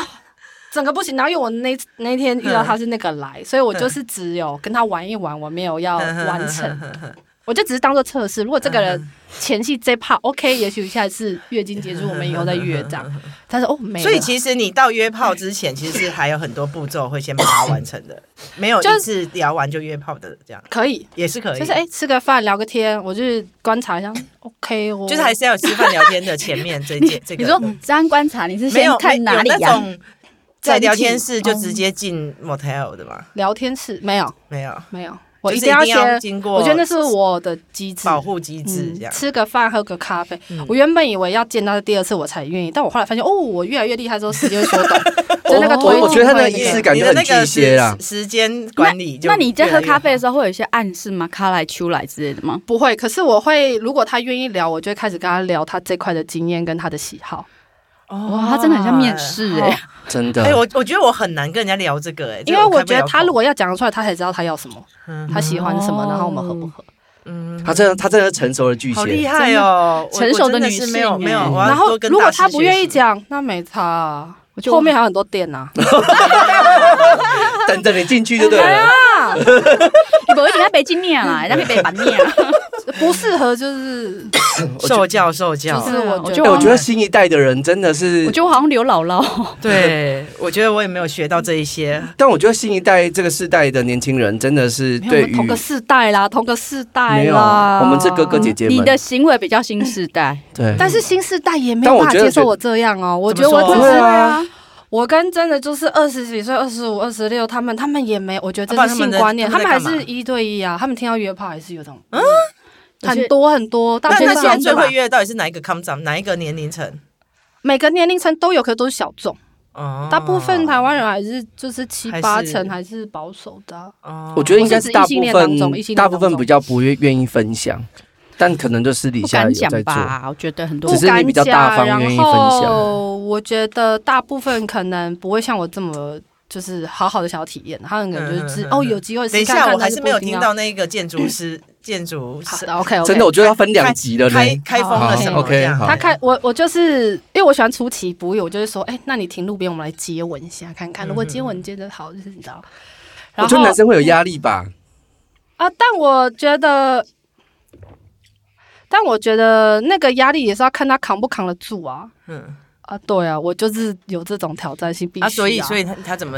[SPEAKER 4] 整个不行。然后因为我那那天遇到他是那个
[SPEAKER 2] 嗯
[SPEAKER 4] 来，所以我就是只有跟他玩一玩，我没有要完成，
[SPEAKER 2] 嗯
[SPEAKER 4] 我就只是当做测试。如果这个人前戏这 part OK，也许下一次月经结束我们以后再约这样。但是哦，没
[SPEAKER 2] 嗯
[SPEAKER 4] 了，
[SPEAKER 2] 所以其实你到约炮之前，其实是还有很多步骤会先把它完成
[SPEAKER 3] [coughs]
[SPEAKER 2] 的，没有
[SPEAKER 4] 就
[SPEAKER 2] 一次聊完就约炮的这样
[SPEAKER 4] 可以。
[SPEAKER 2] 也是可以。
[SPEAKER 4] 就是哎、吃个饭聊个天，我就是观察一下，OK 哦，
[SPEAKER 2] 就是还是要有吃饭聊天的前面这
[SPEAKER 3] [laughs]
[SPEAKER 2] 件这个。
[SPEAKER 3] 你说这样观察，你是
[SPEAKER 2] 没
[SPEAKER 3] 先
[SPEAKER 2] 有
[SPEAKER 3] 看哪里啊哦
[SPEAKER 2] 没有那
[SPEAKER 3] 呀？
[SPEAKER 2] 种在聊天室
[SPEAKER 4] 整
[SPEAKER 2] 就
[SPEAKER 4] 体
[SPEAKER 2] 直接进 motel 的吗？
[SPEAKER 4] 聊天是没有
[SPEAKER 2] 没有，
[SPEAKER 4] 没有，我
[SPEAKER 2] 就是
[SPEAKER 4] 定
[SPEAKER 2] 一定要
[SPEAKER 4] 先，
[SPEAKER 2] 经过
[SPEAKER 4] 我觉得那是我的机制，
[SPEAKER 2] 保护机制这样。
[SPEAKER 4] 嗯
[SPEAKER 2] 嗯
[SPEAKER 4] 吃个饭喝个咖啡。我原本以为要见到第二次我才愿意，但我后来发现，哦，我越来越厉害之后，时间缩
[SPEAKER 2] [laughs]
[SPEAKER 4] 短，就
[SPEAKER 2] 哦
[SPEAKER 4] 那个推
[SPEAKER 1] 我我觉得他那个
[SPEAKER 4] 推
[SPEAKER 1] 仪式感就很巨蟹啦
[SPEAKER 2] 你的那个时时间
[SPEAKER 3] 那
[SPEAKER 2] 管理就
[SPEAKER 3] 嗯那你在
[SPEAKER 2] 越来
[SPEAKER 3] 喝
[SPEAKER 2] 越
[SPEAKER 3] 咖啡的
[SPEAKER 2] 好
[SPEAKER 3] 时候会有一些暗示吗？咖来秋来之类的吗？
[SPEAKER 4] 不会，可是我会，如果他愿意聊，我就会开始跟他聊他这块的经验跟他的喜好。
[SPEAKER 3] 哇，他真的很像面。试哎，
[SPEAKER 1] 真
[SPEAKER 2] 哦哎，
[SPEAKER 1] 的，
[SPEAKER 2] 我我觉得我很难跟人家聊这个，哎，
[SPEAKER 4] 因为我
[SPEAKER 2] 这
[SPEAKER 4] 觉
[SPEAKER 2] 个
[SPEAKER 4] 得
[SPEAKER 2] 我开不了口
[SPEAKER 4] 他如果要讲得出来，他才知道他要什么，
[SPEAKER 2] 嗯
[SPEAKER 4] 他喜欢什么，
[SPEAKER 3] 哦
[SPEAKER 4] 然后我们合不合。
[SPEAKER 1] 他真的他真的是成熟的巨
[SPEAKER 2] 好
[SPEAKER 1] 蟹
[SPEAKER 2] 厉，害哦，我
[SPEAKER 3] 成熟的
[SPEAKER 2] 我真的
[SPEAKER 3] 女
[SPEAKER 2] 是
[SPEAKER 3] 性
[SPEAKER 2] 没有
[SPEAKER 3] 哎
[SPEAKER 2] 没有，我要
[SPEAKER 4] 然后
[SPEAKER 2] 啊多跟
[SPEAKER 4] 如果
[SPEAKER 2] 大师
[SPEAKER 4] 他不愿意
[SPEAKER 2] 学习，
[SPEAKER 4] 讲，那没差啊，
[SPEAKER 3] 我就
[SPEAKER 4] 后面还有很多啊店呐。
[SPEAKER 1] 等着你进去就对了。
[SPEAKER 4] 啊，
[SPEAKER 3] 你不会给他北京念啦，他可以北板啊念。
[SPEAKER 4] 不适合就是，
[SPEAKER 2] 受教受教
[SPEAKER 4] 就，是我
[SPEAKER 3] 啊我
[SPEAKER 4] 觉
[SPEAKER 3] 觉
[SPEAKER 1] 哎，
[SPEAKER 4] 得
[SPEAKER 1] 我觉得新一代的人真的是
[SPEAKER 3] 我觉得我好像刘姥姥，
[SPEAKER 4] [laughs]
[SPEAKER 2] 对，我觉得我也没有学到这一些，
[SPEAKER 1] 但我觉得新一代这个世代的年轻人真的是
[SPEAKER 4] 没有我
[SPEAKER 1] 对
[SPEAKER 4] 们
[SPEAKER 1] 于
[SPEAKER 4] 同个世代啦，同个世代
[SPEAKER 1] 没有
[SPEAKER 4] 啦，
[SPEAKER 1] 我们是哥哥姐姐们
[SPEAKER 3] 你的行为比较新时代。
[SPEAKER 1] 对，
[SPEAKER 4] 但是新世代也没有
[SPEAKER 1] 但我
[SPEAKER 4] 办法
[SPEAKER 1] 觉得
[SPEAKER 4] 接受
[SPEAKER 1] 觉
[SPEAKER 4] 我这样哦，我
[SPEAKER 2] 怎
[SPEAKER 4] 觉
[SPEAKER 2] 么
[SPEAKER 4] 得
[SPEAKER 2] 说
[SPEAKER 4] 我只
[SPEAKER 1] 对
[SPEAKER 4] 是
[SPEAKER 1] 啊，
[SPEAKER 4] 我跟真的就是二十几岁、二十五、二十六，他们他们也没，我觉
[SPEAKER 2] 啊不
[SPEAKER 4] 得这
[SPEAKER 2] 然
[SPEAKER 4] 是
[SPEAKER 2] 他们
[SPEAKER 4] 性
[SPEAKER 2] 在
[SPEAKER 4] 观念，
[SPEAKER 2] 他
[SPEAKER 4] 他
[SPEAKER 2] 们
[SPEAKER 4] 们
[SPEAKER 2] 在
[SPEAKER 4] 还
[SPEAKER 2] 干嘛
[SPEAKER 4] 是一对一啊，他们听到约炮还是有种嗯，
[SPEAKER 3] 我觉
[SPEAKER 4] 很
[SPEAKER 3] 得
[SPEAKER 4] 多很多，但
[SPEAKER 2] 那
[SPEAKER 4] 我
[SPEAKER 2] 他
[SPEAKER 4] 觉得
[SPEAKER 2] 现在最
[SPEAKER 4] 对吧
[SPEAKER 2] 会约的到底是哪一个 come down，哪一个年龄层？
[SPEAKER 4] 每个年龄层都有，可是都是小众，
[SPEAKER 2] 哦
[SPEAKER 4] 大部分台湾人还是就是七
[SPEAKER 2] 还
[SPEAKER 4] 八
[SPEAKER 2] 是
[SPEAKER 4] 成还是保守的啊。
[SPEAKER 2] 哦
[SPEAKER 1] 我觉得应该
[SPEAKER 4] 我是
[SPEAKER 1] 是
[SPEAKER 4] 指
[SPEAKER 1] 大
[SPEAKER 4] 异性
[SPEAKER 1] 部
[SPEAKER 4] 恋当中异
[SPEAKER 1] 分
[SPEAKER 4] 性恋
[SPEAKER 1] 大部
[SPEAKER 4] 当
[SPEAKER 1] 分
[SPEAKER 4] 中
[SPEAKER 1] 比较不愿愿意分享，但可能就私底
[SPEAKER 3] 不
[SPEAKER 1] 下有
[SPEAKER 3] 敢
[SPEAKER 1] 在
[SPEAKER 3] 讲
[SPEAKER 1] 做。
[SPEAKER 3] 吧？我觉得很多
[SPEAKER 1] 只
[SPEAKER 4] 不
[SPEAKER 1] 是你
[SPEAKER 4] 敢
[SPEAKER 1] 比较大方
[SPEAKER 4] 讲
[SPEAKER 1] 愿意
[SPEAKER 4] 然
[SPEAKER 1] 分享
[SPEAKER 4] 后我觉得大部分可能不会像我这么。就是好好的想要体验，他们可能就
[SPEAKER 2] 嗯
[SPEAKER 4] 是、
[SPEAKER 2] 嗯嗯
[SPEAKER 4] 哦，有机会试
[SPEAKER 2] 等一
[SPEAKER 4] 看
[SPEAKER 2] 下，
[SPEAKER 4] 看
[SPEAKER 2] 我还
[SPEAKER 4] 但
[SPEAKER 2] 是
[SPEAKER 4] 不
[SPEAKER 2] 没有
[SPEAKER 4] 一定
[SPEAKER 2] 听
[SPEAKER 4] 要
[SPEAKER 2] 到那个建筑
[SPEAKER 4] [laughs]
[SPEAKER 2] 师、建筑
[SPEAKER 4] 好
[SPEAKER 2] 师
[SPEAKER 4] 的，OK，, o k
[SPEAKER 1] 真的，我觉得要分两集的呢。
[SPEAKER 2] 开开封了什么
[SPEAKER 1] 好
[SPEAKER 2] 这样
[SPEAKER 1] 好
[SPEAKER 4] 他开我我就是因为我喜欢出其不意，我就是说，哎、那你停路边，我们来接吻一下看看。如果接吻接得好，就是你知道。
[SPEAKER 1] 嗯我
[SPEAKER 4] 然
[SPEAKER 1] 觉
[SPEAKER 4] 后
[SPEAKER 1] 得男生会有压力吧，
[SPEAKER 4] 啊，但我觉得，但我觉得那个压力也是要看他扛不扛得住啊。
[SPEAKER 2] 嗯
[SPEAKER 4] 啊，对啊，我就是有这种挑战性，必须、
[SPEAKER 2] 啊，所以所
[SPEAKER 4] 以
[SPEAKER 2] 以他他怎么？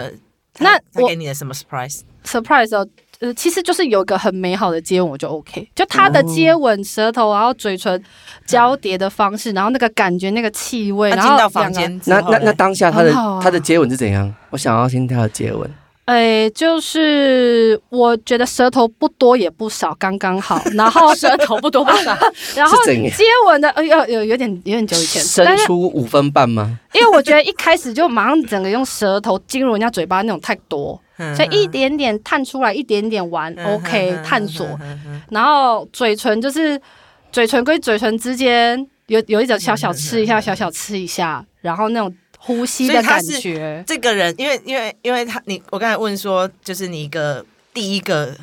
[SPEAKER 2] 他
[SPEAKER 4] 那
[SPEAKER 2] 他
[SPEAKER 4] 我
[SPEAKER 2] 给你的什么 surprise？
[SPEAKER 4] surprise 哦，呃，其实就是有一个很美好的接吻，我就 OK。就他的接吻、
[SPEAKER 1] 哦
[SPEAKER 4] 舌头，然后嘴唇
[SPEAKER 1] 嗯
[SPEAKER 4] 交叠的方式，然后那个感觉、那个气味，
[SPEAKER 2] 他
[SPEAKER 4] 然
[SPEAKER 2] 进
[SPEAKER 4] 后
[SPEAKER 2] 到房
[SPEAKER 4] 两个
[SPEAKER 2] 间之
[SPEAKER 1] 那
[SPEAKER 2] 后
[SPEAKER 1] 那
[SPEAKER 2] 呢，
[SPEAKER 1] 那当下他的
[SPEAKER 4] 很好啊
[SPEAKER 1] 他的接吻是怎样？我想要听他的接吻，
[SPEAKER 4] 诶，哎就是我觉得舌头不多也不少，刚刚好。然后，
[SPEAKER 3] [laughs] 舌头不多不少，
[SPEAKER 4] [laughs] 然后
[SPEAKER 1] 是怎样
[SPEAKER 4] 接吻的，哎呦，有有点有点久以前，
[SPEAKER 1] 伸
[SPEAKER 4] 但是
[SPEAKER 1] 出五分半吗？
[SPEAKER 4] 因为我觉得一开始就马上整个用舌头进入人家嘴巴那种太多，
[SPEAKER 2] 嗯
[SPEAKER 3] 嗯
[SPEAKER 4] 所以一点点探出来，一点点玩，OK，探索。
[SPEAKER 2] 嗯
[SPEAKER 3] 嗯
[SPEAKER 4] 然后嘴唇就是嘴唇跟嘴唇之间有有一种小小吃
[SPEAKER 3] 嗯
[SPEAKER 4] 一下，小小吃一下，然后那种呼吸
[SPEAKER 2] 所
[SPEAKER 4] 的
[SPEAKER 2] 以它
[SPEAKER 4] 感
[SPEAKER 2] 是
[SPEAKER 4] 觉。
[SPEAKER 2] 这个人，因为因为因为他你，我刚才问说，就是你一个第一个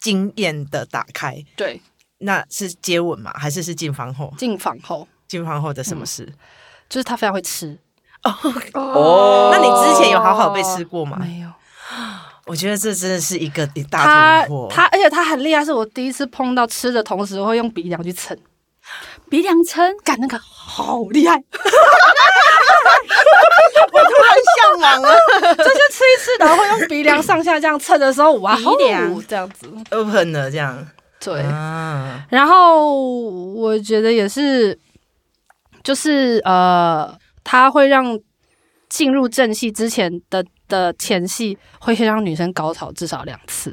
[SPEAKER 2] 经验的打开，
[SPEAKER 4] 对，
[SPEAKER 2] 那是接吻吗？还是是进房后？
[SPEAKER 4] 进房后
[SPEAKER 2] 进房后的什么事？
[SPEAKER 4] 就是他非常会吃。
[SPEAKER 1] 哦
[SPEAKER 2] 那你之前有好好被吃过吗？
[SPEAKER 3] 哎
[SPEAKER 4] 没有？
[SPEAKER 2] 我觉得这真的是一个一大
[SPEAKER 4] 他
[SPEAKER 2] 突破。
[SPEAKER 4] 他，而且他很厉害，是我第一次碰到吃的同时会用鼻梁去蹭，
[SPEAKER 3] 鼻梁撑，
[SPEAKER 4] 干那个好厉害，
[SPEAKER 2] 我突然向往了，
[SPEAKER 4] 这就吃一吃，然后会用鼻梁上下这样蹭的时候，哇，哦
[SPEAKER 3] 鼻梁
[SPEAKER 4] 吼这样子，
[SPEAKER 2] open 了这样。
[SPEAKER 4] 对。
[SPEAKER 2] 啊，
[SPEAKER 4] 然后我觉得也是，就是呃，他会让进入正戏之前的的前戏，会先让女生高潮至少两次。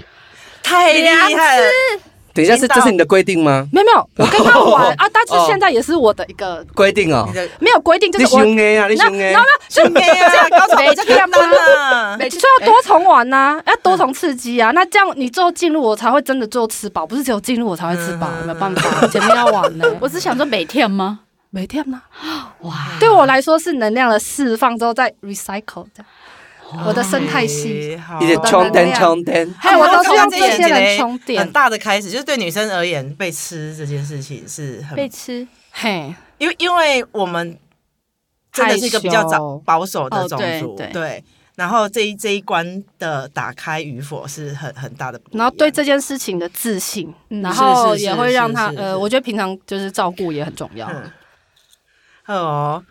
[SPEAKER 2] 太厉害了！
[SPEAKER 1] 等一下是
[SPEAKER 2] 听到
[SPEAKER 1] 这是你的规定吗？
[SPEAKER 4] 没有没有，我跟他玩啊，但是现在也是我的一个
[SPEAKER 1] 规定哦
[SPEAKER 2] 你，的
[SPEAKER 4] 没有规定，就
[SPEAKER 1] 你
[SPEAKER 4] 是我
[SPEAKER 1] 凶 A 啊，你
[SPEAKER 4] 那
[SPEAKER 1] 凶 A，
[SPEAKER 4] 那就
[SPEAKER 2] 妹啊，高 [laughs] 潮
[SPEAKER 4] 没
[SPEAKER 2] 就
[SPEAKER 4] 这样吗
[SPEAKER 2] 了。
[SPEAKER 3] 每
[SPEAKER 4] 就要多重玩呐、要多重刺激啊。那这样你最后进入我才会真的最后吃饱，不是只有进入我才会吃饱，
[SPEAKER 2] 嗯
[SPEAKER 4] 没有办法，前面要玩呢、
[SPEAKER 3] 我只想说每天吗？
[SPEAKER 4] 每天呢，
[SPEAKER 3] 哇，
[SPEAKER 4] 对我来说是能量的释放之后再 recycle 这样，我的生态系，
[SPEAKER 2] 哎，好
[SPEAKER 1] 你的
[SPEAKER 4] 冲
[SPEAKER 1] 冲
[SPEAKER 4] 能
[SPEAKER 1] 天
[SPEAKER 4] 量
[SPEAKER 1] 冲天，
[SPEAKER 4] 还有我都是用这些人
[SPEAKER 2] 人
[SPEAKER 4] 充
[SPEAKER 2] 很
[SPEAKER 4] 电，
[SPEAKER 2] 大的开始，就是对女生而言，被吃这件事情是很
[SPEAKER 3] 被，吃，
[SPEAKER 4] 嘿，
[SPEAKER 2] 因为因为我们真的是一个比较
[SPEAKER 4] 害
[SPEAKER 2] 早
[SPEAKER 4] 羞
[SPEAKER 2] 保守的种族，
[SPEAKER 3] 哦对对
[SPEAKER 2] 然后这一这一关的打开与否是很很大的不一样，
[SPEAKER 4] 然后对这件事情的自信，
[SPEAKER 3] 嗯
[SPEAKER 4] 然后
[SPEAKER 2] 是是是
[SPEAKER 4] 也会让他
[SPEAKER 2] 是是
[SPEAKER 4] 呃，
[SPEAKER 2] 是
[SPEAKER 4] 我觉得平常就是照顾也很重要。
[SPEAKER 2] 嗯，哦，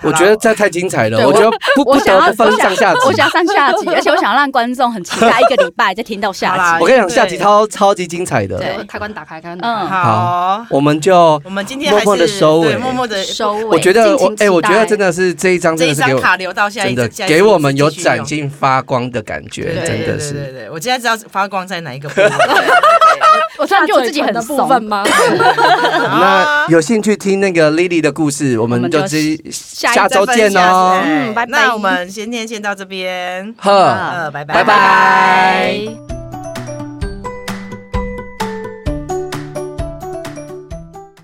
[SPEAKER 1] 我觉得这太精彩了，
[SPEAKER 3] 对
[SPEAKER 1] 我觉得不
[SPEAKER 3] 我
[SPEAKER 1] 不
[SPEAKER 3] 想
[SPEAKER 1] 得
[SPEAKER 3] 要
[SPEAKER 1] 不分上下集。
[SPEAKER 3] 我想上下集，而且我想让观众很期待一个礼拜再听到
[SPEAKER 2] 好啦
[SPEAKER 3] 下集。
[SPEAKER 1] 我跟你讲，
[SPEAKER 2] 对
[SPEAKER 1] 下集超超级精彩的，
[SPEAKER 3] 对
[SPEAKER 4] 对，开关打开，开关
[SPEAKER 3] 嗯
[SPEAKER 4] 打开。
[SPEAKER 2] 好，
[SPEAKER 1] 我们就
[SPEAKER 2] 我们今天还是
[SPEAKER 1] 默默地收尾
[SPEAKER 2] 对默默的
[SPEAKER 3] 收尾，
[SPEAKER 1] 我觉得我
[SPEAKER 3] 敬请期待
[SPEAKER 1] 哎，我觉得真的是这一张
[SPEAKER 2] 这
[SPEAKER 1] 真的
[SPEAKER 2] 一
[SPEAKER 1] 是给
[SPEAKER 2] 张
[SPEAKER 1] 我
[SPEAKER 2] 卡留到下
[SPEAKER 1] 真
[SPEAKER 2] 一
[SPEAKER 1] 的
[SPEAKER 2] 次，下一次
[SPEAKER 1] 给我们有
[SPEAKER 2] 继续用
[SPEAKER 1] 展现发光的感觉，
[SPEAKER 2] 对
[SPEAKER 1] 真的
[SPEAKER 2] 对对
[SPEAKER 1] 是。
[SPEAKER 2] 对对，我现在知道发光在哪一个部
[SPEAKER 1] [laughs]
[SPEAKER 2] 位。
[SPEAKER 3] 我突然觉得我自己很
[SPEAKER 4] 的部
[SPEAKER 3] 怂
[SPEAKER 4] 分吗？
[SPEAKER 2] 啊
[SPEAKER 1] 那有兴趣听那个 Lily 的故事，我
[SPEAKER 3] 我
[SPEAKER 1] 们
[SPEAKER 3] 们
[SPEAKER 1] 就
[SPEAKER 3] 就
[SPEAKER 1] 这
[SPEAKER 3] 下
[SPEAKER 1] 下
[SPEAKER 3] 一
[SPEAKER 1] 周见哦，
[SPEAKER 3] 嗯拜拜
[SPEAKER 2] 那我们今天先到这边，
[SPEAKER 1] 呵。
[SPEAKER 2] 呃，拜拜
[SPEAKER 1] 拜拜
[SPEAKER 3] 拜。